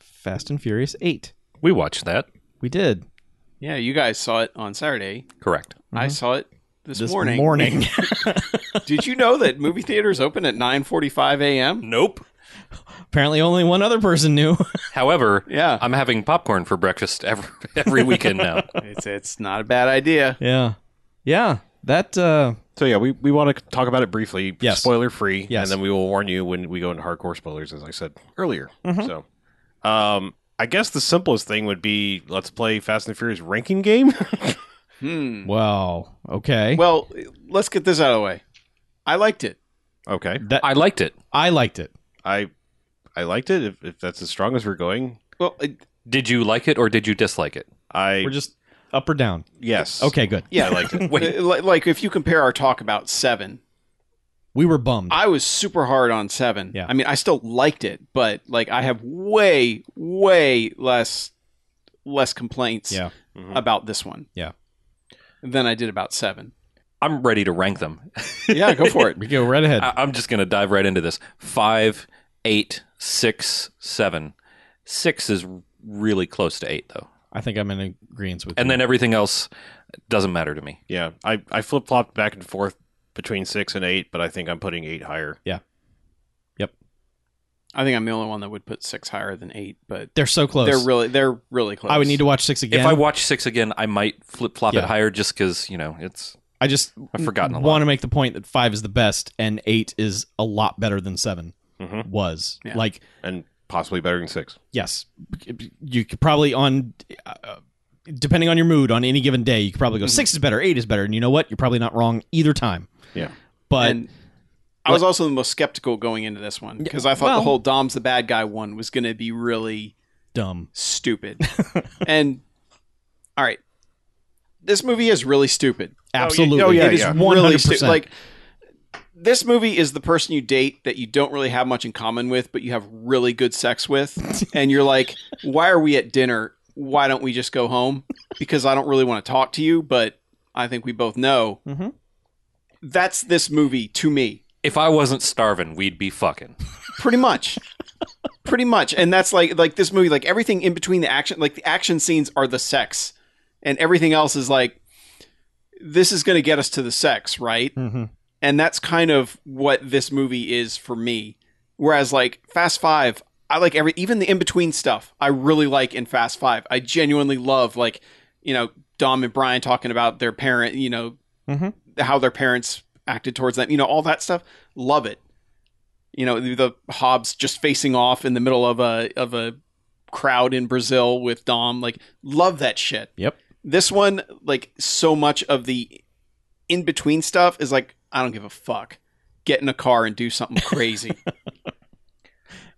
[SPEAKER 3] Fast and Furious 8.
[SPEAKER 5] We watched that.
[SPEAKER 3] We did.
[SPEAKER 4] Yeah, you guys saw it on Saturday.
[SPEAKER 5] Correct.
[SPEAKER 4] I saw it this,
[SPEAKER 3] This
[SPEAKER 4] morning.
[SPEAKER 5] [laughs]
[SPEAKER 3] morning.
[SPEAKER 4] Did you know that movie theaters open at 9:45 a.m.?
[SPEAKER 5] Nope.
[SPEAKER 3] Apparently only one other person knew.
[SPEAKER 5] However,
[SPEAKER 4] Yeah.
[SPEAKER 5] I'm having popcorn for breakfast every [laughs] every weekend now.
[SPEAKER 4] it's it's not a bad idea.
[SPEAKER 3] yeah. Yeah. That uh
[SPEAKER 2] so yeah, we, we want to talk about it briefly,
[SPEAKER 3] Yes.
[SPEAKER 2] spoiler free,
[SPEAKER 3] Yes.
[SPEAKER 2] and then we will warn you when we go into hardcore spoilers, as I said earlier. So, um, I guess the simplest thing would be let's play Fast and Furious ranking game. [laughs]
[SPEAKER 4] Hmm.
[SPEAKER 3] well, okay.
[SPEAKER 4] Well, let's get this out of the way. I liked it.
[SPEAKER 2] okay,
[SPEAKER 3] that,
[SPEAKER 5] I liked it.
[SPEAKER 3] I liked it.
[SPEAKER 2] I I liked it. If, if that's as strong as we're going,
[SPEAKER 4] Well, uh, it,
[SPEAKER 5] Did you like it or did you dislike it?
[SPEAKER 2] I
[SPEAKER 3] We're just up or down.
[SPEAKER 2] yes
[SPEAKER 3] Okay, good. [laughs]
[SPEAKER 4] yeah,
[SPEAKER 2] I liked it.
[SPEAKER 5] Wait.
[SPEAKER 4] Uh, li- like if you compare our talk about 7,
[SPEAKER 3] We were bummed.
[SPEAKER 4] I was super hard on 7.
[SPEAKER 3] Yeah.
[SPEAKER 4] I mean, I still liked it, but like I have way way less less complaints
[SPEAKER 3] Yeah.
[SPEAKER 2] Mhm.
[SPEAKER 4] about this one.
[SPEAKER 3] Yeah.
[SPEAKER 4] Than I did about
[SPEAKER 3] [laughs]
[SPEAKER 4] 7.
[SPEAKER 5] I'm ready to rank them.
[SPEAKER 4] Yeah, go for it.
[SPEAKER 3] we go right ahead.
[SPEAKER 5] I, I'm just gonna dive right into this. Five, eight, six, seven. Six is really close to eight though,
[SPEAKER 3] I think I'm in agreement with
[SPEAKER 5] and
[SPEAKER 3] you.
[SPEAKER 5] then everything else doesn't matter to me.
[SPEAKER 2] Yeah, I I flip flopped back and forth between six and eight, but I think I'm putting eight higher.
[SPEAKER 4] I think I'm the only one that would put 6 higher than 8, but
[SPEAKER 3] they're so close.
[SPEAKER 4] they're really they're really close.
[SPEAKER 3] I would need to watch six again.
[SPEAKER 5] If I watch six again, I might flip flop
[SPEAKER 3] Yeah.
[SPEAKER 5] it higher just because you know it's
[SPEAKER 3] I just
[SPEAKER 5] I've forgotten a lot.
[SPEAKER 3] want to make the point that five is the best and eight is a lot better than 7
[SPEAKER 5] Mm-hmm.
[SPEAKER 2] Mhm.
[SPEAKER 3] was.
[SPEAKER 4] Yeah.
[SPEAKER 3] Like,
[SPEAKER 2] and possibly better than six.
[SPEAKER 3] yes, you could probably on. Uh, Depending on your mood on any given day, you could probably go
[SPEAKER 5] Mm-hmm.
[SPEAKER 3] six is better, eight is better, and you know what? You're probably not wrong either time.
[SPEAKER 2] Yeah.
[SPEAKER 3] But
[SPEAKER 4] and I was also the most skeptical going into this one because I thought
[SPEAKER 3] well-
[SPEAKER 4] the whole Dom's the bad guy one was going to be really
[SPEAKER 3] dumb. [laughs]
[SPEAKER 4] stupid. and all right, this movie is really stupid.
[SPEAKER 3] Absolutely.
[SPEAKER 2] oh, yeah,
[SPEAKER 4] It is
[SPEAKER 2] yeah.
[SPEAKER 4] really
[SPEAKER 3] 100%.
[SPEAKER 4] stupid. Like this movie is the person you date that you don't really have much in common with, but you have really good sex
[SPEAKER 3] [laughs]
[SPEAKER 4] with, and you're like, why are we at dinner? Why don't we just go home? Because I don't really want to talk to you, but I think we both know.
[SPEAKER 3] Mhm.
[SPEAKER 4] That's this movie to me.
[SPEAKER 5] if I wasn't starving, we'd be fucking.
[SPEAKER 4] pretty much pretty much and that's like like this movie like everything in between the action like the action scenes are the sex and everything else is like this is going to get us to the sex right
[SPEAKER 3] Mm-hmm.
[SPEAKER 4] and that's kind of what this movie is for me whereas like fast five i like every even the in-between stuff i really like in fast five i genuinely love like you know dom and brian talking about their parent you know
[SPEAKER 3] Mhm.
[SPEAKER 4] how their parents acted towards them you know all that stuff love it you know the, the hobbs just facing off in the middle of a of a crowd in brazil with dom like love that shit
[SPEAKER 3] Yep.
[SPEAKER 4] this one like so much of the in between stuff is like i don't give a fuck get in a car and do something crazy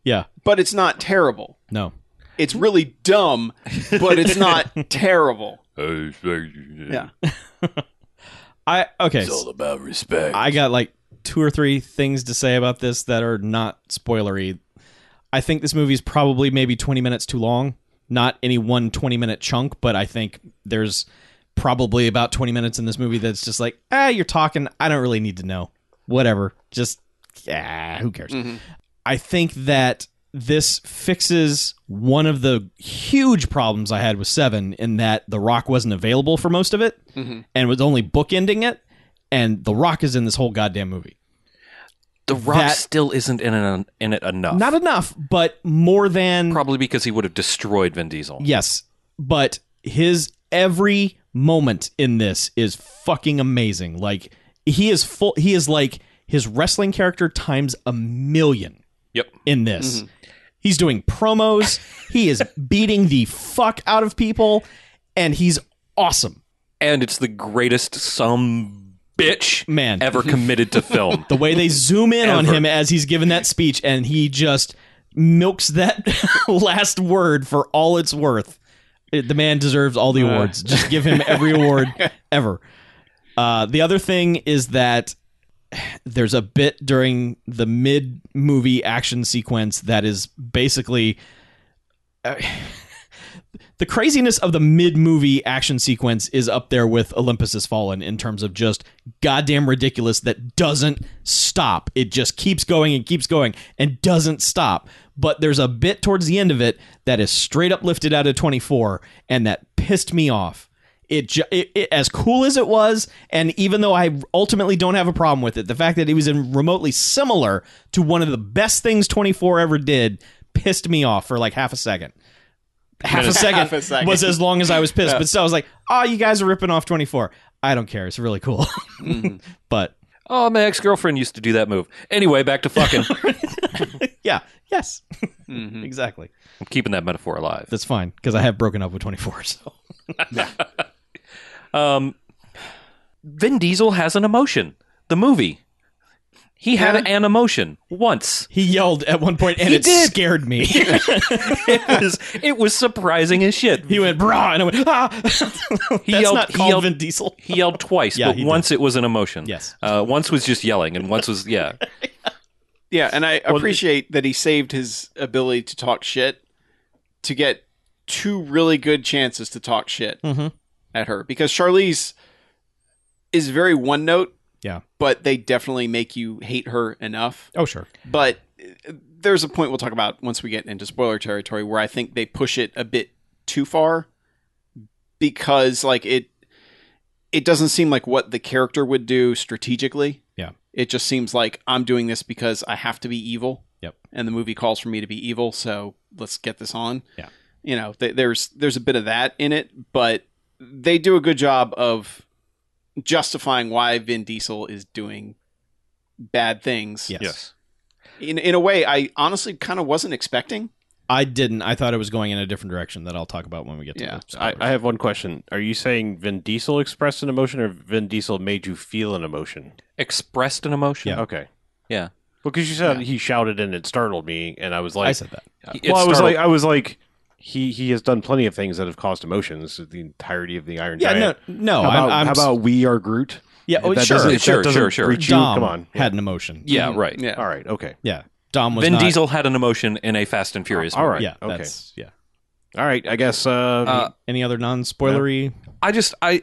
[SPEAKER 3] Yeah.
[SPEAKER 4] but it's not terrible
[SPEAKER 3] No.
[SPEAKER 4] it's really dumb but it's not terrible yeah
[SPEAKER 3] I okay.
[SPEAKER 1] about respect.
[SPEAKER 3] I got like two or three things to say about this that are not spoilery. I think this movie's probably maybe 20 minutes too long. Not any one 20 minute chunk, but I think there's probably about 20 minutes in this movie that's just like, ah, you're talking. I don't really need to know. Whatever. Just, yeah, who cares?
[SPEAKER 4] Mhm.
[SPEAKER 3] I think that this fixes one of the huge problems I had with Seven in that The Rock wasn't available for most of it
[SPEAKER 4] Mhm.
[SPEAKER 3] and was only bookending it. And The Rock is in this whole goddamn movie.
[SPEAKER 5] The Rock
[SPEAKER 3] That-
[SPEAKER 5] still isn't in it, in it enough.
[SPEAKER 3] Not enough, but more than.
[SPEAKER 5] Probably because he would have destroyed Vin Diesel.
[SPEAKER 3] Yes, but his every moment in this is fucking amazing. Like he is full. He is like his wrestling character times a million.
[SPEAKER 5] Yep.
[SPEAKER 3] In this, he's doing promos. he is beating the fuck out of people, and he's awesome,
[SPEAKER 5] And it's the greatest some bitch
[SPEAKER 3] man.
[SPEAKER 5] ever committed to film.
[SPEAKER 3] [laughs] The way they zoom in on
[SPEAKER 5] Ever.
[SPEAKER 3] him as he's giving that speech, and he just milks that [laughs] last word for all it's worth. It- the man deserves all the awards. Just give him every award ever. Uh, the other thing is that there's a bit during the mid movie action sequence that is basically uh, the craziness of the mid movie action sequence is up there with Olympus Has Fallen in terms of just goddamn ridiculous that doesn't stop. It just keeps going and keeps going and doesn't stop. But there's a bit towards the end of it that is straight up lifted out of 24 and that pissed me off. It, ju- it, it as cool as it was, and even though I ultimately don't have a problem with it, the fact that it was in remotely similar to one of the best things 24 ever did pissed me off for like half a second. Half a second,
[SPEAKER 4] Half a second.
[SPEAKER 3] was as long as I was pissed, but still I was like, "Oh, you guys are ripping off 24." I don't care. It's really cool, [laughs] but
[SPEAKER 5] oh, my ex girlfriend used to do that move. Anyway, back to
[SPEAKER 3] [laughs]
[SPEAKER 5] fucking.
[SPEAKER 3] yeah, yes,
[SPEAKER 4] Mhm.
[SPEAKER 3] [laughs] exactly.
[SPEAKER 5] I'm keeping that metaphor alive.
[SPEAKER 3] That's fine because I have broken up with 24. So
[SPEAKER 5] Um, Vin Diesel has an emotion. The movie. He had
[SPEAKER 4] Yeah.
[SPEAKER 5] an emotion
[SPEAKER 3] [laughs]
[SPEAKER 5] once.
[SPEAKER 3] he yelled at one point, and
[SPEAKER 5] He
[SPEAKER 3] it
[SPEAKER 5] did.
[SPEAKER 3] scared me.
[SPEAKER 5] It was, it was surprising as
[SPEAKER 3] [laughs]
[SPEAKER 5] shit.
[SPEAKER 3] he went brah, and I went ah. That's
[SPEAKER 5] yelled-
[SPEAKER 3] not
[SPEAKER 5] he
[SPEAKER 3] called
[SPEAKER 5] yelled-
[SPEAKER 3] Vin Diesel.
[SPEAKER 5] He yelled twice,
[SPEAKER 3] Yeah,
[SPEAKER 5] but
[SPEAKER 3] he did.
[SPEAKER 5] once it was an emotion.
[SPEAKER 3] Yes.
[SPEAKER 5] Uh, once was just yelling, and once was, yeah. [laughs]
[SPEAKER 4] yeah and i appreciate that he saved his ability to talk shit to get two really good chances to talk shit
[SPEAKER 3] Mhm.
[SPEAKER 4] at her because charlize is very one note
[SPEAKER 3] Yeah.
[SPEAKER 4] but they definitely make you hate her enough
[SPEAKER 3] Oh sure,
[SPEAKER 4] but uh, there's a point we'll talk about once we get into spoiler territory where I think they push it a bit too far because like it it doesn't seem like what the character would do strategically.
[SPEAKER 3] Yeah.
[SPEAKER 4] It just seems like I'm doing this because I have to be evil.
[SPEAKER 3] Yep.
[SPEAKER 4] And the movie calls for me to be evil, so let's get this on.
[SPEAKER 3] Yeah.
[SPEAKER 4] You know, th- there's there's a bit of that in it, but they do a good job of justifying why Vin Diesel is doing bad things
[SPEAKER 3] yes.
[SPEAKER 4] in in a way I honestly kind of wasn't expecting.
[SPEAKER 3] I didn't. I thought it was going in a different direction that I'll talk about when we get to.
[SPEAKER 4] Yeah.
[SPEAKER 3] the
[SPEAKER 2] I, I have one question. Are you saying Vin Diesel expressed an emotion or Vin Diesel made you feel an emotion?
[SPEAKER 5] Expressed an emotion.
[SPEAKER 3] Yeah.
[SPEAKER 2] Okay.
[SPEAKER 5] Yeah.
[SPEAKER 2] Well, because you said he shouted and it startled me, and I was like,
[SPEAKER 3] I said that.
[SPEAKER 5] It
[SPEAKER 2] well, I was
[SPEAKER 5] startled-
[SPEAKER 2] like, I was like, he he has done plenty of things that have caused emotions. The entirety of the Iron
[SPEAKER 3] Yeah, no,
[SPEAKER 2] Giant.
[SPEAKER 3] no.
[SPEAKER 2] how,
[SPEAKER 3] I'm,
[SPEAKER 2] about,
[SPEAKER 3] I'm
[SPEAKER 2] how about we are Groot?
[SPEAKER 3] yeah? Oh,
[SPEAKER 2] If that
[SPEAKER 3] sure.
[SPEAKER 2] doesn't- if
[SPEAKER 5] Sure,
[SPEAKER 2] that doesn't
[SPEAKER 5] sure, sure.
[SPEAKER 2] reach you,
[SPEAKER 3] Dom
[SPEAKER 2] come on.
[SPEAKER 3] had an emotion.
[SPEAKER 5] yeah, right.
[SPEAKER 4] Yeah.
[SPEAKER 2] All right. Okay.
[SPEAKER 3] yeah. Dom was
[SPEAKER 5] Vin
[SPEAKER 3] not-
[SPEAKER 5] Diesel had an emotion in a Fast and Furious.
[SPEAKER 2] All
[SPEAKER 5] movie.
[SPEAKER 2] right.
[SPEAKER 3] Yeah,
[SPEAKER 2] okay.
[SPEAKER 3] that's yeah.
[SPEAKER 2] All right. I guess. Uh,
[SPEAKER 5] Uh,
[SPEAKER 3] Any other non-spoilery?
[SPEAKER 5] I just I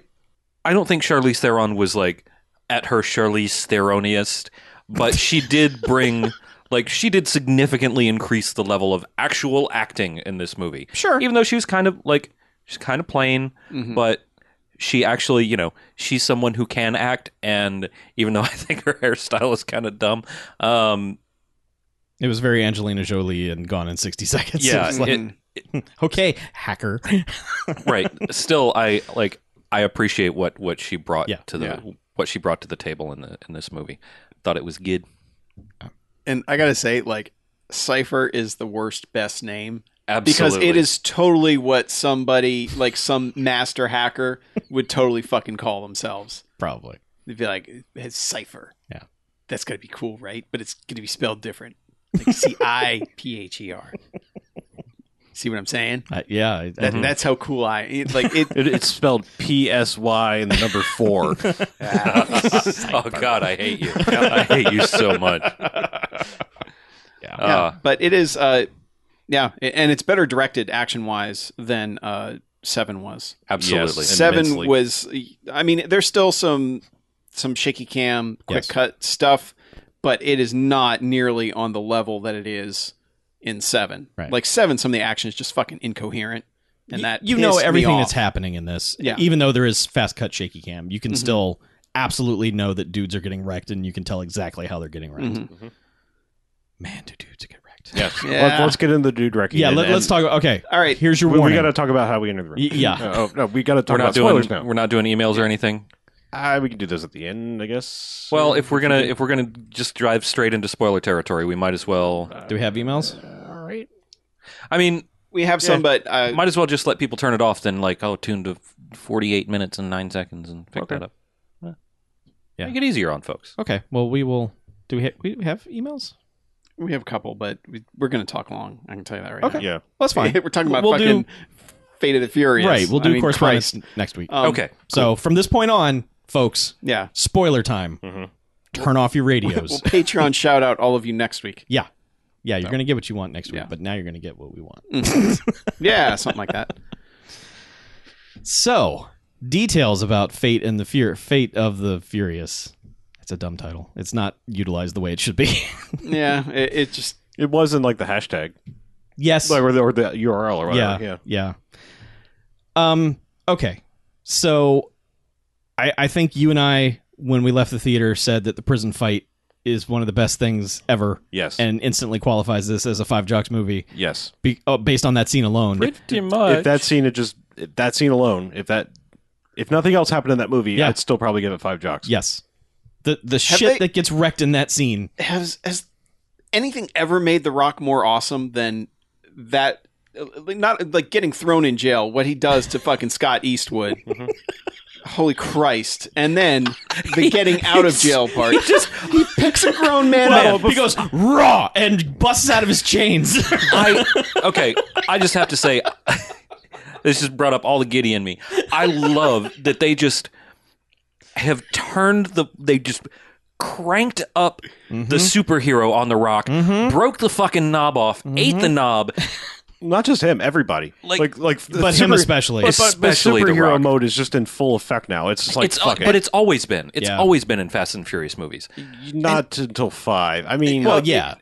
[SPEAKER 5] I don't think
[SPEAKER 3] [laughs]
[SPEAKER 5] Charlize Theron was like at her Charlize Theroniest, but she did bring Like she did significantly increase the level of actual acting in this movie.
[SPEAKER 3] Sure. Mm-hmm.
[SPEAKER 5] Even though she was kind of like she's kind of plain,
[SPEAKER 4] Mhm.
[SPEAKER 5] but she actually, you know, she's someone who can act and even though [laughs] I think her hairstyle is kind of dumb, um
[SPEAKER 3] It was very Angelina Jolie and Gone in 60 [laughs] Seconds. It
[SPEAKER 5] Yeah,
[SPEAKER 3] was like,
[SPEAKER 5] it-
[SPEAKER 3] okay, hacker. [laughs]
[SPEAKER 5] right. Still I like I appreciate what what she brought
[SPEAKER 3] Yeah.
[SPEAKER 5] to the
[SPEAKER 4] Yeah.
[SPEAKER 5] what she brought to the table in the in this movie. Thought it was good.
[SPEAKER 4] And I gotta say, like, Cipher is the worst best name because
[SPEAKER 5] Absolutely.
[SPEAKER 4] it is totally what somebody like some master hacker would totally fucking call themselves.
[SPEAKER 3] Probably.
[SPEAKER 4] They'd be like, "It's Cipher."
[SPEAKER 3] Yeah.
[SPEAKER 4] that's gotta be cool, right? But it's gonna be spelled different, like C I P H E R. See what I'm saying?
[SPEAKER 3] I, yeah. I- I
[SPEAKER 4] That,
[SPEAKER 5] Mm-hmm.
[SPEAKER 3] do.
[SPEAKER 4] That's how cool I it, like it.
[SPEAKER 2] It, it's spelled P S Y and the number
[SPEAKER 3] [laughs]
[SPEAKER 2] four. [laughs]
[SPEAKER 5] oh God, I hate you. I hate you so much.
[SPEAKER 3] Yeah.
[SPEAKER 5] Uh,
[SPEAKER 4] yeah, but it is uh yeah a- and it's better directed action wise than uh seven was
[SPEAKER 5] absolutely.
[SPEAKER 2] Yes.
[SPEAKER 4] seven
[SPEAKER 2] immensely.
[SPEAKER 4] was i mean there's still some some shaky cam quick
[SPEAKER 3] Yes.
[SPEAKER 4] cut stuff but it is not nearly on the level that it is in seven
[SPEAKER 3] Right.
[SPEAKER 4] like seven some of the action is just fucking incoherent and
[SPEAKER 3] Y-
[SPEAKER 4] that
[SPEAKER 3] you know
[SPEAKER 4] pissed me
[SPEAKER 3] everything
[SPEAKER 4] off.
[SPEAKER 3] that's happening in this.
[SPEAKER 4] Yeah.
[SPEAKER 3] Even though there is fast cut shaky cam, you can still absolutely know that dudes are getting wrecked and you can tell exactly how they're getting wrecked.
[SPEAKER 4] Mhm.
[SPEAKER 3] Man, do dudes get wrecked.
[SPEAKER 2] yeah.
[SPEAKER 4] Yeah.
[SPEAKER 2] Let, let's get into the dude wrecking.
[SPEAKER 3] [laughs] Yeah,
[SPEAKER 2] and-
[SPEAKER 3] let, us
[SPEAKER 2] and
[SPEAKER 3] talk. Okay.
[SPEAKER 4] all right
[SPEAKER 3] Here's your
[SPEAKER 2] We,
[SPEAKER 3] warning.
[SPEAKER 2] got to talk about how we enter the room.
[SPEAKER 3] Y- yeah.
[SPEAKER 2] Uh, [laughs] oh no, we got to talk
[SPEAKER 5] we're not
[SPEAKER 2] about
[SPEAKER 5] doing
[SPEAKER 2] spoilers now.
[SPEAKER 5] we're not doing emails or anything.
[SPEAKER 2] Ah, we can do those at the end, I guess.
[SPEAKER 5] Well, if we're gonna if we're gonna just drive straight into spoiler territory, we might as well.
[SPEAKER 3] Do we have emails?
[SPEAKER 2] all right.
[SPEAKER 5] I mean,
[SPEAKER 4] we have some but uh,
[SPEAKER 5] might as well just let people turn it off. Then, like, oh, tune to forty eight minutes and nine seconds and pick
[SPEAKER 2] Okay.
[SPEAKER 5] that up.
[SPEAKER 3] Yeah.
[SPEAKER 5] Make it easier on folks.
[SPEAKER 3] Okay. Well, we will. Do we, ha- we have emails?
[SPEAKER 4] we have a couple but we, we're gonna talk long i can tell you that right
[SPEAKER 3] Okay.
[SPEAKER 4] now.
[SPEAKER 2] Yeah.
[SPEAKER 3] That's
[SPEAKER 4] [laughs]
[SPEAKER 3] fine.
[SPEAKER 4] we're talking about
[SPEAKER 3] We'll do-
[SPEAKER 4] fucking fate of the furious
[SPEAKER 3] right. We'll
[SPEAKER 4] I
[SPEAKER 3] do
[SPEAKER 4] mean,
[SPEAKER 3] correspondence
[SPEAKER 4] Christ.
[SPEAKER 3] next week.
[SPEAKER 4] Um,
[SPEAKER 5] okay.
[SPEAKER 3] So from this point on, folks,
[SPEAKER 4] yeah
[SPEAKER 3] spoiler time.
[SPEAKER 2] Mm-hmm.
[SPEAKER 3] Turn off your
[SPEAKER 4] We'll
[SPEAKER 2] [laughs]
[SPEAKER 3] radios.
[SPEAKER 4] Patreon shout out all of you next week.
[SPEAKER 3] yeah. Yeah, you're going to get what you want next week,
[SPEAKER 4] Yeah.
[SPEAKER 3] but now you're going to get what we want.
[SPEAKER 2] Mm.
[SPEAKER 4] Yeah, something like that.
[SPEAKER 3] So, details about Fate and the Fur Fate of the Furious. It's a dumb title. It's not utilized the way it should be. [laughs]
[SPEAKER 4] Yeah, it, it just
[SPEAKER 2] It wasn't like the hashtag
[SPEAKER 3] yes.
[SPEAKER 2] like, or, the, or the URL or
[SPEAKER 3] yeah,
[SPEAKER 2] whatever. Yeah.
[SPEAKER 3] yeah. Um okay. So I I think you and I when we left the theater said that the prison fight is one of the best things ever
[SPEAKER 2] Yes.
[SPEAKER 3] and instantly qualifies this as a five jocks movie
[SPEAKER 2] yes.
[SPEAKER 3] be, oh, based on that scene alone.
[SPEAKER 5] Pretty much.
[SPEAKER 2] if that scene, it just if that scene alone. If that, if nothing else happened in that movie,
[SPEAKER 3] Yeah.
[SPEAKER 2] I'd still probably give it five jocks.
[SPEAKER 3] Yes. The the
[SPEAKER 4] Have
[SPEAKER 3] shit
[SPEAKER 4] they-
[SPEAKER 3] that gets wrecked in that scene.
[SPEAKER 4] has has anything ever made The Rock more awesome than that? Not like getting thrown in jail. What he does to fucking Scott Eastwood. Holy Christ! And then the getting out of jail part. He just he picks a grown man
[SPEAKER 3] Man,
[SPEAKER 4] up.
[SPEAKER 3] Oh, he goes raw and busts out of
[SPEAKER 4] [laughs]
[SPEAKER 3] his chains.
[SPEAKER 5] I okay. I just have to say, [laughs] this just brought up all the giddy in me. I love that they just have turned the. They just cranked up
[SPEAKER 2] Mm-hmm.
[SPEAKER 5] the superhero on the rock, broke the fucking knob off, ate
[SPEAKER 2] Mm-hmm.
[SPEAKER 5] the knob.
[SPEAKER 2] Not just him, everybody.
[SPEAKER 5] Like-
[SPEAKER 2] Like, like, the
[SPEAKER 3] but him
[SPEAKER 2] super-
[SPEAKER 3] especially.
[SPEAKER 2] But, but, but
[SPEAKER 5] Especially The
[SPEAKER 2] superhero
[SPEAKER 5] Rock.
[SPEAKER 2] mode is just in full effect now. It's just like
[SPEAKER 5] it's uh,
[SPEAKER 2] fuck
[SPEAKER 5] but
[SPEAKER 2] it.
[SPEAKER 5] it's always been. It's
[SPEAKER 3] Yeah.
[SPEAKER 5] always been in Fast and Furious movies.
[SPEAKER 2] not until five. I mean,
[SPEAKER 3] well, yeah.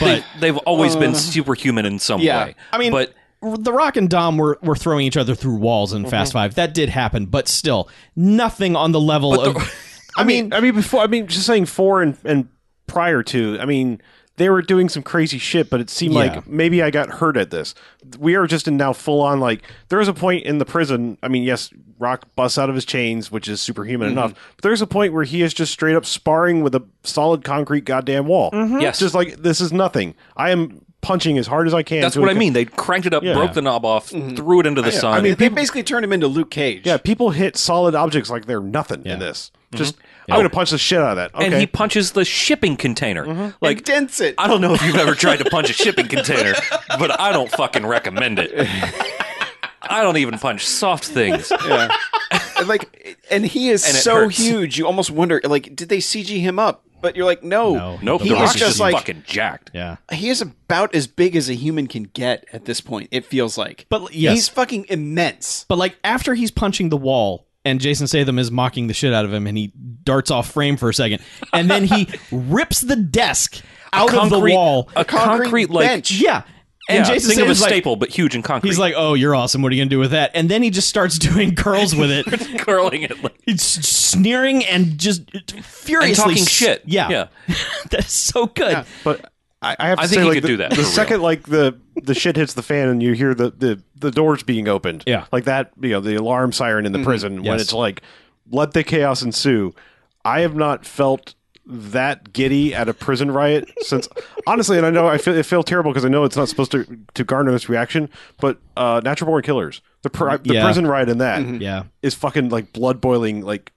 [SPEAKER 3] But
[SPEAKER 5] They've always
[SPEAKER 2] Uh.
[SPEAKER 5] been superhuman in some
[SPEAKER 4] yeah.
[SPEAKER 5] way.
[SPEAKER 3] I mean,
[SPEAKER 5] but
[SPEAKER 3] The Rock and Dom were, were throwing each other through walls in Fast Five. That did happen, but still, nothing on the level of.
[SPEAKER 2] I mean, I mean before. I mean, just saying four and and prior to. I mean, they were doing some crazy shit, but it seemed
[SPEAKER 3] Yeah.
[SPEAKER 2] like maybe I got hurt at this. We are just in now full on like there was a point in the prison. I mean, yes, Rock busts out of his chains, which is superhuman
[SPEAKER 5] Mm-hmm.
[SPEAKER 2] enough. But there's a point where he is just straight up sparring with a solid concrete goddamn wall.
[SPEAKER 5] Yes.
[SPEAKER 2] It's just like this is nothing. I am punching as hard as I can.
[SPEAKER 5] that's
[SPEAKER 2] to
[SPEAKER 5] what
[SPEAKER 2] a-
[SPEAKER 5] I mean. They cranked it up, broke the knob off, threw it into the sun.
[SPEAKER 2] Mm-hmm. I mean,
[SPEAKER 4] They basically turned him into Luke Cage.
[SPEAKER 2] Yeah, people hit solid objects like they're nothing in this. Just I'm gonna punch the shit out of that. Okay.
[SPEAKER 5] Mm-hmm.
[SPEAKER 2] Mm-hmm.
[SPEAKER 5] and he punches the shipping container. Like
[SPEAKER 4] like dents it.
[SPEAKER 5] I don't know if you've ever tried to punch a shipping container, but I don't fucking recommend it. I don't even punch soft things.
[SPEAKER 4] And, like and he is
[SPEAKER 5] And it
[SPEAKER 4] so
[SPEAKER 5] hurts.
[SPEAKER 4] huge you almost wonder like did they cg him up but you're like no,
[SPEAKER 3] No.
[SPEAKER 5] Nope,
[SPEAKER 4] He
[SPEAKER 5] the
[SPEAKER 4] is
[SPEAKER 5] rock's
[SPEAKER 4] just
[SPEAKER 5] just
[SPEAKER 4] like-
[SPEAKER 5] fucking jacked.
[SPEAKER 3] yeah.
[SPEAKER 4] he is about as big as a human can get at this point it feels like
[SPEAKER 3] But, yes.
[SPEAKER 4] he's fucking immense
[SPEAKER 3] But, like, after he's punching the wall and Jason Statham is
[SPEAKER 5] [laughs]
[SPEAKER 3] mocking the shit out of him and he darts off frame for a second and then he rips the desk out of the
[SPEAKER 5] concrete-
[SPEAKER 3] wall.
[SPEAKER 5] a concrete like
[SPEAKER 4] bench.
[SPEAKER 3] Yeah. And
[SPEAKER 5] yeah,
[SPEAKER 3] Jason
[SPEAKER 5] think of a
[SPEAKER 3] Statham like,
[SPEAKER 5] staple, but huge and concrete.
[SPEAKER 3] he's like, "Oh, you're awesome. What are you gonna do with that?" And then he just starts [laughs] doing curls with it.
[SPEAKER 5] [laughs] curling it, like,
[SPEAKER 3] He's sneering and just furiously
[SPEAKER 5] and talking
[SPEAKER 3] s-
[SPEAKER 5] shit.
[SPEAKER 3] Yeah,
[SPEAKER 5] yeah.
[SPEAKER 3] that's so good.
[SPEAKER 1] [laughs]
[SPEAKER 2] But I, I have to
[SPEAKER 5] I
[SPEAKER 2] say,
[SPEAKER 5] think he
[SPEAKER 2] like,
[SPEAKER 5] could
[SPEAKER 2] the,
[SPEAKER 5] do that
[SPEAKER 2] The
[SPEAKER 5] for real.
[SPEAKER 2] second, like the the shit hits the fan, and you hear the the the doors being opened,
[SPEAKER 3] Yeah.
[SPEAKER 2] like that. You know, the alarm siren in
[SPEAKER 5] Mm-hmm.
[SPEAKER 2] the prison when
[SPEAKER 3] Yes.
[SPEAKER 2] it's like, let the chaos ensue. I have not felt that giddy at a prison riot since [laughs] honestly and i know i feel it feel terrible because i know it's not supposed to to garner this reaction but uh natural born killers the, pri the
[SPEAKER 3] Yeah.
[SPEAKER 2] prison riot in that is
[SPEAKER 5] Mm-hmm.
[SPEAKER 3] Yeah,
[SPEAKER 2] fucking like blood boiling like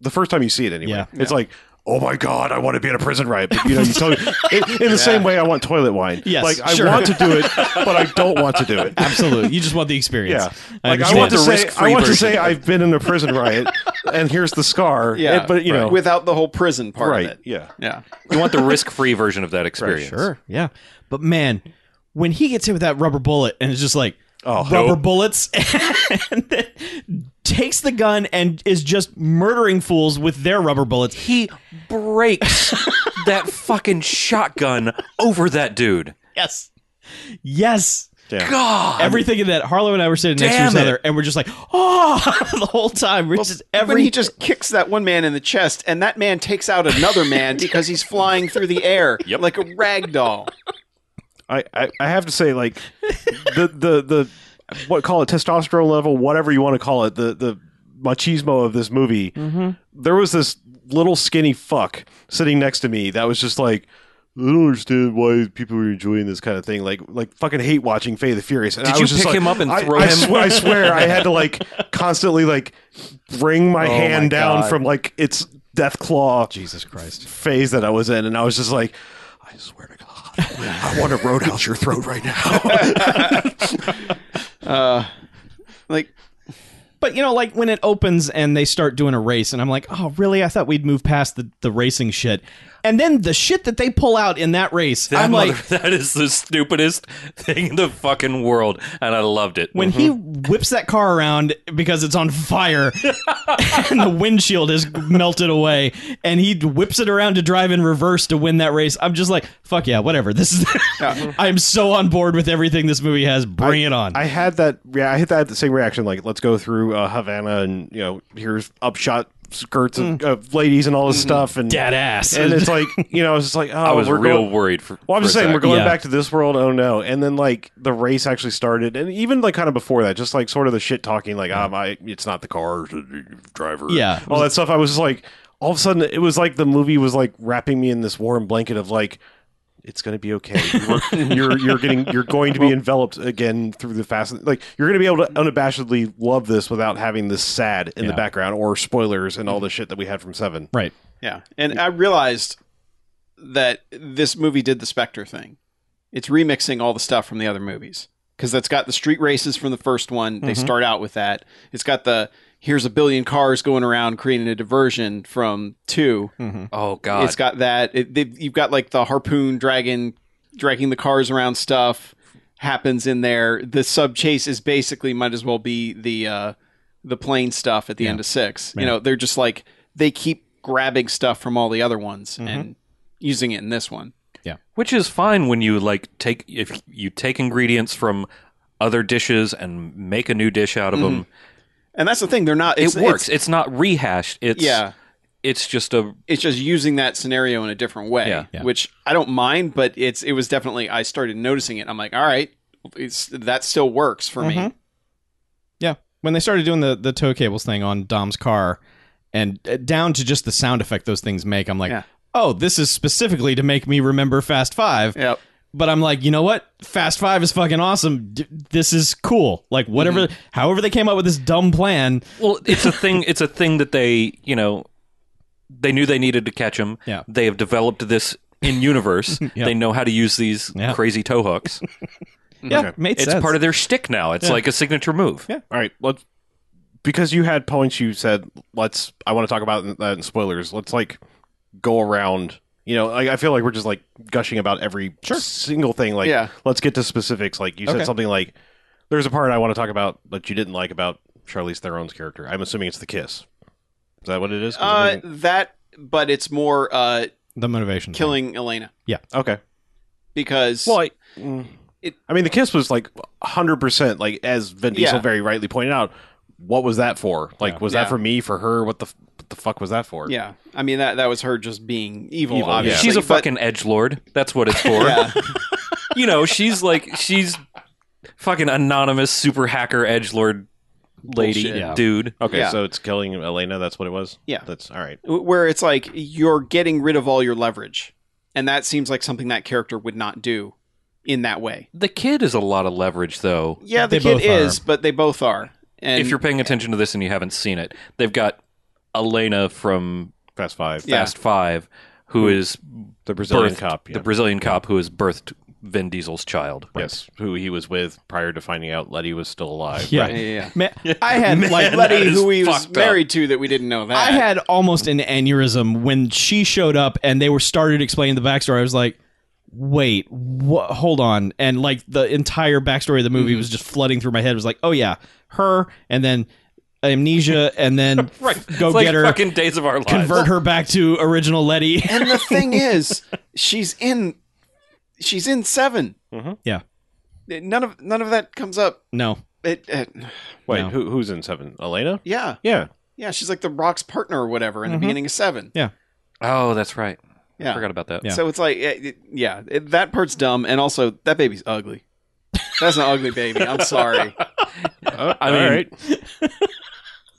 [SPEAKER 2] the first time you see it anyway.
[SPEAKER 3] Yeah.
[SPEAKER 2] It's like, oh my god, I want to be in a prison riot. But, you know, you
[SPEAKER 4] [laughs]
[SPEAKER 2] totally, in, in the same way I want toilet wine.
[SPEAKER 3] Yes,
[SPEAKER 2] like
[SPEAKER 3] sure.
[SPEAKER 2] I want to do it, but I don't want to do it.
[SPEAKER 3] absolutely. You just want the experience.
[SPEAKER 2] Yeah,
[SPEAKER 3] I
[SPEAKER 2] like I
[SPEAKER 3] understand.
[SPEAKER 2] want to
[SPEAKER 5] The
[SPEAKER 2] say, I
[SPEAKER 5] risk-free
[SPEAKER 2] want to
[SPEAKER 5] version.
[SPEAKER 2] say I've been in a prison riot, and here's the scar.
[SPEAKER 4] Yeah,
[SPEAKER 2] And- but you know,
[SPEAKER 4] without the whole prison part
[SPEAKER 2] right?
[SPEAKER 4] of it.
[SPEAKER 2] Yeah,
[SPEAKER 4] Yeah,
[SPEAKER 5] You want the risk-free version of that experience.
[SPEAKER 3] Sure, yeah. But man, when he gets hit with that rubber bullet and it's just like
[SPEAKER 2] Oh,
[SPEAKER 3] rubber bullets [laughs] and then takes the gun and is just murdering fools with their rubber bullets.
[SPEAKER 5] He
[SPEAKER 3] [laughs]
[SPEAKER 5] breaks that fucking shotgun over that dude.
[SPEAKER 3] Yes. Yes.
[SPEAKER 2] yeah.
[SPEAKER 5] God.
[SPEAKER 3] Everything in that Harlow and I were sitting next to
[SPEAKER 5] Damn
[SPEAKER 3] each
[SPEAKER 5] it.
[SPEAKER 3] other and we're just like, oh [laughs] the whole time. We're just
[SPEAKER 4] when
[SPEAKER 3] every
[SPEAKER 4] he just kicks that one man in the chest, and that man takes out another man because he's flying through the air
[SPEAKER 5] [laughs] Yep.
[SPEAKER 4] like a rag doll.
[SPEAKER 2] I, I, I have to say, like the the the what call it testosterone level, whatever you want to call it, the the machismo of this movie.
[SPEAKER 5] Mm-hmm.
[SPEAKER 2] There was this little skinny fuck sitting next to me that was just like. I don't understand why people are enjoying this kind of thing. Like, like fucking hate watching Fate of the Furious. And
[SPEAKER 5] Did
[SPEAKER 2] I
[SPEAKER 5] you
[SPEAKER 2] was just
[SPEAKER 5] pick
[SPEAKER 2] like-
[SPEAKER 5] him up and
[SPEAKER 2] I-
[SPEAKER 5] throw
[SPEAKER 2] I
[SPEAKER 5] him?
[SPEAKER 2] swear- I swear, I had to
[SPEAKER 5] [laughs]
[SPEAKER 2] like constantly like bring Oh my hand down from like its death claw
[SPEAKER 3] Jesus Christ.
[SPEAKER 2] phase that I was in, and I was just like, I swear to God, I want to roadhouse your throat right now.
[SPEAKER 4] Like
[SPEAKER 3] But you know, like when it opens and they start doing a race, and I'm like, oh, really? I thought we'd move past the, the racing shit. And then the shit that they pull out in that race,
[SPEAKER 5] That
[SPEAKER 3] I'm
[SPEAKER 5] mother- [laughs]
[SPEAKER 3] like,
[SPEAKER 5] that is the stupidest thing in the fucking world, and I loved it.
[SPEAKER 3] when he whips that car around because it's on fire [laughs] and the windshield is melted away, and he whips it around to drive in reverse to win that race, I'm just like, fuck yeah, whatever. This is, [laughs] I'm so on board with everything this movie has. Bring it
[SPEAKER 2] [laughs]
[SPEAKER 3] on.
[SPEAKER 2] I had that, yeah, I had that the same reaction. Like, let's go through uh, Havana, and you know, here's upshot skirts of, of ladies and all this stuff, and
[SPEAKER 3] Dead ass.
[SPEAKER 2] and it's like, you know, Mm-hmm. [laughs] I was just like, oh,
[SPEAKER 5] I was
[SPEAKER 2] we're
[SPEAKER 5] real
[SPEAKER 2] going.
[SPEAKER 5] worried for.
[SPEAKER 2] Well, I'm
[SPEAKER 5] for
[SPEAKER 2] just
[SPEAKER 5] a
[SPEAKER 2] saying, we're
[SPEAKER 5] sec.
[SPEAKER 2] going
[SPEAKER 3] Yeah.
[SPEAKER 2] back to this world. Oh no! And then like the race actually started, and even like kind of before that, just like sort of the shit talking, like ah, my it's not the car, it's the driver,
[SPEAKER 3] Yeah.
[SPEAKER 2] all that stuff. I was just like, all of a sudden, it was like the movie was like wrapping me in this warm blanket of like. It's gonna be okay. You're [laughs] you're, you're getting you're going to be enveloped again through the fast. Like you're gonna be able to unabashedly love this without having this sad in
[SPEAKER 3] Yeah.
[SPEAKER 2] the background or spoilers and all the shit that we had from Seven.
[SPEAKER 3] right.
[SPEAKER 4] Yeah. And I realized that this movie did the Spectre thing. It's remixing all the stuff from the other movies because that's got the street races from the first one. They start out with that. It's got the here's a billion cars going around creating a diversion from 2
[SPEAKER 5] Oh god,
[SPEAKER 4] It's got that. It, they, you've got like the harpoon dragon dragging the cars around stuff happens in there. The sub chase is basically might as well be the uh, the plane stuff at the end of six. You know, they're just like they keep grabbing stuff from all the other ones
[SPEAKER 5] Mm-hmm.
[SPEAKER 4] and using it in this one.
[SPEAKER 5] which is fine when you like take if you take ingredients from other dishes and make a new dish out of them.
[SPEAKER 4] And that's the thing; they're not. It's,
[SPEAKER 5] it works. Mm-hmm. It's,
[SPEAKER 4] It's,
[SPEAKER 5] not rehashed. It's
[SPEAKER 4] yeah,
[SPEAKER 5] It's just a
[SPEAKER 4] it's just using that scenario in a different way,
[SPEAKER 5] Yeah.
[SPEAKER 3] Yeah.
[SPEAKER 4] which I don't mind. But it's it was definitely I started noticing it. I'm like, all right, it's that still works for me.
[SPEAKER 5] Mm-hmm.
[SPEAKER 3] Yeah, when they started doing the the tow cables thing on Dom's car, and uh, down to just the sound effect those things make, I'm like,
[SPEAKER 4] Yeah.
[SPEAKER 3] oh, this is specifically to make me remember Fast Five.
[SPEAKER 4] Yep.
[SPEAKER 3] But I'm like, you know what? Fast Five is fucking awesome. D- this is cool. Like whatever,
[SPEAKER 5] Mm-hmm.
[SPEAKER 3] however they came up with this dumb plan.
[SPEAKER 5] well. It's a thing. It's a thing that they you know they knew they needed to catch him.
[SPEAKER 3] Yeah.
[SPEAKER 5] They have developed this in universe.
[SPEAKER 3] [laughs] Yeah.
[SPEAKER 5] They know how to use these
[SPEAKER 3] Yeah.
[SPEAKER 5] crazy
[SPEAKER 3] [laughs]
[SPEAKER 5] toe hooks.
[SPEAKER 3] Yeah, made
[SPEAKER 5] Mm-hmm. It's
[SPEAKER 3] sense.
[SPEAKER 5] part of their shtick now. It's like a signature move.
[SPEAKER 3] Yeah.
[SPEAKER 2] All right, let's because you had points you said let's I want to talk about that in spoilers. Let's like go around. You know, I, I feel like we're just like gushing about every single thing. Like,
[SPEAKER 4] Yeah.
[SPEAKER 2] let's get to specifics. Like you
[SPEAKER 3] Okay.
[SPEAKER 2] said something like, "There's a part I want to talk about that you didn't like about Charlize Theron's character." I'm assuming it's the kiss. Is that what it is? 'Cause I
[SPEAKER 4] Uh,
[SPEAKER 2] think-
[SPEAKER 4] that, but it's more. Uh,
[SPEAKER 3] The motivation.
[SPEAKER 4] killing Elena
[SPEAKER 2] Okay.
[SPEAKER 4] because
[SPEAKER 2] Well, I, mm.
[SPEAKER 4] It-
[SPEAKER 2] I mean, the kiss was like 100%, like as Vin Diesel
[SPEAKER 4] Yeah.
[SPEAKER 2] very rightly pointed out, what was that for? Like,
[SPEAKER 3] Yeah.
[SPEAKER 2] was
[SPEAKER 4] Yeah.
[SPEAKER 2] that for me, for her? What the, f- what the fuck was that for?
[SPEAKER 4] yeah, I mean that that was her just being evil.
[SPEAKER 2] Evil, yeah.
[SPEAKER 4] obviously,
[SPEAKER 5] she's a
[SPEAKER 4] but-
[SPEAKER 5] fucking edge lord. That's what it's [laughs] for.
[SPEAKER 4] Yeah.
[SPEAKER 5] You know, she's like she's fucking anonymous super hacker edge lord lady
[SPEAKER 4] Bullshit.
[SPEAKER 3] Yeah.
[SPEAKER 5] dude.
[SPEAKER 2] Okay,
[SPEAKER 4] Yeah.
[SPEAKER 2] so it's killing Elena. That's what it was?
[SPEAKER 4] Yeah.
[SPEAKER 2] That's all right.
[SPEAKER 4] where it's like you're getting rid of all your leverage, and that seems like something that character would not do in that way.
[SPEAKER 5] The kid is a lot of leverage though.
[SPEAKER 4] Yeah, the
[SPEAKER 3] They
[SPEAKER 4] kid
[SPEAKER 3] both are.
[SPEAKER 4] is, but they both are. And
[SPEAKER 5] if you're paying attention to this and you haven't seen it, they've got Elena from
[SPEAKER 2] Fast Five.
[SPEAKER 4] Yeah.
[SPEAKER 5] Fast Five, who is
[SPEAKER 2] The Brazilian
[SPEAKER 5] birthed-
[SPEAKER 2] cop. Yeah.
[SPEAKER 5] the Brazilian cop who has birthed Vin Diesel's child.
[SPEAKER 2] Yes, who he was with prior to finding out Letty was still alive.
[SPEAKER 3] Yeah.
[SPEAKER 4] [laughs] yeah, yeah,
[SPEAKER 3] Ma-
[SPEAKER 4] yeah. I had
[SPEAKER 5] [laughs] Man,
[SPEAKER 4] like
[SPEAKER 5] that
[SPEAKER 4] Letty,
[SPEAKER 5] is
[SPEAKER 4] who he was
[SPEAKER 5] fucked up.
[SPEAKER 4] married to, that we didn't know that.
[SPEAKER 3] I had almost an aneurysm when she showed up and they were started explaining the backstory. I was like, wait, what? Hold on. And like the entire backstory of the
[SPEAKER 5] Mm-hmm.
[SPEAKER 3] movie was just flooding through my head. It was like, oh yeah, her, and then amnesia, and then
[SPEAKER 5] [laughs]
[SPEAKER 3] go
[SPEAKER 5] It's like
[SPEAKER 3] get her,
[SPEAKER 5] fucking Days of Our Lives.
[SPEAKER 3] convert her back to original Letty. [laughs]
[SPEAKER 4] and the
[SPEAKER 5] [laughs]
[SPEAKER 4] thing is, she's in, she's in seven.
[SPEAKER 5] Mm-hmm.
[SPEAKER 2] Mhm.
[SPEAKER 3] Yeah.
[SPEAKER 4] none of none of that comes up.
[SPEAKER 3] no,
[SPEAKER 4] It, it,
[SPEAKER 2] Wait,
[SPEAKER 3] No.
[SPEAKER 2] who, who's in seven? Elena?
[SPEAKER 4] yeah,
[SPEAKER 2] Yeah.
[SPEAKER 4] yeah, she's like the Rock's partner or whatever in the
[SPEAKER 3] Mhm.
[SPEAKER 4] beginning of seven.
[SPEAKER 5] Oh, that's right.
[SPEAKER 4] Yeah,
[SPEAKER 5] I forgot about that. [laughs]
[SPEAKER 3] Yeah.
[SPEAKER 4] So it's like, eh, it, it- yeah, it- that part's dumb, and also that baby's ugly. That's an ugly baby. I'm sorry.
[SPEAKER 2] Oh,
[SPEAKER 5] I mean,
[SPEAKER 2] all right.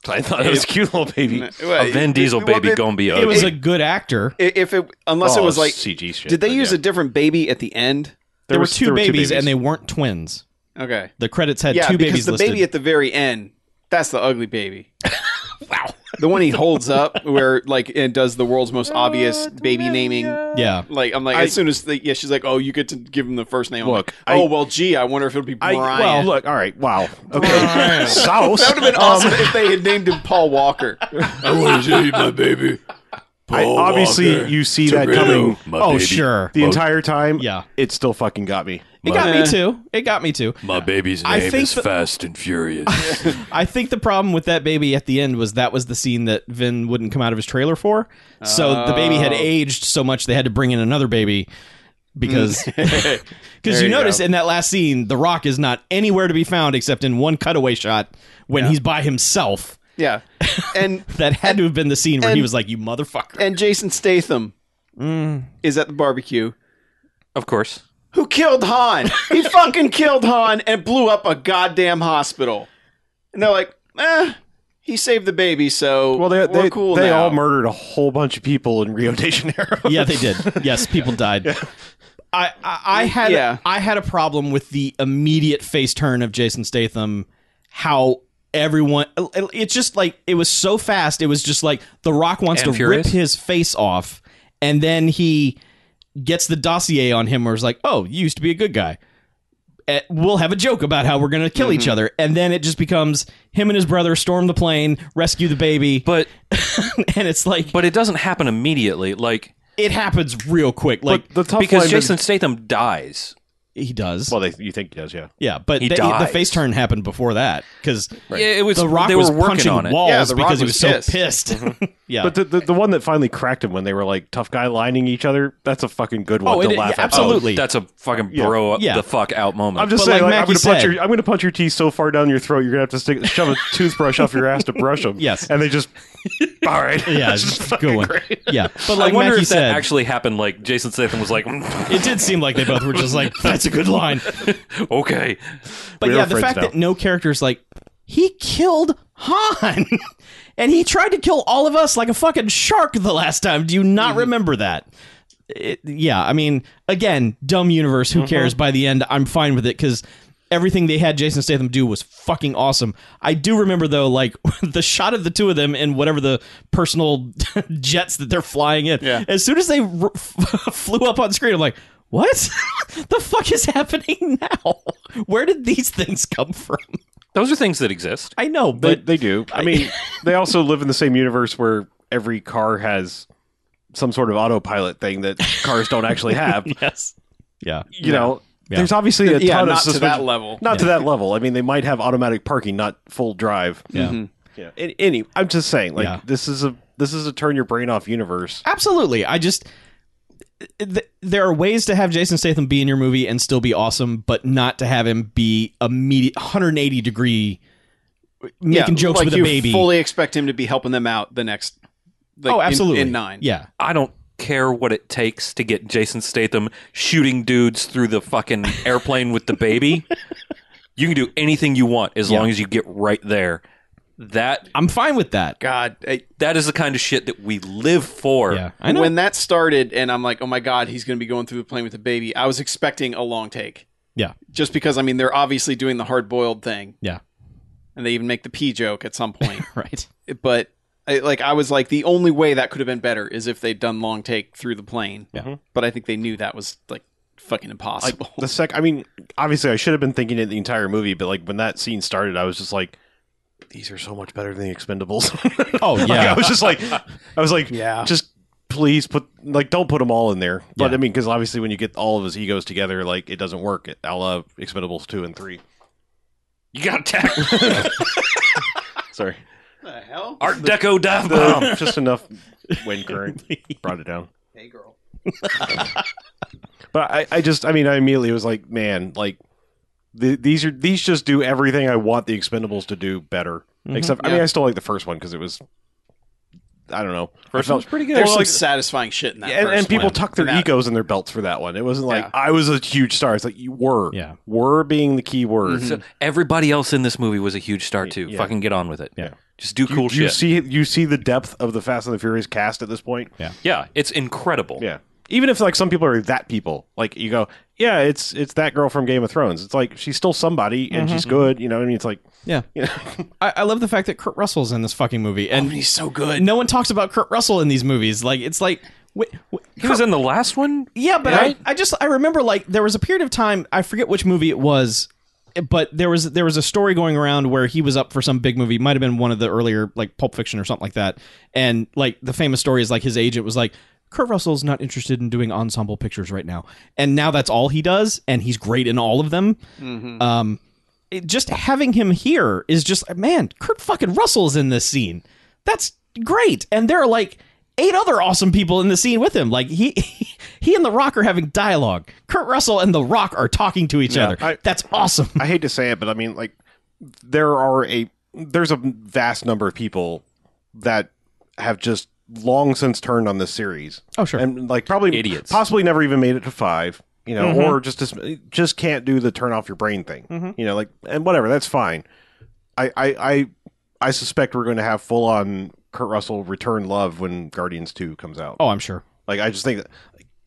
[SPEAKER 2] I thought it was a cute little
[SPEAKER 4] [laughs]
[SPEAKER 2] baby.
[SPEAKER 5] A Vin Diesel baby
[SPEAKER 4] Well,
[SPEAKER 5] gonna be
[SPEAKER 3] it was
[SPEAKER 5] ugly.
[SPEAKER 3] a good actor.
[SPEAKER 4] if, if it unless it
[SPEAKER 2] Oh,
[SPEAKER 4] was like,
[SPEAKER 2] CG shit.
[SPEAKER 4] did they
[SPEAKER 2] but
[SPEAKER 4] use
[SPEAKER 2] yeah.
[SPEAKER 4] a different baby at the end?
[SPEAKER 3] There, were
[SPEAKER 2] was-
[SPEAKER 3] two, babies, and they weren't twins.
[SPEAKER 4] Okay,
[SPEAKER 3] The credits had
[SPEAKER 4] yeah,
[SPEAKER 3] two
[SPEAKER 4] because
[SPEAKER 3] babies
[SPEAKER 4] the
[SPEAKER 3] listed.
[SPEAKER 4] baby at the very end, that's the ugly baby. wow, the one he holds up where like and does the world's most obvious baby naming.
[SPEAKER 3] yeah,
[SPEAKER 4] Like I'm like
[SPEAKER 2] I-
[SPEAKER 4] as soon as the, yeah she's like oh you get to give him the first name I'm
[SPEAKER 2] Look,
[SPEAKER 4] like, oh
[SPEAKER 2] I-
[SPEAKER 4] well gee I wonder if it'll be
[SPEAKER 2] I,
[SPEAKER 4] Brian
[SPEAKER 2] well, look, Um, all right, wow, [laughs] okay, sauce.
[SPEAKER 4] That would have been awesome if they had named him
[SPEAKER 2] [laughs]
[SPEAKER 4] Paul Walker.
[SPEAKER 6] I want to
[SPEAKER 1] [laughs]
[SPEAKER 6] tell you, my baby.
[SPEAKER 2] I,
[SPEAKER 6] Paul
[SPEAKER 2] obviously,
[SPEAKER 6] Walker.
[SPEAKER 2] you see that
[SPEAKER 6] Toretto,
[SPEAKER 2] coming
[SPEAKER 6] My
[SPEAKER 3] oh
[SPEAKER 6] baby.
[SPEAKER 3] sure,
[SPEAKER 2] the entire time.
[SPEAKER 3] yeah.
[SPEAKER 2] it still fucking got me.
[SPEAKER 3] It got me too. It got me too.
[SPEAKER 6] My baby's
[SPEAKER 3] I
[SPEAKER 6] name
[SPEAKER 3] think
[SPEAKER 6] is
[SPEAKER 3] that-
[SPEAKER 6] Fast and
[SPEAKER 1] [laughs]
[SPEAKER 6] Furious.
[SPEAKER 3] I think the problem with that baby at the end was that was the scene that Vin wouldn't come out of his trailer for. So the baby had
[SPEAKER 4] Oh.
[SPEAKER 3] aged so much they had to bring in another baby [laughs] because because you,
[SPEAKER 4] you
[SPEAKER 3] notice
[SPEAKER 4] go.
[SPEAKER 3] in that last scene the rock is not anywhere to be found except in one cutaway shot when he's by himself.
[SPEAKER 4] Yeah, and
[SPEAKER 3] That had to have been the scene where he
[SPEAKER 4] And-
[SPEAKER 3] was like, "You motherfucker."
[SPEAKER 4] and Jason Statham
[SPEAKER 2] Mm.
[SPEAKER 4] is at the barbecue.
[SPEAKER 5] of course.
[SPEAKER 4] Who killed Han?
[SPEAKER 2] [laughs]
[SPEAKER 4] He fucking killed Han and blew up a goddamn hospital. And they're like, eh, he saved the baby, so
[SPEAKER 2] Well, they
[SPEAKER 4] we're
[SPEAKER 2] they,
[SPEAKER 4] cool
[SPEAKER 2] they
[SPEAKER 4] now.
[SPEAKER 2] all murdered a whole bunch of people in Rio de Janeiro.
[SPEAKER 4] [laughs]
[SPEAKER 3] [laughs] yeah, they did. Yes, people died. I, I I had
[SPEAKER 4] Yeah.
[SPEAKER 3] I had a problem with the immediate face turn of Jason Statham. How everyone it- it's just like it was so fast. It was just like The Rock wants
[SPEAKER 5] And
[SPEAKER 3] to
[SPEAKER 5] furious.
[SPEAKER 3] rip his face off, and then he gets the dossier on him where it's like, oh, you used to be a good guy. Eh, We'll have a joke about how we're going to kill each other. And then it just becomes him and his brother storm the plane, rescue the baby.
[SPEAKER 5] But
[SPEAKER 3] [laughs] and it's like,
[SPEAKER 5] but it doesn't happen immediately. Like
[SPEAKER 3] it happens real quick. Like,
[SPEAKER 2] But the tough
[SPEAKER 5] because
[SPEAKER 2] line
[SPEAKER 5] Jason Statham dies.
[SPEAKER 3] he does.
[SPEAKER 2] well, they, you think he does, yeah.
[SPEAKER 3] Yeah, but
[SPEAKER 5] He
[SPEAKER 3] the, the
[SPEAKER 5] dies.
[SPEAKER 3] face turn happened before that because
[SPEAKER 5] Yeah, it was
[SPEAKER 3] the Rock
[SPEAKER 5] they
[SPEAKER 3] was
[SPEAKER 5] were working
[SPEAKER 3] punching
[SPEAKER 5] on it.
[SPEAKER 3] walls
[SPEAKER 4] Yeah, The Rock
[SPEAKER 3] because he
[SPEAKER 4] was
[SPEAKER 3] was so pissed.
[SPEAKER 5] Mm-hmm.
[SPEAKER 3] [laughs] yeah,
[SPEAKER 2] But the, the the one that finally cracked him when they were like tough guy lining each other. That's a fucking good one
[SPEAKER 3] Oh,
[SPEAKER 2] to
[SPEAKER 3] it-
[SPEAKER 2] laugh
[SPEAKER 3] yeah,
[SPEAKER 2] at.
[SPEAKER 3] absolutely.
[SPEAKER 5] That's a fucking
[SPEAKER 2] Yeah.
[SPEAKER 5] bro
[SPEAKER 3] Yeah.
[SPEAKER 5] the fuck out moment.
[SPEAKER 2] I'm just
[SPEAKER 3] But
[SPEAKER 2] saying, like,
[SPEAKER 3] like
[SPEAKER 2] I'm
[SPEAKER 3] Mackie
[SPEAKER 2] gonna punch
[SPEAKER 3] said-
[SPEAKER 2] your I'm gonna punch your teeth so far down your throat you're gonna have to stick shove
[SPEAKER 3] [laughs]
[SPEAKER 2] a toothbrush off your ass to brush them.
[SPEAKER 3] Yes.
[SPEAKER 2] and they
[SPEAKER 3] [laughs]
[SPEAKER 2] just all right.
[SPEAKER 3] yeah,
[SPEAKER 2] That's
[SPEAKER 3] it's
[SPEAKER 2] just
[SPEAKER 3] a good one.
[SPEAKER 5] [laughs]
[SPEAKER 3] Yeah, but like
[SPEAKER 5] I wonder
[SPEAKER 3] Mackie
[SPEAKER 5] if that
[SPEAKER 3] said,
[SPEAKER 5] actually happened. Like Jason Statham was like, [laughs] "Mm,
[SPEAKER 3] it did seem like they both were just
[SPEAKER 5] [laughs]
[SPEAKER 3] like, "That's a good line."
[SPEAKER 5] okay,
[SPEAKER 3] But
[SPEAKER 2] We
[SPEAKER 3] yeah,
[SPEAKER 2] are
[SPEAKER 3] the
[SPEAKER 2] friends
[SPEAKER 3] fact
[SPEAKER 2] now.
[SPEAKER 3] that no character's like he killed Han, [laughs] and he tried to kill all of us like a fucking shark the last time. Do you not
[SPEAKER 5] Mm-hmm.
[SPEAKER 3] remember that? It, yeah, I mean, again, dumb universe.
[SPEAKER 2] Mm-hmm.
[SPEAKER 3] Who cares? By the end, I'm fine with it because everything they had Jason Statham do was fucking awesome. I do remember though, like [laughs] the shot of the two of them in whatever the personal [laughs] jets that they're flying in.
[SPEAKER 4] Yeah.
[SPEAKER 3] As soon as they r- [laughs] flew up on screen, I'm like, what [laughs] the fuck is happening [laughs] now? Where did these things come from?
[SPEAKER 5] those are things that exist.
[SPEAKER 3] I know,
[SPEAKER 2] They,
[SPEAKER 3] but
[SPEAKER 2] they do. I
[SPEAKER 3] [laughs]
[SPEAKER 2] mean, they also live in the same universe where every car has some sort of autopilot thing that cars don't actually
[SPEAKER 3] [laughs]
[SPEAKER 2] have.
[SPEAKER 3] yes, yeah,
[SPEAKER 2] You know,
[SPEAKER 3] Yeah.
[SPEAKER 2] there's obviously a ton
[SPEAKER 4] yeah,
[SPEAKER 2] of
[SPEAKER 4] not to
[SPEAKER 2] suspension-
[SPEAKER 4] that level.
[SPEAKER 2] Not to that level. I mean, they might have automatic parking, not full drive.
[SPEAKER 3] yeah,
[SPEAKER 4] Mm-hmm.
[SPEAKER 2] Yeah. Any, any- I'm just saying, like
[SPEAKER 3] Yeah.
[SPEAKER 4] [laughs]
[SPEAKER 2] this is a this is a turn your brain off universe.
[SPEAKER 3] absolutely. I just th- there are ways to have Jason Statham be in your movie and still be awesome, but not to have him be immediate 180 degree making jokes
[SPEAKER 4] like
[SPEAKER 3] with
[SPEAKER 4] you
[SPEAKER 3] a baby.
[SPEAKER 4] Fully expect him to be helping them out the next. Like,
[SPEAKER 3] oh,
[SPEAKER 4] in-
[SPEAKER 3] absolutely.
[SPEAKER 4] In, nine,
[SPEAKER 3] Yeah.
[SPEAKER 5] I don't care what it takes to get Jason Statham shooting dudes through the fucking airplane with the baby. You can do anything you want as
[SPEAKER 3] Yeah.
[SPEAKER 5] long as you get right there. That
[SPEAKER 3] I'm fine with that.
[SPEAKER 4] God, I,
[SPEAKER 5] that is the kind of shit that we live for.
[SPEAKER 3] Yeah. I know.
[SPEAKER 4] when that started, and I'm like, oh my God, he's going to be going through the plane with a baby. I was expecting a long take.
[SPEAKER 3] Yeah.
[SPEAKER 4] Just because I mean they're obviously doing the hard boiled thing, [laughs]
[SPEAKER 3] yeah.
[SPEAKER 4] and they even make the pee joke at
[SPEAKER 2] [laughs]
[SPEAKER 4] some point.
[SPEAKER 3] Right.
[SPEAKER 4] but I, like I was like the only way that could have been better is if they'd done long take through the plane.
[SPEAKER 3] Yeah.
[SPEAKER 4] But I think they knew that was like fucking impossible.
[SPEAKER 2] The sec, I mean, obviously, I should have been thinking it the entire movie, but like when that scene started, I was just like, "These are so much better than the Expendables." [laughs]
[SPEAKER 4] [laughs]
[SPEAKER 3] Oh,
[SPEAKER 2] Like,
[SPEAKER 3] yeah.
[SPEAKER 2] I was just like, I was like,
[SPEAKER 4] Yeah.
[SPEAKER 2] just please put like don't put them all in there. But I
[SPEAKER 3] Yeah.
[SPEAKER 2] mean, because obviously, when you get all of his egos together, like it doesn't work. It, I love Expendables two and three.
[SPEAKER 5] You got attacked.
[SPEAKER 2] Sorry,
[SPEAKER 4] the hell?
[SPEAKER 5] [laughs] Art Deco
[SPEAKER 2] [laughs]
[SPEAKER 5] dive bomb.
[SPEAKER 2] Um, just enough wind current brought it down.
[SPEAKER 4] Hey girl.
[SPEAKER 2] [laughs] But I, I just, I mean, I immediately was like, man, like the, these are these just do everything I want the Expendables to do better. Except, I mean,
[SPEAKER 4] Yeah.
[SPEAKER 2] I still like the first one because it was, I don't know,
[SPEAKER 5] First
[SPEAKER 2] I
[SPEAKER 5] one's pretty
[SPEAKER 4] [laughs]
[SPEAKER 5] good.
[SPEAKER 4] There's
[SPEAKER 2] Well,
[SPEAKER 4] some
[SPEAKER 2] like-
[SPEAKER 4] satisfying shit in that.
[SPEAKER 2] Yeah, and, and
[SPEAKER 4] first
[SPEAKER 2] people
[SPEAKER 4] one.
[SPEAKER 2] tuck their
[SPEAKER 4] That-
[SPEAKER 2] egos in their belts for that one. It wasn't like
[SPEAKER 4] Yeah.
[SPEAKER 2] I was a huge star. It's like you were,
[SPEAKER 3] Yeah.
[SPEAKER 2] were being the key word.
[SPEAKER 5] So everybody else in this movie was a huge star too.
[SPEAKER 2] Yeah.
[SPEAKER 5] Fucking get on with it.
[SPEAKER 3] Yeah.
[SPEAKER 5] Just do
[SPEAKER 2] You,
[SPEAKER 5] cool
[SPEAKER 2] you
[SPEAKER 5] shit.
[SPEAKER 2] see, you see the depth of the Fast and the Furious cast at this point.
[SPEAKER 5] yeah, it's incredible.
[SPEAKER 2] Yeah, even if like some people are that people, like you go, yeah, it's it's that girl from Game of Thrones. It's like she's still somebody and she's good. You know, what I mean, it's like
[SPEAKER 3] [laughs] Yeah.
[SPEAKER 4] [laughs]
[SPEAKER 2] you know,
[SPEAKER 3] I, I love the fact that Kurt Russell's in this fucking movie, and
[SPEAKER 4] Oh, He's so good.
[SPEAKER 3] no one talks about Kurt Russell in these movies. Like it's like, wait, wait,
[SPEAKER 5] He was in the last one.
[SPEAKER 3] yeah, but
[SPEAKER 5] Right?
[SPEAKER 3] I, I just I remember like there was a period of time I forget which movie it was, but there was there was a story going around where he was up for some big movie. Might have been one of the earlier like Pulp Fiction or something like that. And like the famous story is like his agent was like. Kurt Russell's not interested in doing ensemble pictures right now, and now that's all he does, and he's great in all of them. Um, it- just having him here is just man, Kurt fucking Russell's in this scene. That's great, and there are like eight other awesome people in the scene with him. Like he, [laughs] he and The Rock are having dialogue. Kurt Russell and The Rock are talking to each
[SPEAKER 2] Yeah,
[SPEAKER 3] other.
[SPEAKER 2] I-
[SPEAKER 3] That's awesome.
[SPEAKER 2] I hate to say it, but I mean, like, there are a there's a vast number of people that have just long since turned on this series.
[SPEAKER 3] Oh, sure.
[SPEAKER 2] and like probably
[SPEAKER 5] Idiots.
[SPEAKER 2] possibly never even made it to five, you know, or
[SPEAKER 3] Mm-hmm.
[SPEAKER 2] just dis- just can't do the turn off your brain thing, you know, like and whatever, that's fine. I I I, I suspect we're going to have full on Kurt Russell return love when Guardians Two comes out.
[SPEAKER 3] Oh, I'm sure.
[SPEAKER 2] Like I just think that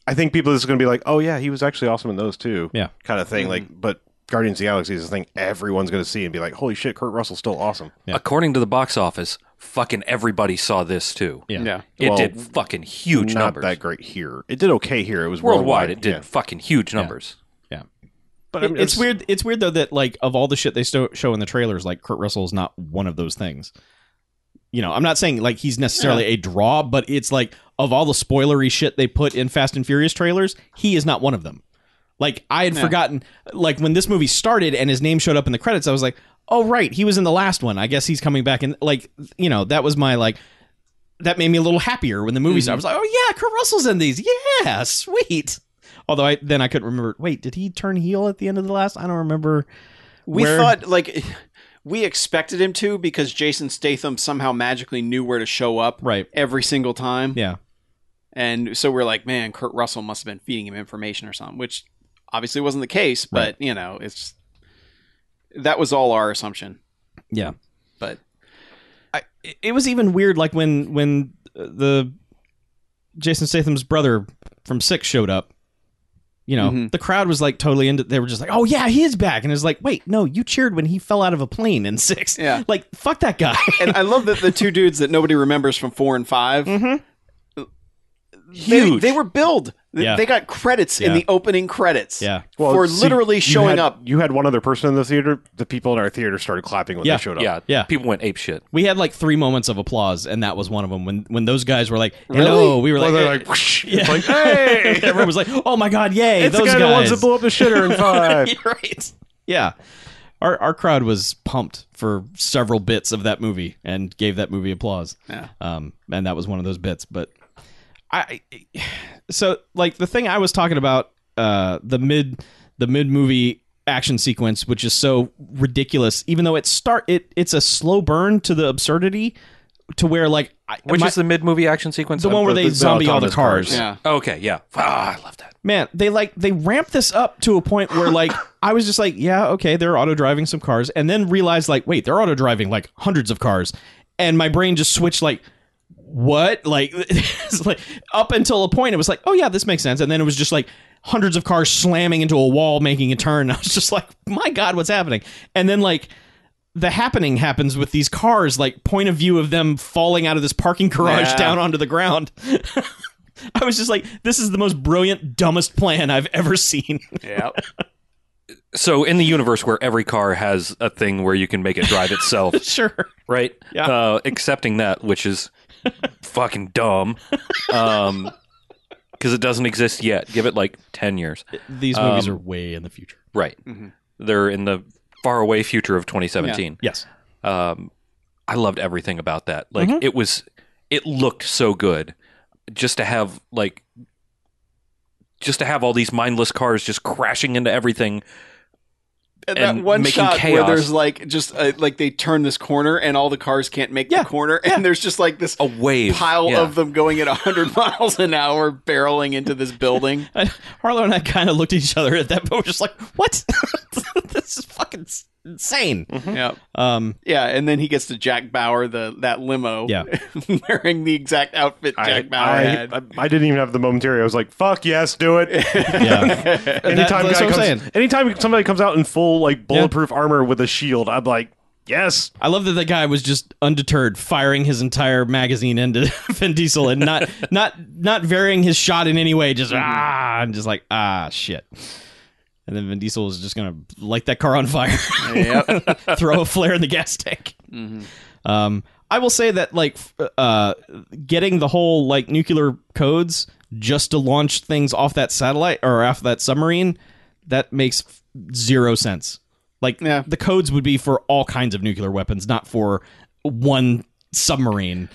[SPEAKER 2] I think people is going to be like, oh yeah, he was actually awesome in those too.
[SPEAKER 3] Yeah.
[SPEAKER 2] kind of thing.
[SPEAKER 5] Mm-hmm.
[SPEAKER 2] Like, but Guardians of the Galaxy is the thing everyone's going to see and be like, holy shit, Kurt Russell's still awesome.
[SPEAKER 3] Yeah.
[SPEAKER 5] According to the box office, fucking everybody saw this too.
[SPEAKER 3] Yeah.
[SPEAKER 4] Yeah.
[SPEAKER 5] It
[SPEAKER 2] Well,
[SPEAKER 5] did fucking huge
[SPEAKER 2] Not
[SPEAKER 5] numbers.
[SPEAKER 2] that great here. It did okay here. It was
[SPEAKER 5] Worldwide,
[SPEAKER 2] worldwide.
[SPEAKER 5] it did
[SPEAKER 2] Yeah.
[SPEAKER 5] fucking huge numbers.
[SPEAKER 2] But I
[SPEAKER 3] It-
[SPEAKER 2] mean,
[SPEAKER 3] it's weird. It's weird though that like of all the shit they sto- show in the trailers, like Kurt Russell is not one of those things. You know, I'm not saying like he's necessarily a draw, but it's like of all the spoilery shit they put in Fast and Furious trailers, he is not one of them. Like I had forgotten, like when this movie started and his name showed up in the credits, I was like, oh right, he was in the last one. I guess he's coming back. And like you know, that was my like. That made me a little happier when the movie started. I was like, "Oh yeah, Kurt Russell's in these. Yeah, sweet." Although I then I couldn't remember. Wait, did he turn heel at the end of the last? I don't remember.
[SPEAKER 4] We
[SPEAKER 3] where-
[SPEAKER 4] thought like [laughs] we expected him to because Jason Statham somehow magically knew where to show up
[SPEAKER 3] Right.
[SPEAKER 4] every single time.
[SPEAKER 3] Yeah.
[SPEAKER 4] And so we're like, man, Kurt Russell must have been feeding him information or something, which obviously wasn't the case, but you know, it's that was all our assumption.
[SPEAKER 3] Yeah.
[SPEAKER 4] But
[SPEAKER 3] I, it was even weird, like when when uh, the Jason Statham's brother from Six showed up. You know,
[SPEAKER 2] Mm-hmm.
[SPEAKER 4] Mhm.
[SPEAKER 3] the crowd was like totally into. They were just like, "Oh yeah, he is back!" And it was like, "Wait, no, you cheered when he fell out of a plane in Six.
[SPEAKER 4] Yeah.
[SPEAKER 3] [laughs] Like, fuck that guy.
[SPEAKER 4] and I love that the two dudes that nobody remembers from four and 5 they,
[SPEAKER 5] Huge.
[SPEAKER 4] they were billed. They-
[SPEAKER 3] Yeah.
[SPEAKER 4] They got credits in
[SPEAKER 3] Yeah.
[SPEAKER 4] the opening credits.
[SPEAKER 3] yeah.
[SPEAKER 4] for
[SPEAKER 2] see,
[SPEAKER 4] literally
[SPEAKER 2] you
[SPEAKER 4] showing
[SPEAKER 2] had- [laughs]
[SPEAKER 4] up.
[SPEAKER 2] You had one other person in the theater. The people in our theater started clapping when
[SPEAKER 3] Yeah.
[SPEAKER 2] they showed up.
[SPEAKER 5] Yeah,
[SPEAKER 3] Yeah.
[SPEAKER 5] People went ape shit.
[SPEAKER 3] We had like three moments of applause, and that was one of them. When when those guys were like, "Hello," we were
[SPEAKER 2] Well,
[SPEAKER 3] like,
[SPEAKER 2] they're
[SPEAKER 3] "Eh."
[SPEAKER 2] like, whoosh,
[SPEAKER 3] Yeah. [laughs]
[SPEAKER 2] it's like, hey,
[SPEAKER 3] Everyone was like, "Oh my god, yay!"
[SPEAKER 2] it's
[SPEAKER 3] those
[SPEAKER 2] the guy that wants
[SPEAKER 3] guys.
[SPEAKER 2] to blow up the shitter
[SPEAKER 3] [laughs]
[SPEAKER 2] in five.
[SPEAKER 3] You're right. Yeah. Our our crowd was pumped for several bits of that movie and gave that movie applause.
[SPEAKER 4] Yeah.
[SPEAKER 3] Um, and that was one of those bits. But I, so like the thing I was talking about, uh, the mid the mid movie action sequence, which is so ridiculous, even though it start it it's a slow burn to the absurdity, to where like I,
[SPEAKER 5] Which
[SPEAKER 3] my-
[SPEAKER 5] is the mid movie action sequence?
[SPEAKER 3] the one where
[SPEAKER 2] the-
[SPEAKER 3] they
[SPEAKER 2] the
[SPEAKER 3] zombie all the
[SPEAKER 2] autonomous
[SPEAKER 3] cars.
[SPEAKER 2] cars.
[SPEAKER 4] Yeah.
[SPEAKER 5] Okay, yeah. Ah, I love that.
[SPEAKER 3] Man, they like they ramp this up to a point where like I was just like, yeah, okay, they're auto driving some cars, and then realized like, wait, they're auto driving like hundreds of cars, and my brain just switched like, what? Like, [laughs] it's like up until a point, it was like, oh yeah, this makes sense, and then it was just like hundreds of cars slamming into a wall, making a turn. [laughs] I was just like, my god, what's happening? And then like. The happening happens with these cars, like point of view of them falling out of this parking garage
[SPEAKER 4] Yeah.
[SPEAKER 3] down onto the ground. [laughs] I was just like, this is the most brilliant, dumbest plan I've ever seen. [laughs]
[SPEAKER 4] Yeah.
[SPEAKER 5] So in the universe where every car has a thing where you can make it drive itself,
[SPEAKER 3] sure.
[SPEAKER 5] right?
[SPEAKER 3] Yeah.
[SPEAKER 5] Uh, accepting that, which is fucking dumb, um, because it doesn't exist yet. Give it like ten years,
[SPEAKER 3] These
[SPEAKER 5] movies
[SPEAKER 3] movies
[SPEAKER 5] Um,
[SPEAKER 3] are way in the future.
[SPEAKER 5] right?
[SPEAKER 4] Mhm.
[SPEAKER 5] They're in the faraway future of 2017.
[SPEAKER 3] Yes.
[SPEAKER 5] Um, I loved everything about that. Like
[SPEAKER 4] Mm-hmm.
[SPEAKER 5] it was, it looked so good. Just to have like, just to have all these mindless cars just crashing into everything.
[SPEAKER 4] And
[SPEAKER 5] And
[SPEAKER 4] that one
[SPEAKER 5] making
[SPEAKER 4] shot where
[SPEAKER 5] chaos.
[SPEAKER 4] there's like just uh like they turn this corner and all the cars can't make
[SPEAKER 3] Yeah.
[SPEAKER 4] the corner and there's just like this
[SPEAKER 5] A wave
[SPEAKER 4] pile
[SPEAKER 5] Oh, Yeah.
[SPEAKER 4] of them going at 100 [laughs] miles an hour barreling into this building.
[SPEAKER 3] I, Harlow and I kind of looked at each other at that point. We're just like, what? [laughs] this is fucking s- insane.
[SPEAKER 4] yeah.
[SPEAKER 3] Um,
[SPEAKER 4] Yeah, and then he gets to Jack Bauer the that limo
[SPEAKER 3] Yeah.
[SPEAKER 4] [laughs] wearing the exact outfit Jack
[SPEAKER 2] I,
[SPEAKER 4] Bauer had.
[SPEAKER 2] I, I didn't even have the momentary. I was like, "Fuck yes, do
[SPEAKER 3] [laughs]
[SPEAKER 2] it."
[SPEAKER 3] yeah.
[SPEAKER 2] anytime
[SPEAKER 3] that's
[SPEAKER 2] guy
[SPEAKER 3] what I'm
[SPEAKER 2] comes,
[SPEAKER 3] saying.
[SPEAKER 2] anytime somebody comes out in full like bulletproof armor with a shield, I'm like, "Yes,
[SPEAKER 3] I love that the guy was just undeterred, firing his entire magazine into [laughs] Vin Diesel and not not not varying his shot in any way. Just ah, and just like ah, shit. And then Vin Diesel was just gonna light that car on fire.
[SPEAKER 4] Yep.
[SPEAKER 3] [laughs] throw a flare in the gas tank.
[SPEAKER 2] Mm-hmm.
[SPEAKER 3] Um, I will say that like f- uh, getting the whole like nuclear codes just to launch things off that satellite or off that submarine that makes f- zero sense. Like
[SPEAKER 4] Yeah.
[SPEAKER 3] the codes would be for all kinds of nuclear weapons, not for one submarine.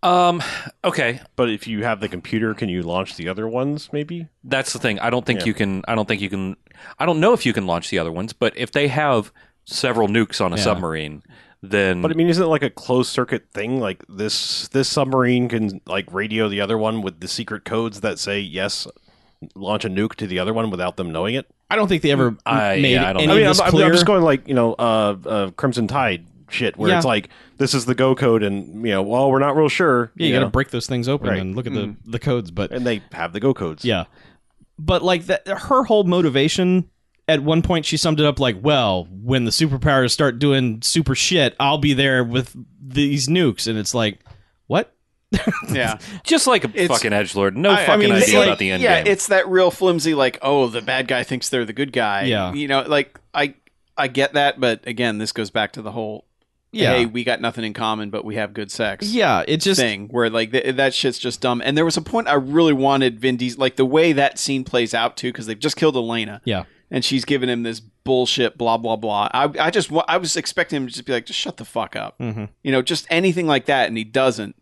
[SPEAKER 5] Um, okay,
[SPEAKER 2] But if you have the computer, can you launch the other ones? Maybe.
[SPEAKER 5] that's the thing. I don't think you can. I don't think you can. I don't know if you can launch the other ones, but if they have several nukes on a submarine, then
[SPEAKER 2] But I mean, isn't it like a closed circuit thing? Like this, this submarine can like radio the other one with the secret codes that say yes, launch a nuke to the other one without them knowing it.
[SPEAKER 3] I don't think they ever m-
[SPEAKER 5] I-
[SPEAKER 3] made
[SPEAKER 5] yeah, I don't
[SPEAKER 3] any
[SPEAKER 2] I mean,
[SPEAKER 3] of
[SPEAKER 2] I'm,
[SPEAKER 3] this
[SPEAKER 2] I'm-
[SPEAKER 3] clear.
[SPEAKER 2] I'm just going like you know, uh, uh, Crimson Tide shit, where
[SPEAKER 3] Yeah.
[SPEAKER 2] it's like this is the go code, and you know, well, we're not real sure.
[SPEAKER 3] yeah, you
[SPEAKER 2] know,
[SPEAKER 3] got to break those things open
[SPEAKER 2] Right. Mm-hmm.
[SPEAKER 3] and look at the the codes, but
[SPEAKER 2] and they have the go codes.
[SPEAKER 3] Yeah. But like that her whole motivation at one point she summed it up like, well, when the superpowers start doing super shit, I'll be there with these nukes and it's like, what?
[SPEAKER 5] [laughs]
[SPEAKER 4] yeah.
[SPEAKER 5] just like a
[SPEAKER 4] It's-
[SPEAKER 5] fucking edge lord, no
[SPEAKER 4] I- I
[SPEAKER 5] fucking
[SPEAKER 4] mean,
[SPEAKER 5] idea
[SPEAKER 4] it's
[SPEAKER 5] about
[SPEAKER 4] like-
[SPEAKER 5] the end
[SPEAKER 4] yeah,
[SPEAKER 5] game.
[SPEAKER 4] it's that real flimsy, like, oh, the bad guy thinks they're the good guy.
[SPEAKER 3] Yeah.
[SPEAKER 4] you know, like I, I get that, but again, this goes back to the whole,
[SPEAKER 3] Yeah.
[SPEAKER 4] hey, we got nothing in common, but we have good sex.
[SPEAKER 3] Yeah, it just
[SPEAKER 4] Thing where like th- that shit's just dumb, and there was a point I really wanted Vin Diesel like the way that scene plays out too because they've just killed Elena,
[SPEAKER 3] Yeah.
[SPEAKER 4] and she's giving him this bullshit blah blah blah. I I just wa- I was expecting him to just be like just shut the fuck up,
[SPEAKER 3] Mm-hmm.
[SPEAKER 4] you know, just anything like that, and he doesn't.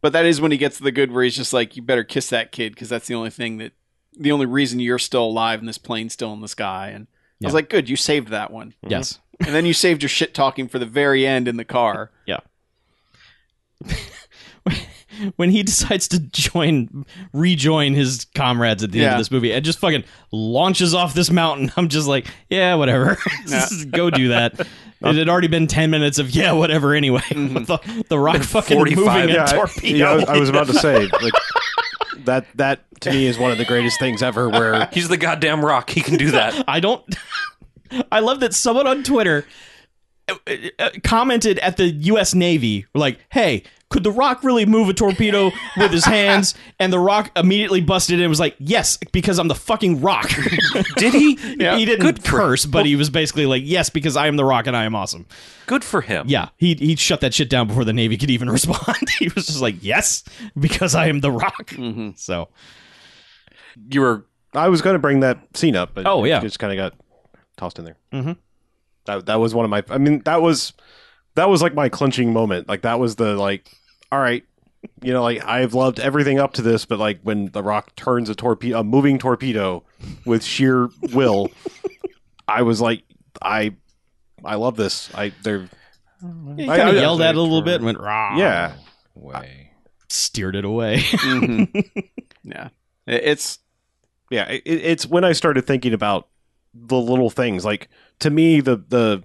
[SPEAKER 4] But that is when he gets to the good where he's just like, you better kiss that kid because that's the only thing that, the only reason you're still alive and this plane's still in the sky. And I
[SPEAKER 3] Yeah.
[SPEAKER 4] was like, good, you saved that one.
[SPEAKER 3] Yes.
[SPEAKER 4] and then you saved your shit talking for the very end in the car.
[SPEAKER 3] [laughs] When he decides to join rejoin his comrades at the end
[SPEAKER 4] Yeah.
[SPEAKER 3] of this movie, it just fucking launches off this mountain. [laughs] I'm just like, yeah, whatever. [laughs] Just Go do that. It had already been ten minutes of yeah, whatever anyway. But [laughs] the, the rock fucking
[SPEAKER 5] 45
[SPEAKER 3] moving a
[SPEAKER 2] yeah, I-
[SPEAKER 3] torpedo.
[SPEAKER 2] yeah, I, was- I was about to say like that. That to me is one of the greatest things ever. Where
[SPEAKER 5] He's the goddamn rock. He can
[SPEAKER 4] [laughs]
[SPEAKER 5] do that.
[SPEAKER 3] I don't. [laughs] I love that someone on Twitter uh, uh, commented at the U.S. Navy, like, "Hey, could The Rock really move a torpedo with his hands?" And The Rock immediately busted in and was like, "Yes, because I'm the fucking Rock." [laughs]
[SPEAKER 5] Did he?
[SPEAKER 3] he didn't
[SPEAKER 5] Good for,
[SPEAKER 3] curse, but he was basically like, "Yes, because I am The Rock and I am awesome."
[SPEAKER 5] Good for him.
[SPEAKER 3] Yeah, he he shut that shit down before the Navy could even [laughs] respond. he was just like, "Yes, because I am The Rock." So
[SPEAKER 5] you were.
[SPEAKER 2] I was going to bring that scene up, but
[SPEAKER 3] Oh, yeah.
[SPEAKER 2] it just kind of got tossed in there.
[SPEAKER 3] Mhm.
[SPEAKER 2] That that was one of my. I mean, that was that was like my clinching moment. Like that was the like, all right, you know, like I've loved everything up to this, but like when The Rock turns a torpedo, a moving torpedo, with sheer will, [laughs] I was like, I, I love this. I they're
[SPEAKER 3] He
[SPEAKER 2] I-
[SPEAKER 3] kind of
[SPEAKER 2] I-
[SPEAKER 3] yelled at it a little bit and went rah.
[SPEAKER 2] yeah.
[SPEAKER 7] Way.
[SPEAKER 3] steered it away.
[SPEAKER 4] Mhm. [laughs] yeah, It- it's
[SPEAKER 2] yeah it, it's when i started thinking about the little things like to me the the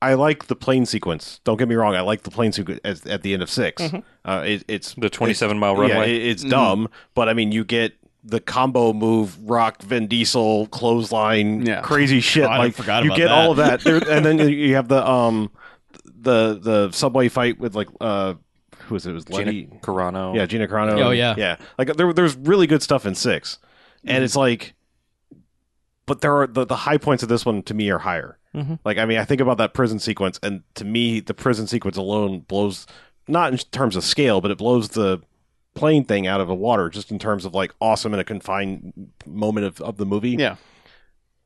[SPEAKER 2] i like the plane sequence don't get me wrong i like the plane sequence at, at the end of 6 uh it, it's
[SPEAKER 5] The 27 mile
[SPEAKER 2] it's, yeah,
[SPEAKER 5] runway.
[SPEAKER 2] it- it's
[SPEAKER 4] Mhm.
[SPEAKER 2] dumb but i mean you get the combo move rock Vin Diesel clothesline
[SPEAKER 4] Yeah.
[SPEAKER 2] crazy shit
[SPEAKER 3] God, I
[SPEAKER 2] like
[SPEAKER 3] forgot
[SPEAKER 2] you
[SPEAKER 3] about
[SPEAKER 2] get
[SPEAKER 3] that.
[SPEAKER 2] all of that there, and then you have the um the the subway fight with like uh who was it, it was
[SPEAKER 5] Gina
[SPEAKER 2] Lenny [laughs]
[SPEAKER 5] Carano.
[SPEAKER 2] yeah, Gina Carano.
[SPEAKER 3] Oh, yeah. Mm-hmm.
[SPEAKER 2] yeah. Like there, there's really good stuff in 6 and it's like, but there are the, the high points of this one to me are higher.
[SPEAKER 3] Mm-hmm.
[SPEAKER 5] Mhm.
[SPEAKER 2] Like I mean, I think about that prison sequence, and to me, the prison sequence alone blows not in terms of scale, but it blows the plane thing out of the water, just in terms of like awesome in a confined moment of, of the movie.
[SPEAKER 4] Yeah.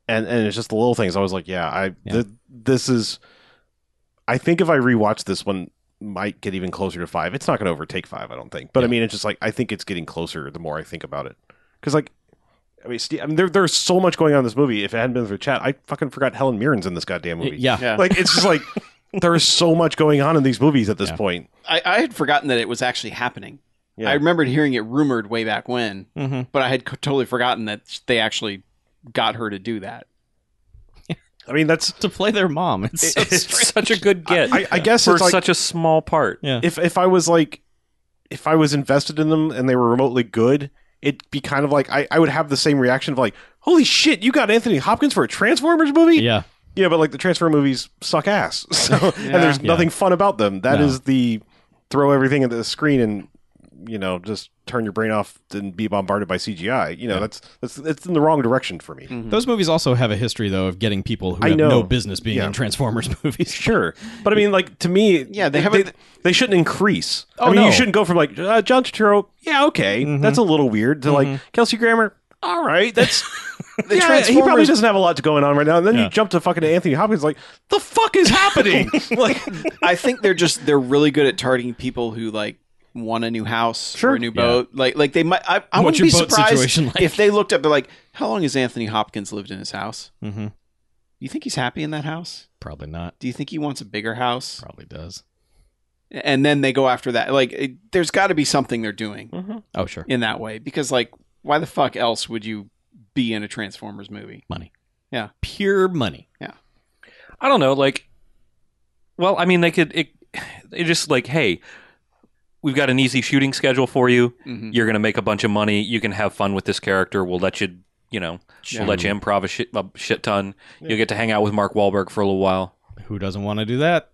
[SPEAKER 2] and and it's just the little things. I was like, yeah, I
[SPEAKER 3] Yeah.
[SPEAKER 2] th- this is. I think if I rewatch this one, might get even closer to five. It's not going to overtake five, I don't think. But I mean, it's just like I think it's getting closer the more I think about it. Because like, I mean, Steve, I mean, there, there's so much going on in this movie. If it hadn't been for chat, I fucking forgot Helen Mirren's in this goddamn movie.
[SPEAKER 3] [laughs] yeah.
[SPEAKER 4] yeah.
[SPEAKER 2] [laughs] like it's just
[SPEAKER 3] [laughs]
[SPEAKER 2] like there is so much going on in these movies at this
[SPEAKER 3] Yeah.
[SPEAKER 2] point.
[SPEAKER 4] I, I had forgotten that it was actually happening.
[SPEAKER 2] Yeah.
[SPEAKER 4] I remembered hearing it rumored way back when,
[SPEAKER 3] Mhm.
[SPEAKER 4] but I had c- totally forgotten that they actually got her to do that.
[SPEAKER 2] I mean, that's
[SPEAKER 3] To play their mom. It's so
[SPEAKER 5] It's
[SPEAKER 3] strange.
[SPEAKER 5] such a good get
[SPEAKER 2] I, I guess
[SPEAKER 5] for
[SPEAKER 2] it's like
[SPEAKER 5] such a small part.
[SPEAKER 3] yeah.
[SPEAKER 2] if if I was like if I was invested in them and they were remotely good, it'd be kind of like I, I would have the same reaction of like, holy shit, you got Anthony Hopkins for a Transformers movie?
[SPEAKER 3] yeah.
[SPEAKER 2] [laughs] Yeah, but like the transfer movies suck ass. [laughs] So and there's
[SPEAKER 3] Yeah.
[SPEAKER 2] nothing fun about them. That
[SPEAKER 3] No.
[SPEAKER 2] is the throw everything at the screen and you know just turn your brain off and be bombarded by CGI. You know that's that's it's in the wrong direction for me.
[SPEAKER 3] Those movies also have a history though of getting people who
[SPEAKER 2] I
[SPEAKER 3] have
[SPEAKER 2] know.
[SPEAKER 3] no business being
[SPEAKER 2] Yeah.
[SPEAKER 3] in Transformers [laughs] movies.
[SPEAKER 2] Sure, but I mean, like to me,
[SPEAKER 4] Yeah, they
[SPEAKER 2] they,
[SPEAKER 4] haven't-
[SPEAKER 2] they shouldn't increase. I
[SPEAKER 3] Oh,
[SPEAKER 2] mean,
[SPEAKER 3] no.
[SPEAKER 2] you shouldn't go from like uh, John Turturro, yeah, okay, that's a little weird, to like Kelsey Grammer, all right, [laughs] that's.
[SPEAKER 4] The
[SPEAKER 2] yeah, he
[SPEAKER 4] Transformers-
[SPEAKER 2] probably doesn't have a lot going on right now. And then
[SPEAKER 3] Yeah.
[SPEAKER 2] you jump to fucking Anthony Hopkins, like the fuck is [laughs] happening? like
[SPEAKER 4] I think they're just they're really good at targeting people who like want a new house or
[SPEAKER 2] Sure.
[SPEAKER 4] a new boat. Like like they might. I, I wouldn't
[SPEAKER 3] What's your
[SPEAKER 4] be
[SPEAKER 3] boat
[SPEAKER 4] surprised
[SPEAKER 3] situation [laughs] like?
[SPEAKER 4] if they looked up. They're like, how long has Anthony Hopkins lived in his house?
[SPEAKER 3] Mm-hmm.
[SPEAKER 4] You think he's happy in that house?
[SPEAKER 3] Probably not.
[SPEAKER 4] Do you think he wants a bigger house?
[SPEAKER 3] Probably does.
[SPEAKER 4] And then they go after that. Like, it, there's got to be something they're doing
[SPEAKER 3] Oh sure.
[SPEAKER 4] in that way because, like, why the fuck else would you be in a Transformers movie?
[SPEAKER 3] Pure money.
[SPEAKER 5] I don't know, like well, I mean they could it they just like, hey, we've got an easy shooting schedule for you.
[SPEAKER 2] Mm-hmm.
[SPEAKER 3] Mm-hmm.
[SPEAKER 4] Mhm.
[SPEAKER 5] You're going to make a bunch of money. You can have fun with this character. We'll let you, you know, we'll let you improv a shit, a shit ton. You'll get to hang out with Mark Wahlberg for a little while.
[SPEAKER 3] Who doesn't want to do that?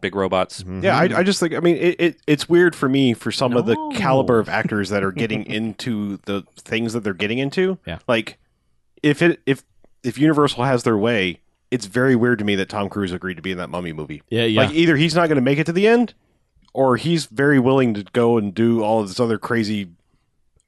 [SPEAKER 5] Big robots.
[SPEAKER 3] Mm-hmm.
[SPEAKER 2] Yeah, I, I just think I mean it, it. It's weird for me for some of the
[SPEAKER 3] No.
[SPEAKER 2] caliber of actors that are getting [laughs] into the things that they're getting into.
[SPEAKER 3] Yeah.
[SPEAKER 2] like if it if if Universal has their way, it's very weird to me that Tom Cruise agreed to be in that Mummy movie.
[SPEAKER 3] Yeah, yeah.
[SPEAKER 2] Like either he's not going to make it to the end, or he's very willing to go and do all of this other crazy.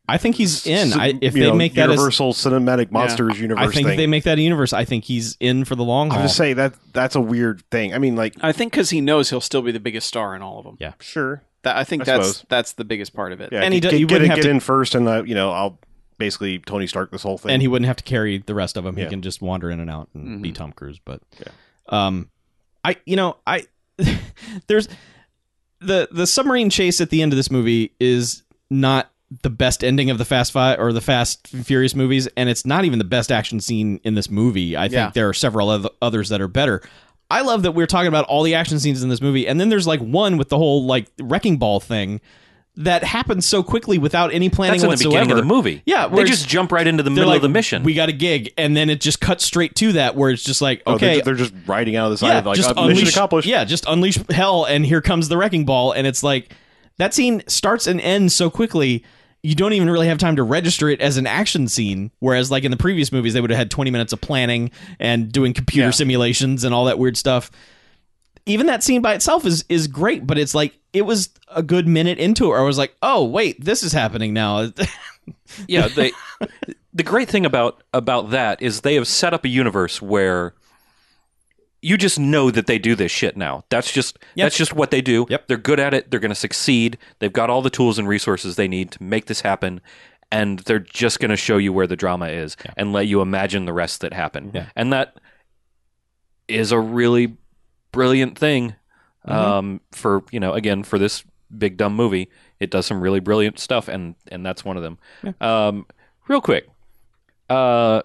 [SPEAKER 3] I think he's in.
[SPEAKER 2] cin-
[SPEAKER 3] I, if
[SPEAKER 2] you
[SPEAKER 3] they
[SPEAKER 2] know,
[SPEAKER 3] make that as,
[SPEAKER 2] Universal Cinematic Monsters
[SPEAKER 3] I
[SPEAKER 2] universe
[SPEAKER 3] think
[SPEAKER 2] thing,
[SPEAKER 3] they make that a universe. I think he's in for the long
[SPEAKER 2] I'm
[SPEAKER 3] haul.
[SPEAKER 2] just saying that that's a weird thing. I mean, like
[SPEAKER 4] I think because he knows he'll still be the biggest star in all of them.
[SPEAKER 3] Yeah.
[SPEAKER 2] sure,
[SPEAKER 4] That, I think
[SPEAKER 2] I
[SPEAKER 4] that's
[SPEAKER 2] suppose.
[SPEAKER 4] that's the biggest part of it.
[SPEAKER 2] yeah,
[SPEAKER 3] And he
[SPEAKER 2] get,
[SPEAKER 3] do- you
[SPEAKER 2] get,
[SPEAKER 3] wouldn't
[SPEAKER 2] it-
[SPEAKER 3] have
[SPEAKER 2] get
[SPEAKER 3] to-
[SPEAKER 2] in first, and uh, you know I'll basically Tony Stark this whole thing.
[SPEAKER 3] and he wouldn't have to carry the rest of them. He
[SPEAKER 2] Yeah.
[SPEAKER 3] can just wander in and out and be
[SPEAKER 5] Mm-hmm.
[SPEAKER 4] Mhm.
[SPEAKER 3] Tom Cruise. But um, I you know I [laughs] there's the the submarine chase at the end of this movie is not the best ending of the Fast Five or the Fast and Furious movies, and it's not even the best action scene in this movie. I think
[SPEAKER 4] Yeah.
[SPEAKER 3] there are several oth- others that are better. I love that we're talking about all the action scenes in this movie, and then there's like one with the whole like wrecking ball thing that happens so quickly without any planning
[SPEAKER 5] That's in the
[SPEAKER 3] whatsoever.
[SPEAKER 5] beginning of the movie.
[SPEAKER 3] Yeah,
[SPEAKER 5] they
[SPEAKER 3] where
[SPEAKER 5] just
[SPEAKER 3] it's-
[SPEAKER 5] jump right into the
[SPEAKER 3] they're
[SPEAKER 5] middle
[SPEAKER 3] like,
[SPEAKER 5] of the mission.
[SPEAKER 3] We got a gig, and then it just cuts straight to that where it's just like,
[SPEAKER 2] Oh, they're,
[SPEAKER 3] okay,
[SPEAKER 2] ju- they're just riding out of the side
[SPEAKER 3] yeah,
[SPEAKER 2] of like
[SPEAKER 3] just
[SPEAKER 2] uh, mission
[SPEAKER 3] unleash-
[SPEAKER 2] accomplished.
[SPEAKER 3] Yeah, just unleash hell, and here comes the wrecking ball, and it's like that scene starts and ends so quickly. You don't even really have time to register it as an action scene, whereas like in the previous movies, they would have had twenty minutes of planning and doing computer simulations and all that weird stuff. Even that scene by itself is is great, but it's like it was a good minute into it. Where I was like, oh wait, this is happening now. [laughs]
[SPEAKER 5] yeah, they the great thing about about that is they have set up a universe where you just know that they do this shit now. That's just
[SPEAKER 3] Yep.
[SPEAKER 5] that's just what they do.
[SPEAKER 3] Yep.
[SPEAKER 5] They're good at it. They're going to succeed. They've got all the tools and resources they need to make this happen, and they're just going to show you where the drama is and let you imagine the rest that happened.
[SPEAKER 3] Yeah.
[SPEAKER 5] And that is a really brilliant thing.
[SPEAKER 3] Mm-hmm.
[SPEAKER 5] Um, for you know, again, for this big dumb movie, it does some really brilliant stuff, and and that's one of them. Um, real quick, uh,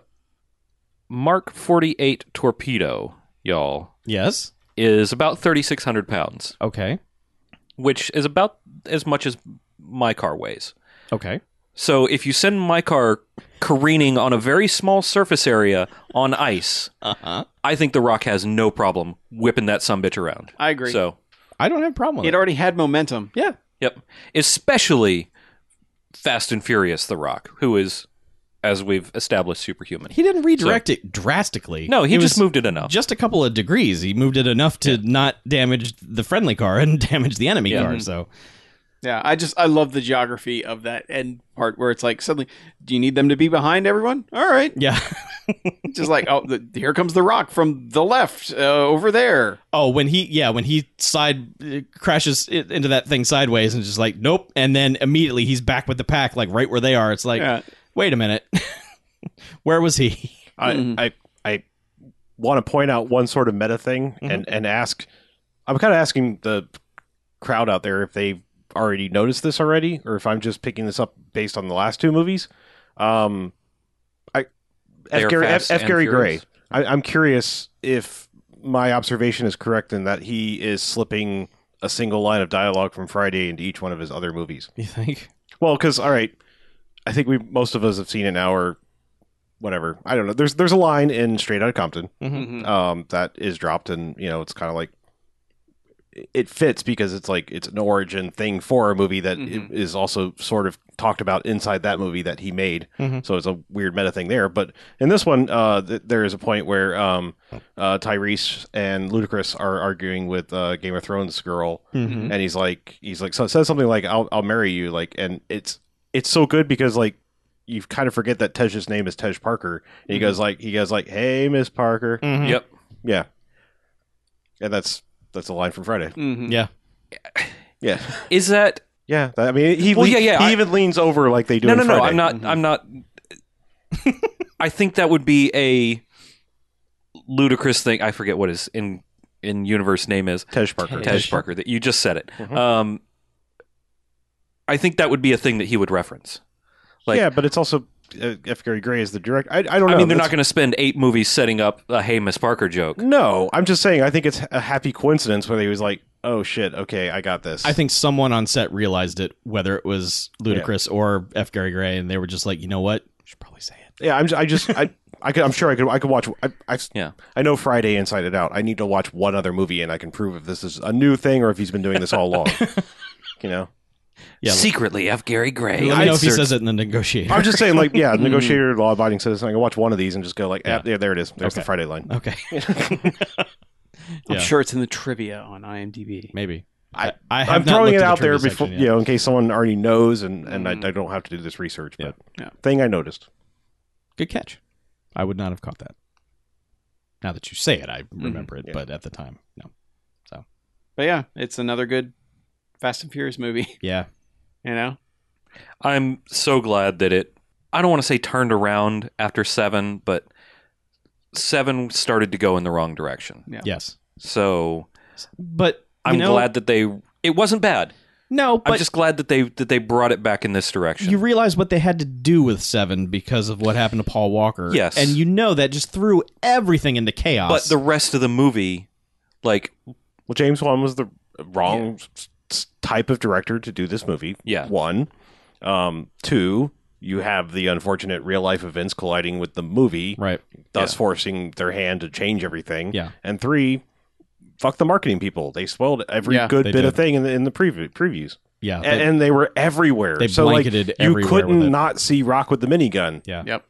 [SPEAKER 5] Mark forty eight torpedo, y'all
[SPEAKER 3] Yes.
[SPEAKER 5] is about 3,600 pounds,
[SPEAKER 3] Okay.
[SPEAKER 5] which is about as much as my car weighs.
[SPEAKER 3] Okay.
[SPEAKER 5] So if you send my car careening on a very small surface area on ice,
[SPEAKER 3] Uh-huh.
[SPEAKER 5] I think The Rock has no problem whipping that sumbitch around.
[SPEAKER 4] I agree.
[SPEAKER 5] So,
[SPEAKER 3] I don't have a problem with
[SPEAKER 4] it
[SPEAKER 3] it.
[SPEAKER 4] already had momentum.
[SPEAKER 3] Yeah.
[SPEAKER 5] yep. Especially Fast and Furious The Rock, who is, as we've established, superhuman.
[SPEAKER 3] He didn't redirect it drastically.
[SPEAKER 5] No, he
[SPEAKER 3] It
[SPEAKER 5] just
[SPEAKER 3] was
[SPEAKER 5] moved it enough.
[SPEAKER 3] just a couple of degrees. He moved it enough to not damage the friendly car and [laughs] damage the enemy
[SPEAKER 5] Yeah.
[SPEAKER 3] car. So
[SPEAKER 4] Yeah, I just I love the geography of that end part where it's like suddenly, do you need them to be behind everyone? All right,
[SPEAKER 3] yeah. [laughs]
[SPEAKER 4] just like oh, the, here comes the rock from the left uh, over there.
[SPEAKER 3] Oh, when he yeah when he side uh, crashes it into that thing sideways and just like nope, and then immediately he's back with the pack like right where they are. It's like
[SPEAKER 4] Yeah.
[SPEAKER 3] wait a minute, [laughs] where was
[SPEAKER 5] [laughs]
[SPEAKER 3] he?
[SPEAKER 2] I
[SPEAKER 5] Mm-hmm.
[SPEAKER 4] Mhm.
[SPEAKER 2] I, I want to point out one sort of meta thing
[SPEAKER 5] Mm-hmm.
[SPEAKER 2] and and ask. I'm kind of asking the crowd out there if they've already noticed this already, or if I'm just picking this up based on the last two movies. Um, I
[SPEAKER 5] They
[SPEAKER 2] F.
[SPEAKER 5] are
[SPEAKER 2] Gary, F,
[SPEAKER 5] fast
[SPEAKER 2] F.
[SPEAKER 5] and
[SPEAKER 2] Gary Gray.
[SPEAKER 5] furious.
[SPEAKER 2] I, I'm curious if my observation is correct in that he is slipping a single line of dialogue from Friday into each one of his other movies.
[SPEAKER 3] You think?
[SPEAKER 2] Well, because all right, I think we most of us have seen it now, or whatever. I don't know. There's there's a line in Straight Outta Compton
[SPEAKER 4] Mhm.
[SPEAKER 2] um, that is dropped, and you know it's kind of like it fits because it's like it's an origin thing for a movie that i-
[SPEAKER 4] Mhm.
[SPEAKER 2] is also sort of talked about inside that movie that he made.
[SPEAKER 3] Mhm.
[SPEAKER 2] So it's a weird meta thing there. But in this one, uh, th- there is a point where um, uh, Tyrese and Ludacris are arguing with uh, Game of Thrones girl
[SPEAKER 3] Mm-hmm.
[SPEAKER 2] and he's like he's like so says something like I'll I'll marry you like and it's it's so good because like you kind of forget that Tej's name is Tej Parker and
[SPEAKER 5] Mm-hmm.
[SPEAKER 2] he goes like he goes like hey Miss Parker
[SPEAKER 3] Mm-hmm.
[SPEAKER 5] Yep.
[SPEAKER 2] yeah
[SPEAKER 5] Mm-hmm.
[SPEAKER 2] and that's that's a line from Friday
[SPEAKER 4] Mhm.
[SPEAKER 3] Yeah.
[SPEAKER 2] yeah
[SPEAKER 5] Is that
[SPEAKER 2] [laughs] yeah that- I mean he
[SPEAKER 5] Well,
[SPEAKER 2] le-
[SPEAKER 5] yeah, yeah,
[SPEAKER 2] he
[SPEAKER 5] I-
[SPEAKER 2] even leans over like they do
[SPEAKER 5] no,
[SPEAKER 2] in
[SPEAKER 5] no, no.
[SPEAKER 2] Friday.
[SPEAKER 5] I'm not. I'm not. I think that would be a ludicrous thing. I forget what his in in universe name is.
[SPEAKER 2] Tej Parker
[SPEAKER 5] Tej Parker. That you just said it. Um, I think that would be a thing that he would reference. like-
[SPEAKER 2] yeah but it's also uh, F Gary Gray is the director I, I don't know
[SPEAKER 5] I mean, they're
[SPEAKER 2] Oh, That's-
[SPEAKER 5] not going to spend eight movies setting up a "Hey, Miss Parker" joke.
[SPEAKER 2] [laughs] no I'm just saying I think it's a happy coincidence where he was like oh shit okay I got this
[SPEAKER 3] I think someone on set realized it, whether it was Ludacris or F. Gary Gray, and they were just like, you know what, we should probably say it.
[SPEAKER 2] Yeah, I'm. j- I
[SPEAKER 5] [laughs]
[SPEAKER 2] just. I. I could, I'm sure I could. I could watch. I, I.
[SPEAKER 5] Yeah.
[SPEAKER 2] I know Friday Inside It Out. I need to watch one other movie, and I can prove if this is a new thing or if he's been doing this all
[SPEAKER 3] [laughs]
[SPEAKER 2] along. you know.
[SPEAKER 3] Yeah.
[SPEAKER 5] Secretly, F. Gary Gray.
[SPEAKER 3] Let me know if he
[SPEAKER 5] inserts-
[SPEAKER 3] says it in the negotiator.
[SPEAKER 2] I'm just saying, like,
[SPEAKER 3] Mm.
[SPEAKER 2] yeah, negotiator, law-abiding citizen. I can watch one of these and just go, like, ah, yeah, there it is. There's the
[SPEAKER 3] Okay.
[SPEAKER 2] Friday line.
[SPEAKER 3] Okay,
[SPEAKER 4] I'm
[SPEAKER 3] Yeah.
[SPEAKER 4] sure it's in the trivia on IMDb.
[SPEAKER 3] maybe.
[SPEAKER 2] I-
[SPEAKER 3] I have
[SPEAKER 2] I'm
[SPEAKER 3] not
[SPEAKER 2] throwing
[SPEAKER 3] looked
[SPEAKER 2] it
[SPEAKER 3] at
[SPEAKER 2] out
[SPEAKER 3] the
[SPEAKER 2] there
[SPEAKER 3] trivia
[SPEAKER 2] before,
[SPEAKER 3] section
[SPEAKER 2] you
[SPEAKER 3] yet. Mm.
[SPEAKER 2] know, in case someone already knows, and and I, I don't have to do this research. But
[SPEAKER 4] Yeah.
[SPEAKER 2] thing I noticed.
[SPEAKER 3] Good catch. I would not have caught that. Now that you say it, I remember it,
[SPEAKER 2] yeah.
[SPEAKER 3] but at the time, no.
[SPEAKER 4] But yeah, it's another good Fast and Furious movie. [laughs]
[SPEAKER 3] Yeah.
[SPEAKER 4] You know,
[SPEAKER 5] I'm so glad that it. I don't want to say turned around after seven, but seven started to go in the wrong direction.
[SPEAKER 3] Yes.
[SPEAKER 5] So
[SPEAKER 3] But you
[SPEAKER 5] I'm
[SPEAKER 3] know-
[SPEAKER 5] glad that they. It wasn't bad.
[SPEAKER 3] No,
[SPEAKER 5] I'm
[SPEAKER 3] but
[SPEAKER 5] just glad that they that they brought it back in this direction.
[SPEAKER 3] you realize what they had to do with Seven because of what happened to Paul Walker.
[SPEAKER 5] Yes.
[SPEAKER 3] And you know that just threw everything into chaos.
[SPEAKER 5] but the rest of the movie, like,
[SPEAKER 2] Well, James Wan was the wrong s- s- type of director to do this movie.
[SPEAKER 5] Yeah.
[SPEAKER 2] One, um, two. You have the unfortunate real life events colliding with the movie,
[SPEAKER 3] right.
[SPEAKER 2] thus forcing their hand to change everything.
[SPEAKER 3] Yeah.
[SPEAKER 2] And three, fuck the marketing people. They spoiled every
[SPEAKER 4] Yeah,
[SPEAKER 2] good
[SPEAKER 3] they
[SPEAKER 2] bit of
[SPEAKER 3] did.
[SPEAKER 2] thing in the, in the preview, previews.
[SPEAKER 3] Yeah.
[SPEAKER 2] A- and, they were everywhere.
[SPEAKER 3] They
[SPEAKER 2] so, like,
[SPEAKER 3] blanketed
[SPEAKER 2] you
[SPEAKER 3] everywhere with it.
[SPEAKER 2] couldn't not see Rock with the minigun.
[SPEAKER 3] yeah.
[SPEAKER 4] yep.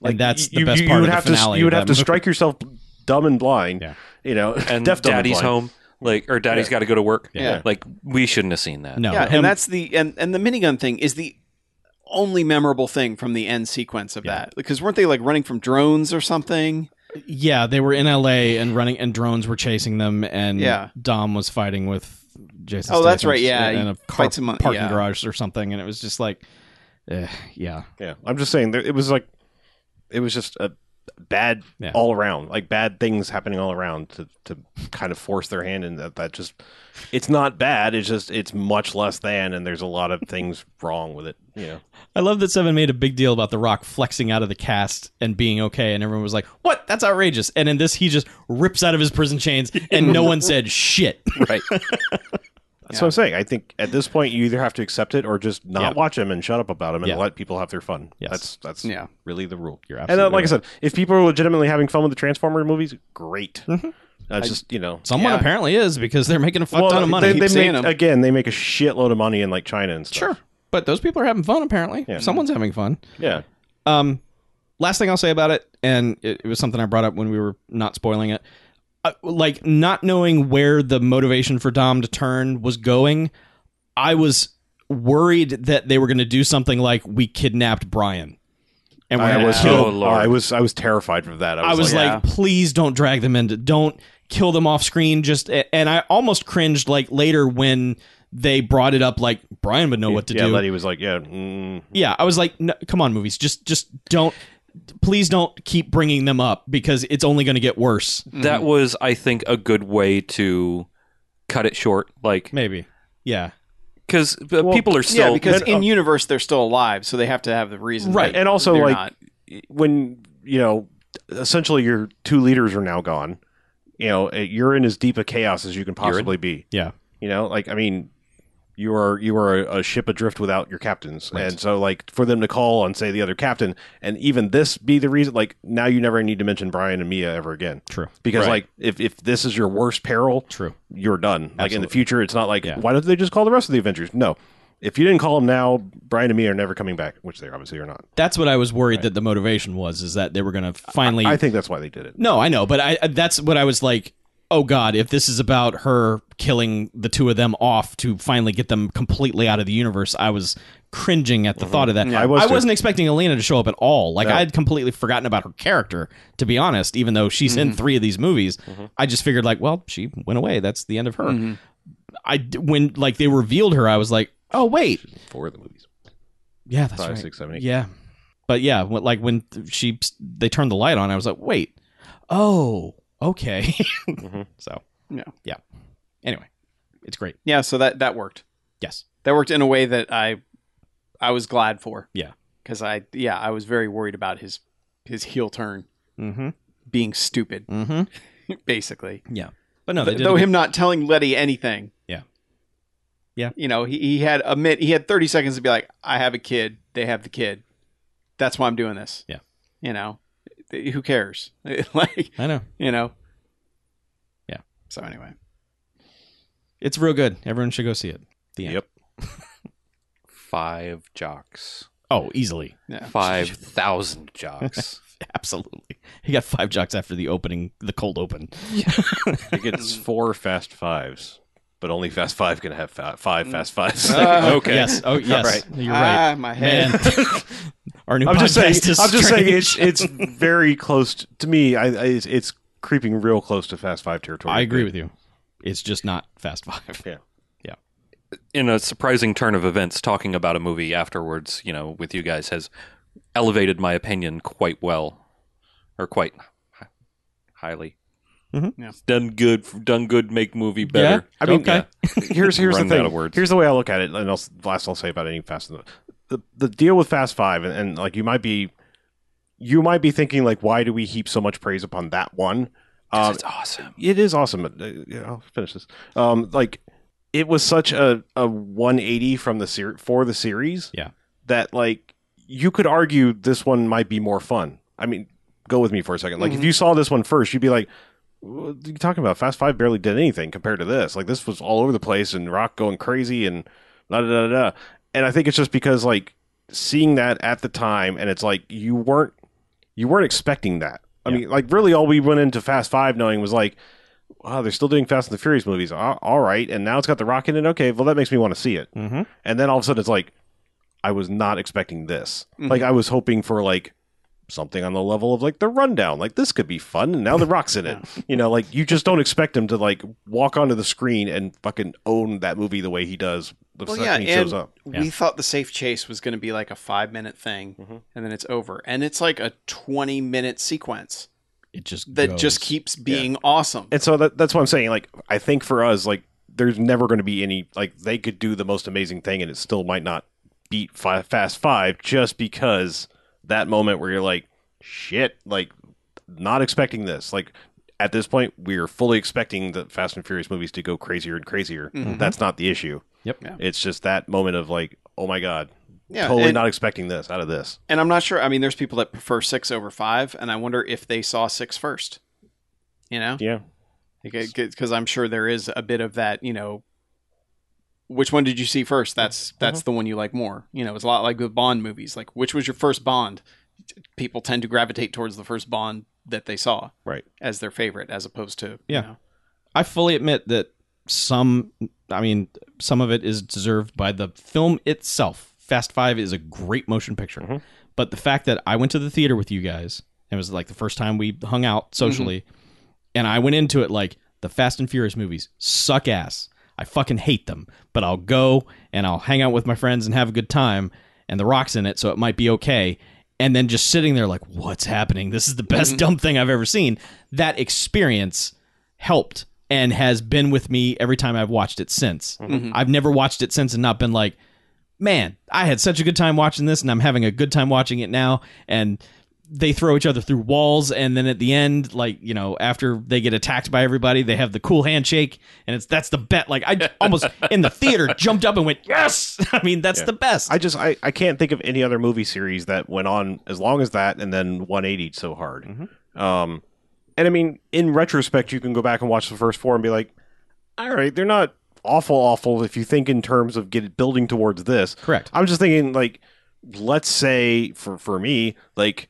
[SPEAKER 2] Like,
[SPEAKER 3] and that's the
[SPEAKER 2] you-
[SPEAKER 3] best
[SPEAKER 2] you,
[SPEAKER 3] part
[SPEAKER 2] you
[SPEAKER 3] of
[SPEAKER 2] would
[SPEAKER 3] the
[SPEAKER 2] have To,
[SPEAKER 3] finale
[SPEAKER 2] you would
[SPEAKER 3] of
[SPEAKER 2] have
[SPEAKER 3] that
[SPEAKER 2] to
[SPEAKER 3] movie.
[SPEAKER 2] strike yourself dumb and blind.
[SPEAKER 3] Yeah.
[SPEAKER 2] You know, [laughs]
[SPEAKER 5] and
[SPEAKER 2] deaf, dumb, and
[SPEAKER 5] Daddy's
[SPEAKER 2] blind.
[SPEAKER 5] home, like, or Daddy's got to go to work.
[SPEAKER 4] Yeah.
[SPEAKER 5] Like, we shouldn't have seen that.
[SPEAKER 3] No.
[SPEAKER 4] yeah,
[SPEAKER 3] Um, him-
[SPEAKER 4] and that's the and and the minigun thing is the only memorable thing from the end sequence of that because weren't they like running from drones or something?
[SPEAKER 3] Yeah, they were in L.A. and running, and drones were chasing them, and
[SPEAKER 4] Yeah.
[SPEAKER 3] Dom was fighting with Jason.
[SPEAKER 4] Oh, that's
[SPEAKER 3] Statham
[SPEAKER 4] right, yeah,
[SPEAKER 3] in
[SPEAKER 4] he
[SPEAKER 3] a car,
[SPEAKER 4] fights him on-
[SPEAKER 3] parking
[SPEAKER 4] yeah.
[SPEAKER 3] garage or something, and it was just like, eh, yeah,
[SPEAKER 2] Yeah, I'm just saying there, it was like it was just a bad
[SPEAKER 3] Yeah.
[SPEAKER 2] all around, like bad things happening all around to to kind of force their hand in that that just it's not bad. It's just it's much less than, and there's a lot of things wrong with it. You know,
[SPEAKER 3] I love that Seven made a big deal about The Rock flexing out of the cast and being okay, and everyone was like, "What? That's outrageous!" And in this, he just rips out of his prison chains, and no [laughs] one said shit.
[SPEAKER 5] Right.
[SPEAKER 2] that's what I'm saying. I think at this point you either have to accept it or just not
[SPEAKER 3] Yeah.
[SPEAKER 2] watch them and shut up about them and
[SPEAKER 3] Yeah.
[SPEAKER 2] let people have their fun.
[SPEAKER 3] Yes.
[SPEAKER 2] That's that's
[SPEAKER 4] Yeah.
[SPEAKER 2] really the rule.
[SPEAKER 3] You're
[SPEAKER 2] and uh,
[SPEAKER 3] absolutely
[SPEAKER 2] like I said, if people are legitimately having fun with the Transformer movies, great. That's just you know.
[SPEAKER 3] Someone
[SPEAKER 4] Yeah.
[SPEAKER 3] apparently is because they're making a fuck ton of money. [laughs]
[SPEAKER 2] They,
[SPEAKER 4] Keep
[SPEAKER 2] they
[SPEAKER 4] seeing
[SPEAKER 2] make,
[SPEAKER 4] 'em.
[SPEAKER 2] again, they make a shitload of money in like China and stuff.
[SPEAKER 3] Sure. But those people are having fun, apparently.
[SPEAKER 2] Yeah.
[SPEAKER 3] Someone's having fun.
[SPEAKER 2] Yeah.
[SPEAKER 3] Um, last thing I'll say about it, and it, it was something I brought up when we were not spoiling it. Uh, like, not knowing where the motivation for Dom to turn was going, I was worried that they were going to do something like, we kidnapped Brian. And we're
[SPEAKER 2] I
[SPEAKER 3] going
[SPEAKER 2] was
[SPEAKER 3] to
[SPEAKER 2] so,
[SPEAKER 3] kill.
[SPEAKER 5] Oh, Lord.
[SPEAKER 2] I was I was terrified of that.
[SPEAKER 3] I was
[SPEAKER 2] like,
[SPEAKER 3] like,
[SPEAKER 4] Yeah.
[SPEAKER 3] please don't drag them into, don't kill them off screen. Just and I almost cringed like later when they brought it up, like Brian would know what to
[SPEAKER 2] yeah,
[SPEAKER 3] do.
[SPEAKER 2] Letty was like, yeah, mm,
[SPEAKER 3] yeah i was like no, come on movies just just don't please don't keep bringing them up because it's only going to get worse
[SPEAKER 4] Mm-hmm.
[SPEAKER 5] That was, I think, a good way to cut it short. Like,
[SPEAKER 3] maybe yeah
[SPEAKER 5] because people are
[SPEAKER 4] [laughs]
[SPEAKER 5] still.
[SPEAKER 4] yeah, because
[SPEAKER 2] Then,
[SPEAKER 4] in
[SPEAKER 2] uh,
[SPEAKER 4] universe they're still alive, so they have to have the reason.
[SPEAKER 3] Right.
[SPEAKER 4] that
[SPEAKER 2] and also
[SPEAKER 4] they're
[SPEAKER 2] like
[SPEAKER 4] not.
[SPEAKER 2] when you know, essentially your two leaders are now gone. You know, eh, you're in as deep a chaos as you can possibly be.
[SPEAKER 3] yeah
[SPEAKER 2] You know, like I mean, you are you are a, a ship adrift without your captains, and so like for them to call on say the other captain, and even this be the reason. Like now you never need to mention Brian and Mia ever again.
[SPEAKER 3] true
[SPEAKER 2] Because
[SPEAKER 5] Right.
[SPEAKER 2] like if, if this is your worst peril,
[SPEAKER 3] true
[SPEAKER 2] you're done. Like in the
[SPEAKER 3] Absolutely.
[SPEAKER 2] future, it's not like
[SPEAKER 3] Yeah.
[SPEAKER 2] why don't they just call the rest of the Avengers? No, if you didn't call them now, Brian and me are never coming back, which they obviously are not.
[SPEAKER 3] that's what i was worried that the motivation was is that they were going to finally
[SPEAKER 2] I think that's why they did it.
[SPEAKER 3] no i know but i that's what i was like oh god if this is about her killing the two of them off to finally get them completely out of the universe i was cringing at the thought of that
[SPEAKER 2] Mm-hmm. I was too.
[SPEAKER 3] not expecting elena to show up at all like
[SPEAKER 2] No.
[SPEAKER 3] i'd completely forgotten about her character to be honest even though she's
[SPEAKER 2] Mm-hmm.
[SPEAKER 3] in three of these movies i just figured like well she went away that's the end of her
[SPEAKER 2] Mm-hmm.
[SPEAKER 3] i d- when like they revealed her i was like oh wait
[SPEAKER 2] Four of the movies,
[SPEAKER 3] yeah that's
[SPEAKER 2] five,
[SPEAKER 3] right
[SPEAKER 2] six, seven, eight.
[SPEAKER 3] yeah but yeah when, like when she they turned the light on i was like wait oh okay [laughs]
[SPEAKER 2] Mm-hmm.
[SPEAKER 3] so
[SPEAKER 4] Yeah.
[SPEAKER 3] yeah anyway it's great
[SPEAKER 4] Yeah, so that that worked.
[SPEAKER 3] yes
[SPEAKER 4] That worked in a way that I I was glad for.
[SPEAKER 3] Yeah.
[SPEAKER 4] Cuz I yeah, I was very worried about his his heel turn
[SPEAKER 3] mm-hmm
[SPEAKER 4] being stupid [laughs]
[SPEAKER 3] mm-hmm
[SPEAKER 4] basically.
[SPEAKER 3] but no they did
[SPEAKER 4] Though
[SPEAKER 3] a good-
[SPEAKER 4] him not telling Letty anything.
[SPEAKER 3] Yeah. Yeah.
[SPEAKER 4] You know, he, he had a minute, he had 30 seconds to be like, I have a kid. They have the kid. That's why I'm doing this.
[SPEAKER 3] Yeah.
[SPEAKER 4] You know, th- who cares? [laughs] like,
[SPEAKER 3] i know
[SPEAKER 4] you know.
[SPEAKER 3] Yeah.
[SPEAKER 4] So anyway.
[SPEAKER 3] it's real good everyone should go see it the end
[SPEAKER 2] Yep.
[SPEAKER 5] five jocks.
[SPEAKER 3] oh easily [laughs]
[SPEAKER 4] Yeah.
[SPEAKER 5] 5,000
[SPEAKER 4] [laughs]
[SPEAKER 5] jocks.
[SPEAKER 3] absolutely he got five jocks after the opening the cold
[SPEAKER 2] [laughs]
[SPEAKER 3] open
[SPEAKER 2] it gets four Fast Fives, but only Fast Five can have fa- five Fast [laughs] Fives.
[SPEAKER 4] Uh,
[SPEAKER 5] okay.
[SPEAKER 3] yes oh yes you're right
[SPEAKER 4] Ah, my head.
[SPEAKER 3] man [laughs]
[SPEAKER 2] [laughs]
[SPEAKER 3] our new
[SPEAKER 2] I'm just saying.
[SPEAKER 3] podcast is
[SPEAKER 2] I'm just saying.
[SPEAKER 3] strange.
[SPEAKER 2] It's it's very close to, to me. I, I it's, it's creeping real close to Fast Five territory.
[SPEAKER 3] i agree with you it's just not fast five
[SPEAKER 2] Yeah.
[SPEAKER 5] In a surprising turn of events, talking about a movie afterwards, you know, with you guys has elevated my opinion quite well or quite hi- highly.
[SPEAKER 3] Mhm.
[SPEAKER 4] Yeah.
[SPEAKER 5] Mm-hmm. Done good, done good, make movie better.
[SPEAKER 2] I mean,
[SPEAKER 3] Okay.
[SPEAKER 2] here's here's the
[SPEAKER 5] Runs out
[SPEAKER 2] thing.
[SPEAKER 5] of words.
[SPEAKER 2] Here's the way I look at it, and I'll, last I'll say about any Fast and the, the the deal with Fast Five, and, and like you might be, you might be thinking like, why do we heap so much praise upon that one? Um,
[SPEAKER 5] It's awesome.
[SPEAKER 2] it is awesome. Uh, yeah, I'll finish this. Um, like it was such a, a 180 from the ser- for the series.
[SPEAKER 3] Yeah.
[SPEAKER 2] That like you could argue this one might be more fun. I mean, go with me for a second. Like if you saw this one first, you'd be like, "What are you talking about? Fast Five barely did anything compared to this. Like this was all over the place and Rock going crazy and da da da da." da." And I think it's just because like seeing that at the time, and it's like you weren't you weren't expecting that. I mean, like really, all we went into Fast Five knowing was like, wow, they're still doing Fast and the Furious movies. Ah, all right, and now it's got the Rock in it. Okay, well that makes me want to see it.
[SPEAKER 3] Mhm.
[SPEAKER 4] Mm-hmm.
[SPEAKER 2] And then all of a sudden it's like, I was not expecting this. Like I was hoping for like something on the level of like the rundown. Like this could be fun, and now the rock's in it. You know, like you just don't expect him to like walk onto the screen and fucking own that movie the way he does the
[SPEAKER 4] Well,
[SPEAKER 2] second
[SPEAKER 4] yeah,
[SPEAKER 2] he
[SPEAKER 4] and
[SPEAKER 2] shows up.
[SPEAKER 3] Yeah. Mm-hmm.
[SPEAKER 4] we thought the safe chase was going to be like a five minute thing,
[SPEAKER 2] Mhm.
[SPEAKER 4] and then it's over. And it's like a twenty minute sequence
[SPEAKER 3] It just
[SPEAKER 4] that
[SPEAKER 3] goes.
[SPEAKER 4] just keeps being awesome.
[SPEAKER 2] And so that, that's what I'm saying. Like I think for us, like there's never going to be any like they could do the most amazing thing, and it still might not beat five, Fast Five just because that moment where you're like, shit, like not expecting this, like. At this point, we're fully expecting the Fast and Furious movies to go crazier and crazier.
[SPEAKER 4] Mhm.
[SPEAKER 2] That's not the issue.
[SPEAKER 3] Yep.
[SPEAKER 4] Yeah.
[SPEAKER 2] It's just that moment of like, oh my god,
[SPEAKER 4] yeah,
[SPEAKER 2] totally
[SPEAKER 4] and,
[SPEAKER 2] not expecting this out of this.
[SPEAKER 4] and I'm not sure. I mean, there's people that prefer six over five, and I wonder if they saw six first. You know,
[SPEAKER 2] Yeah,
[SPEAKER 4] because I'm sure there is a bit of that. You know, which one did you see first?
[SPEAKER 3] Mm-hmm.
[SPEAKER 4] That's that's the one you like more. You know, it's a lot like with Bond movies. Like, which was your first Bond? People tend to gravitate towards the first Bond that they saw,
[SPEAKER 2] Right.
[SPEAKER 4] as their favorite, as opposed to
[SPEAKER 3] Yeah.
[SPEAKER 4] You know,
[SPEAKER 3] I fully admit that some, I mean, some of it is deserved by the film itself. Fast Five is a great motion picture,
[SPEAKER 2] Mhm.
[SPEAKER 3] but the fact that I went to the theater with you guys and it was like the first time we hung out socially, and I went into it like the Fast and Furious movies suck ass. I fucking hate them, but I'll go and I'll hang out with my friends and have a good time. And The Rock's in it, so it might be okay. And then just sitting there like, what's happening? This is the best dumb thing I've ever seen. That experience helped and has been with me every time I've watched it since. I've never watched it since and not been like, man, I had such a good time watching this and I'm having a good time watching it now. And they throw each other through walls. And then at the end, like, you know, after they get attacked by everybody, they have the cool handshake. And it's that's the bet. Like, I [laughs] almost in the theater jumped up and went, yes. [laughs] I mean, that's the best.
[SPEAKER 2] I just I, I can't think of any other movie series that went on as long as that and then 180 so hard. Um, and I mean, in retrospect, you can go back and watch the first four and be like, all right, they're not awful, awful. If you think in terms of get building towards this,
[SPEAKER 3] Correct.
[SPEAKER 2] I'm just thinking like, let's say for for me, like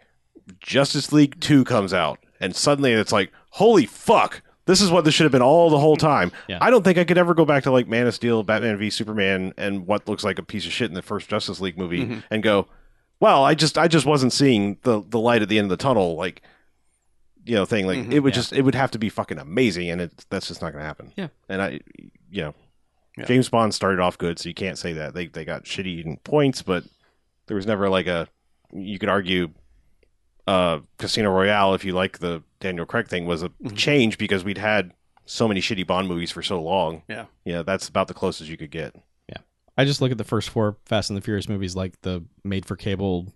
[SPEAKER 2] Justice League Two comes out, and suddenly it's like, holy fuck. This is what this should have been all the whole time.
[SPEAKER 3] Yeah.
[SPEAKER 2] I don't think I could ever go back to like Man of Steel, Batman v Superman, and what looks like a piece of shit in the first Justice League movie,
[SPEAKER 3] Mm-hmm.
[SPEAKER 2] and go, "Well, I just, I just wasn't seeing the the light at the end of the tunnel." Like, you know, thing like
[SPEAKER 4] Mhm.
[SPEAKER 2] it would
[SPEAKER 3] Mm-hmm. Yeah.
[SPEAKER 2] just, it would have to be fucking amazing, and it that's just not going to happen.
[SPEAKER 3] Yeah.
[SPEAKER 2] and I, you know,
[SPEAKER 4] Yeah.
[SPEAKER 2] James Bond started off good, so you can't say that. They they got shitty in points, but there was never like a you could argue uh Casino Royale if you like the Daniel Craig thing was a
[SPEAKER 4] Mhm.
[SPEAKER 2] change because we'd had so many shitty Bond movies for so long.
[SPEAKER 4] Yeah.
[SPEAKER 2] Yeah, that's about the closest you could get.
[SPEAKER 3] I just look at the first four Fast and the Furious movies like the made for cable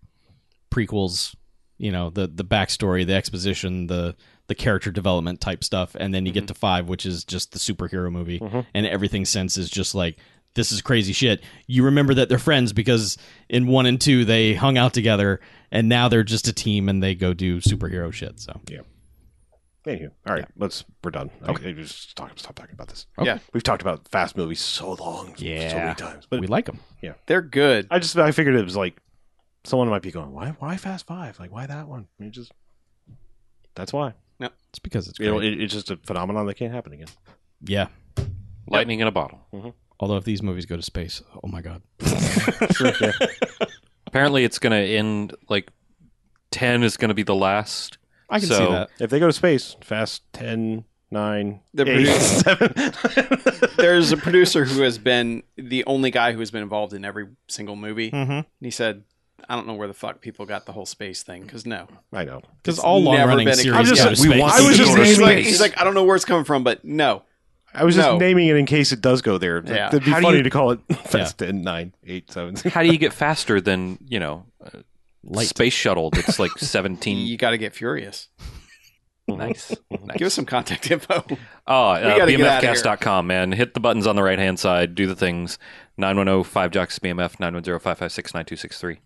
[SPEAKER 3] prequels, you know, the the backstory, the exposition, the the character development type stuff, and then you
[SPEAKER 2] Mm-hmm.
[SPEAKER 3] get to five, which is just the superhero movie,
[SPEAKER 2] Mhm.
[SPEAKER 3] and everything since is just like this is crazy shit. You remember that they're friends because in one and two they hung out together, and now they're just a team and they go do superhero shit. So
[SPEAKER 2] Anywho, all right, let's we're done. Okay, just talk, stop talking about this.
[SPEAKER 3] Okay.
[SPEAKER 4] Yeah.
[SPEAKER 2] we've talked about fast movies so long, so
[SPEAKER 3] Yeah.
[SPEAKER 2] many times. But
[SPEAKER 3] we like them.
[SPEAKER 4] they're good.
[SPEAKER 2] I just I figured it was like someone might be going, why why Fast Five? Like why that one? It just that's why.
[SPEAKER 3] It's because it's
[SPEAKER 2] You know,
[SPEAKER 3] great.
[SPEAKER 2] it, it's just a phenomenon that can't happen
[SPEAKER 3] [laughs]
[SPEAKER 2] again.
[SPEAKER 3] yeah.
[SPEAKER 5] Lightning in a bottle.
[SPEAKER 3] Although if these movies go to space, oh my god,
[SPEAKER 5] Apparently, it's going to end like 10 is going to be the last.
[SPEAKER 3] I can see
[SPEAKER 5] So-
[SPEAKER 3] that.
[SPEAKER 2] If they go to space, fast 10, 9,
[SPEAKER 4] The
[SPEAKER 2] 8, [laughs]
[SPEAKER 4] producer-
[SPEAKER 2] 7.
[SPEAKER 4] There's a producer who has been the only guy who has been involved in every single movie, and
[SPEAKER 3] Mm-hmm.
[SPEAKER 4] he said, "I don't know where the fuck people got the whole space thing because no,
[SPEAKER 2] I know.
[SPEAKER 3] Because all long running
[SPEAKER 4] been a-
[SPEAKER 3] series
[SPEAKER 4] I'm just-
[SPEAKER 3] go to
[SPEAKER 2] we
[SPEAKER 3] space.
[SPEAKER 2] want-
[SPEAKER 4] I
[SPEAKER 2] [laughs]
[SPEAKER 4] was
[SPEAKER 2] Go
[SPEAKER 4] just
[SPEAKER 2] to
[SPEAKER 4] he's like,
[SPEAKER 2] space.
[SPEAKER 4] he's like, I don't know where it's coming from, but no,
[SPEAKER 2] I was just
[SPEAKER 4] No.
[SPEAKER 2] naming it in case it does go there.
[SPEAKER 4] Yeah.
[SPEAKER 2] That'd be
[SPEAKER 5] How do
[SPEAKER 2] funny
[SPEAKER 5] you-
[SPEAKER 2] to call it [laughs] fast 10, 9, 8, 7.
[SPEAKER 5] How do you get faster than, you know,
[SPEAKER 3] Light.
[SPEAKER 5] space shuttle that's like 17?
[SPEAKER 4] you got to get furious.
[SPEAKER 5] [laughs] nice. nice.
[SPEAKER 4] Give us some contact info.
[SPEAKER 5] Oh, uh,
[SPEAKER 4] gotta get outta here.
[SPEAKER 5] bmfcast.com, man. Hit the buttons on the right hand side. Do the things. 910 5 jocks BMF 910 556 9263.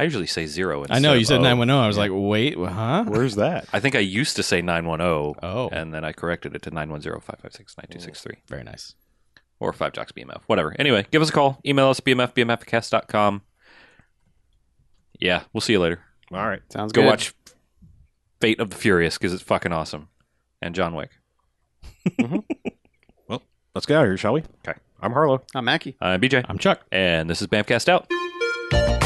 [SPEAKER 5] I usually say zero. Instead
[SPEAKER 3] I know you said
[SPEAKER 5] of oh.
[SPEAKER 3] nine one zero. I was like, wait, wha- huh?
[SPEAKER 2] [laughs] Where's that?
[SPEAKER 5] I think I used to say 910.
[SPEAKER 3] Oh.
[SPEAKER 5] And then I corrected it to 910 556 9263.
[SPEAKER 3] Very nice.
[SPEAKER 5] or five jocks BMF, whatever. Anyway, give us a call. Email us bmf bmfcast.com. Yeah, we'll see you later.
[SPEAKER 2] All right.
[SPEAKER 4] Sounds
[SPEAKER 5] Go watch Fate of the Furious because it's fucking awesome, and John Wick.
[SPEAKER 2] Let's get out of here, shall we?
[SPEAKER 5] Okay.
[SPEAKER 2] I'm Harlow.
[SPEAKER 3] Uh,
[SPEAKER 4] I'm Mackie.
[SPEAKER 5] I'm BJ,
[SPEAKER 3] I'm Chuck.
[SPEAKER 5] and this is Bamcast out.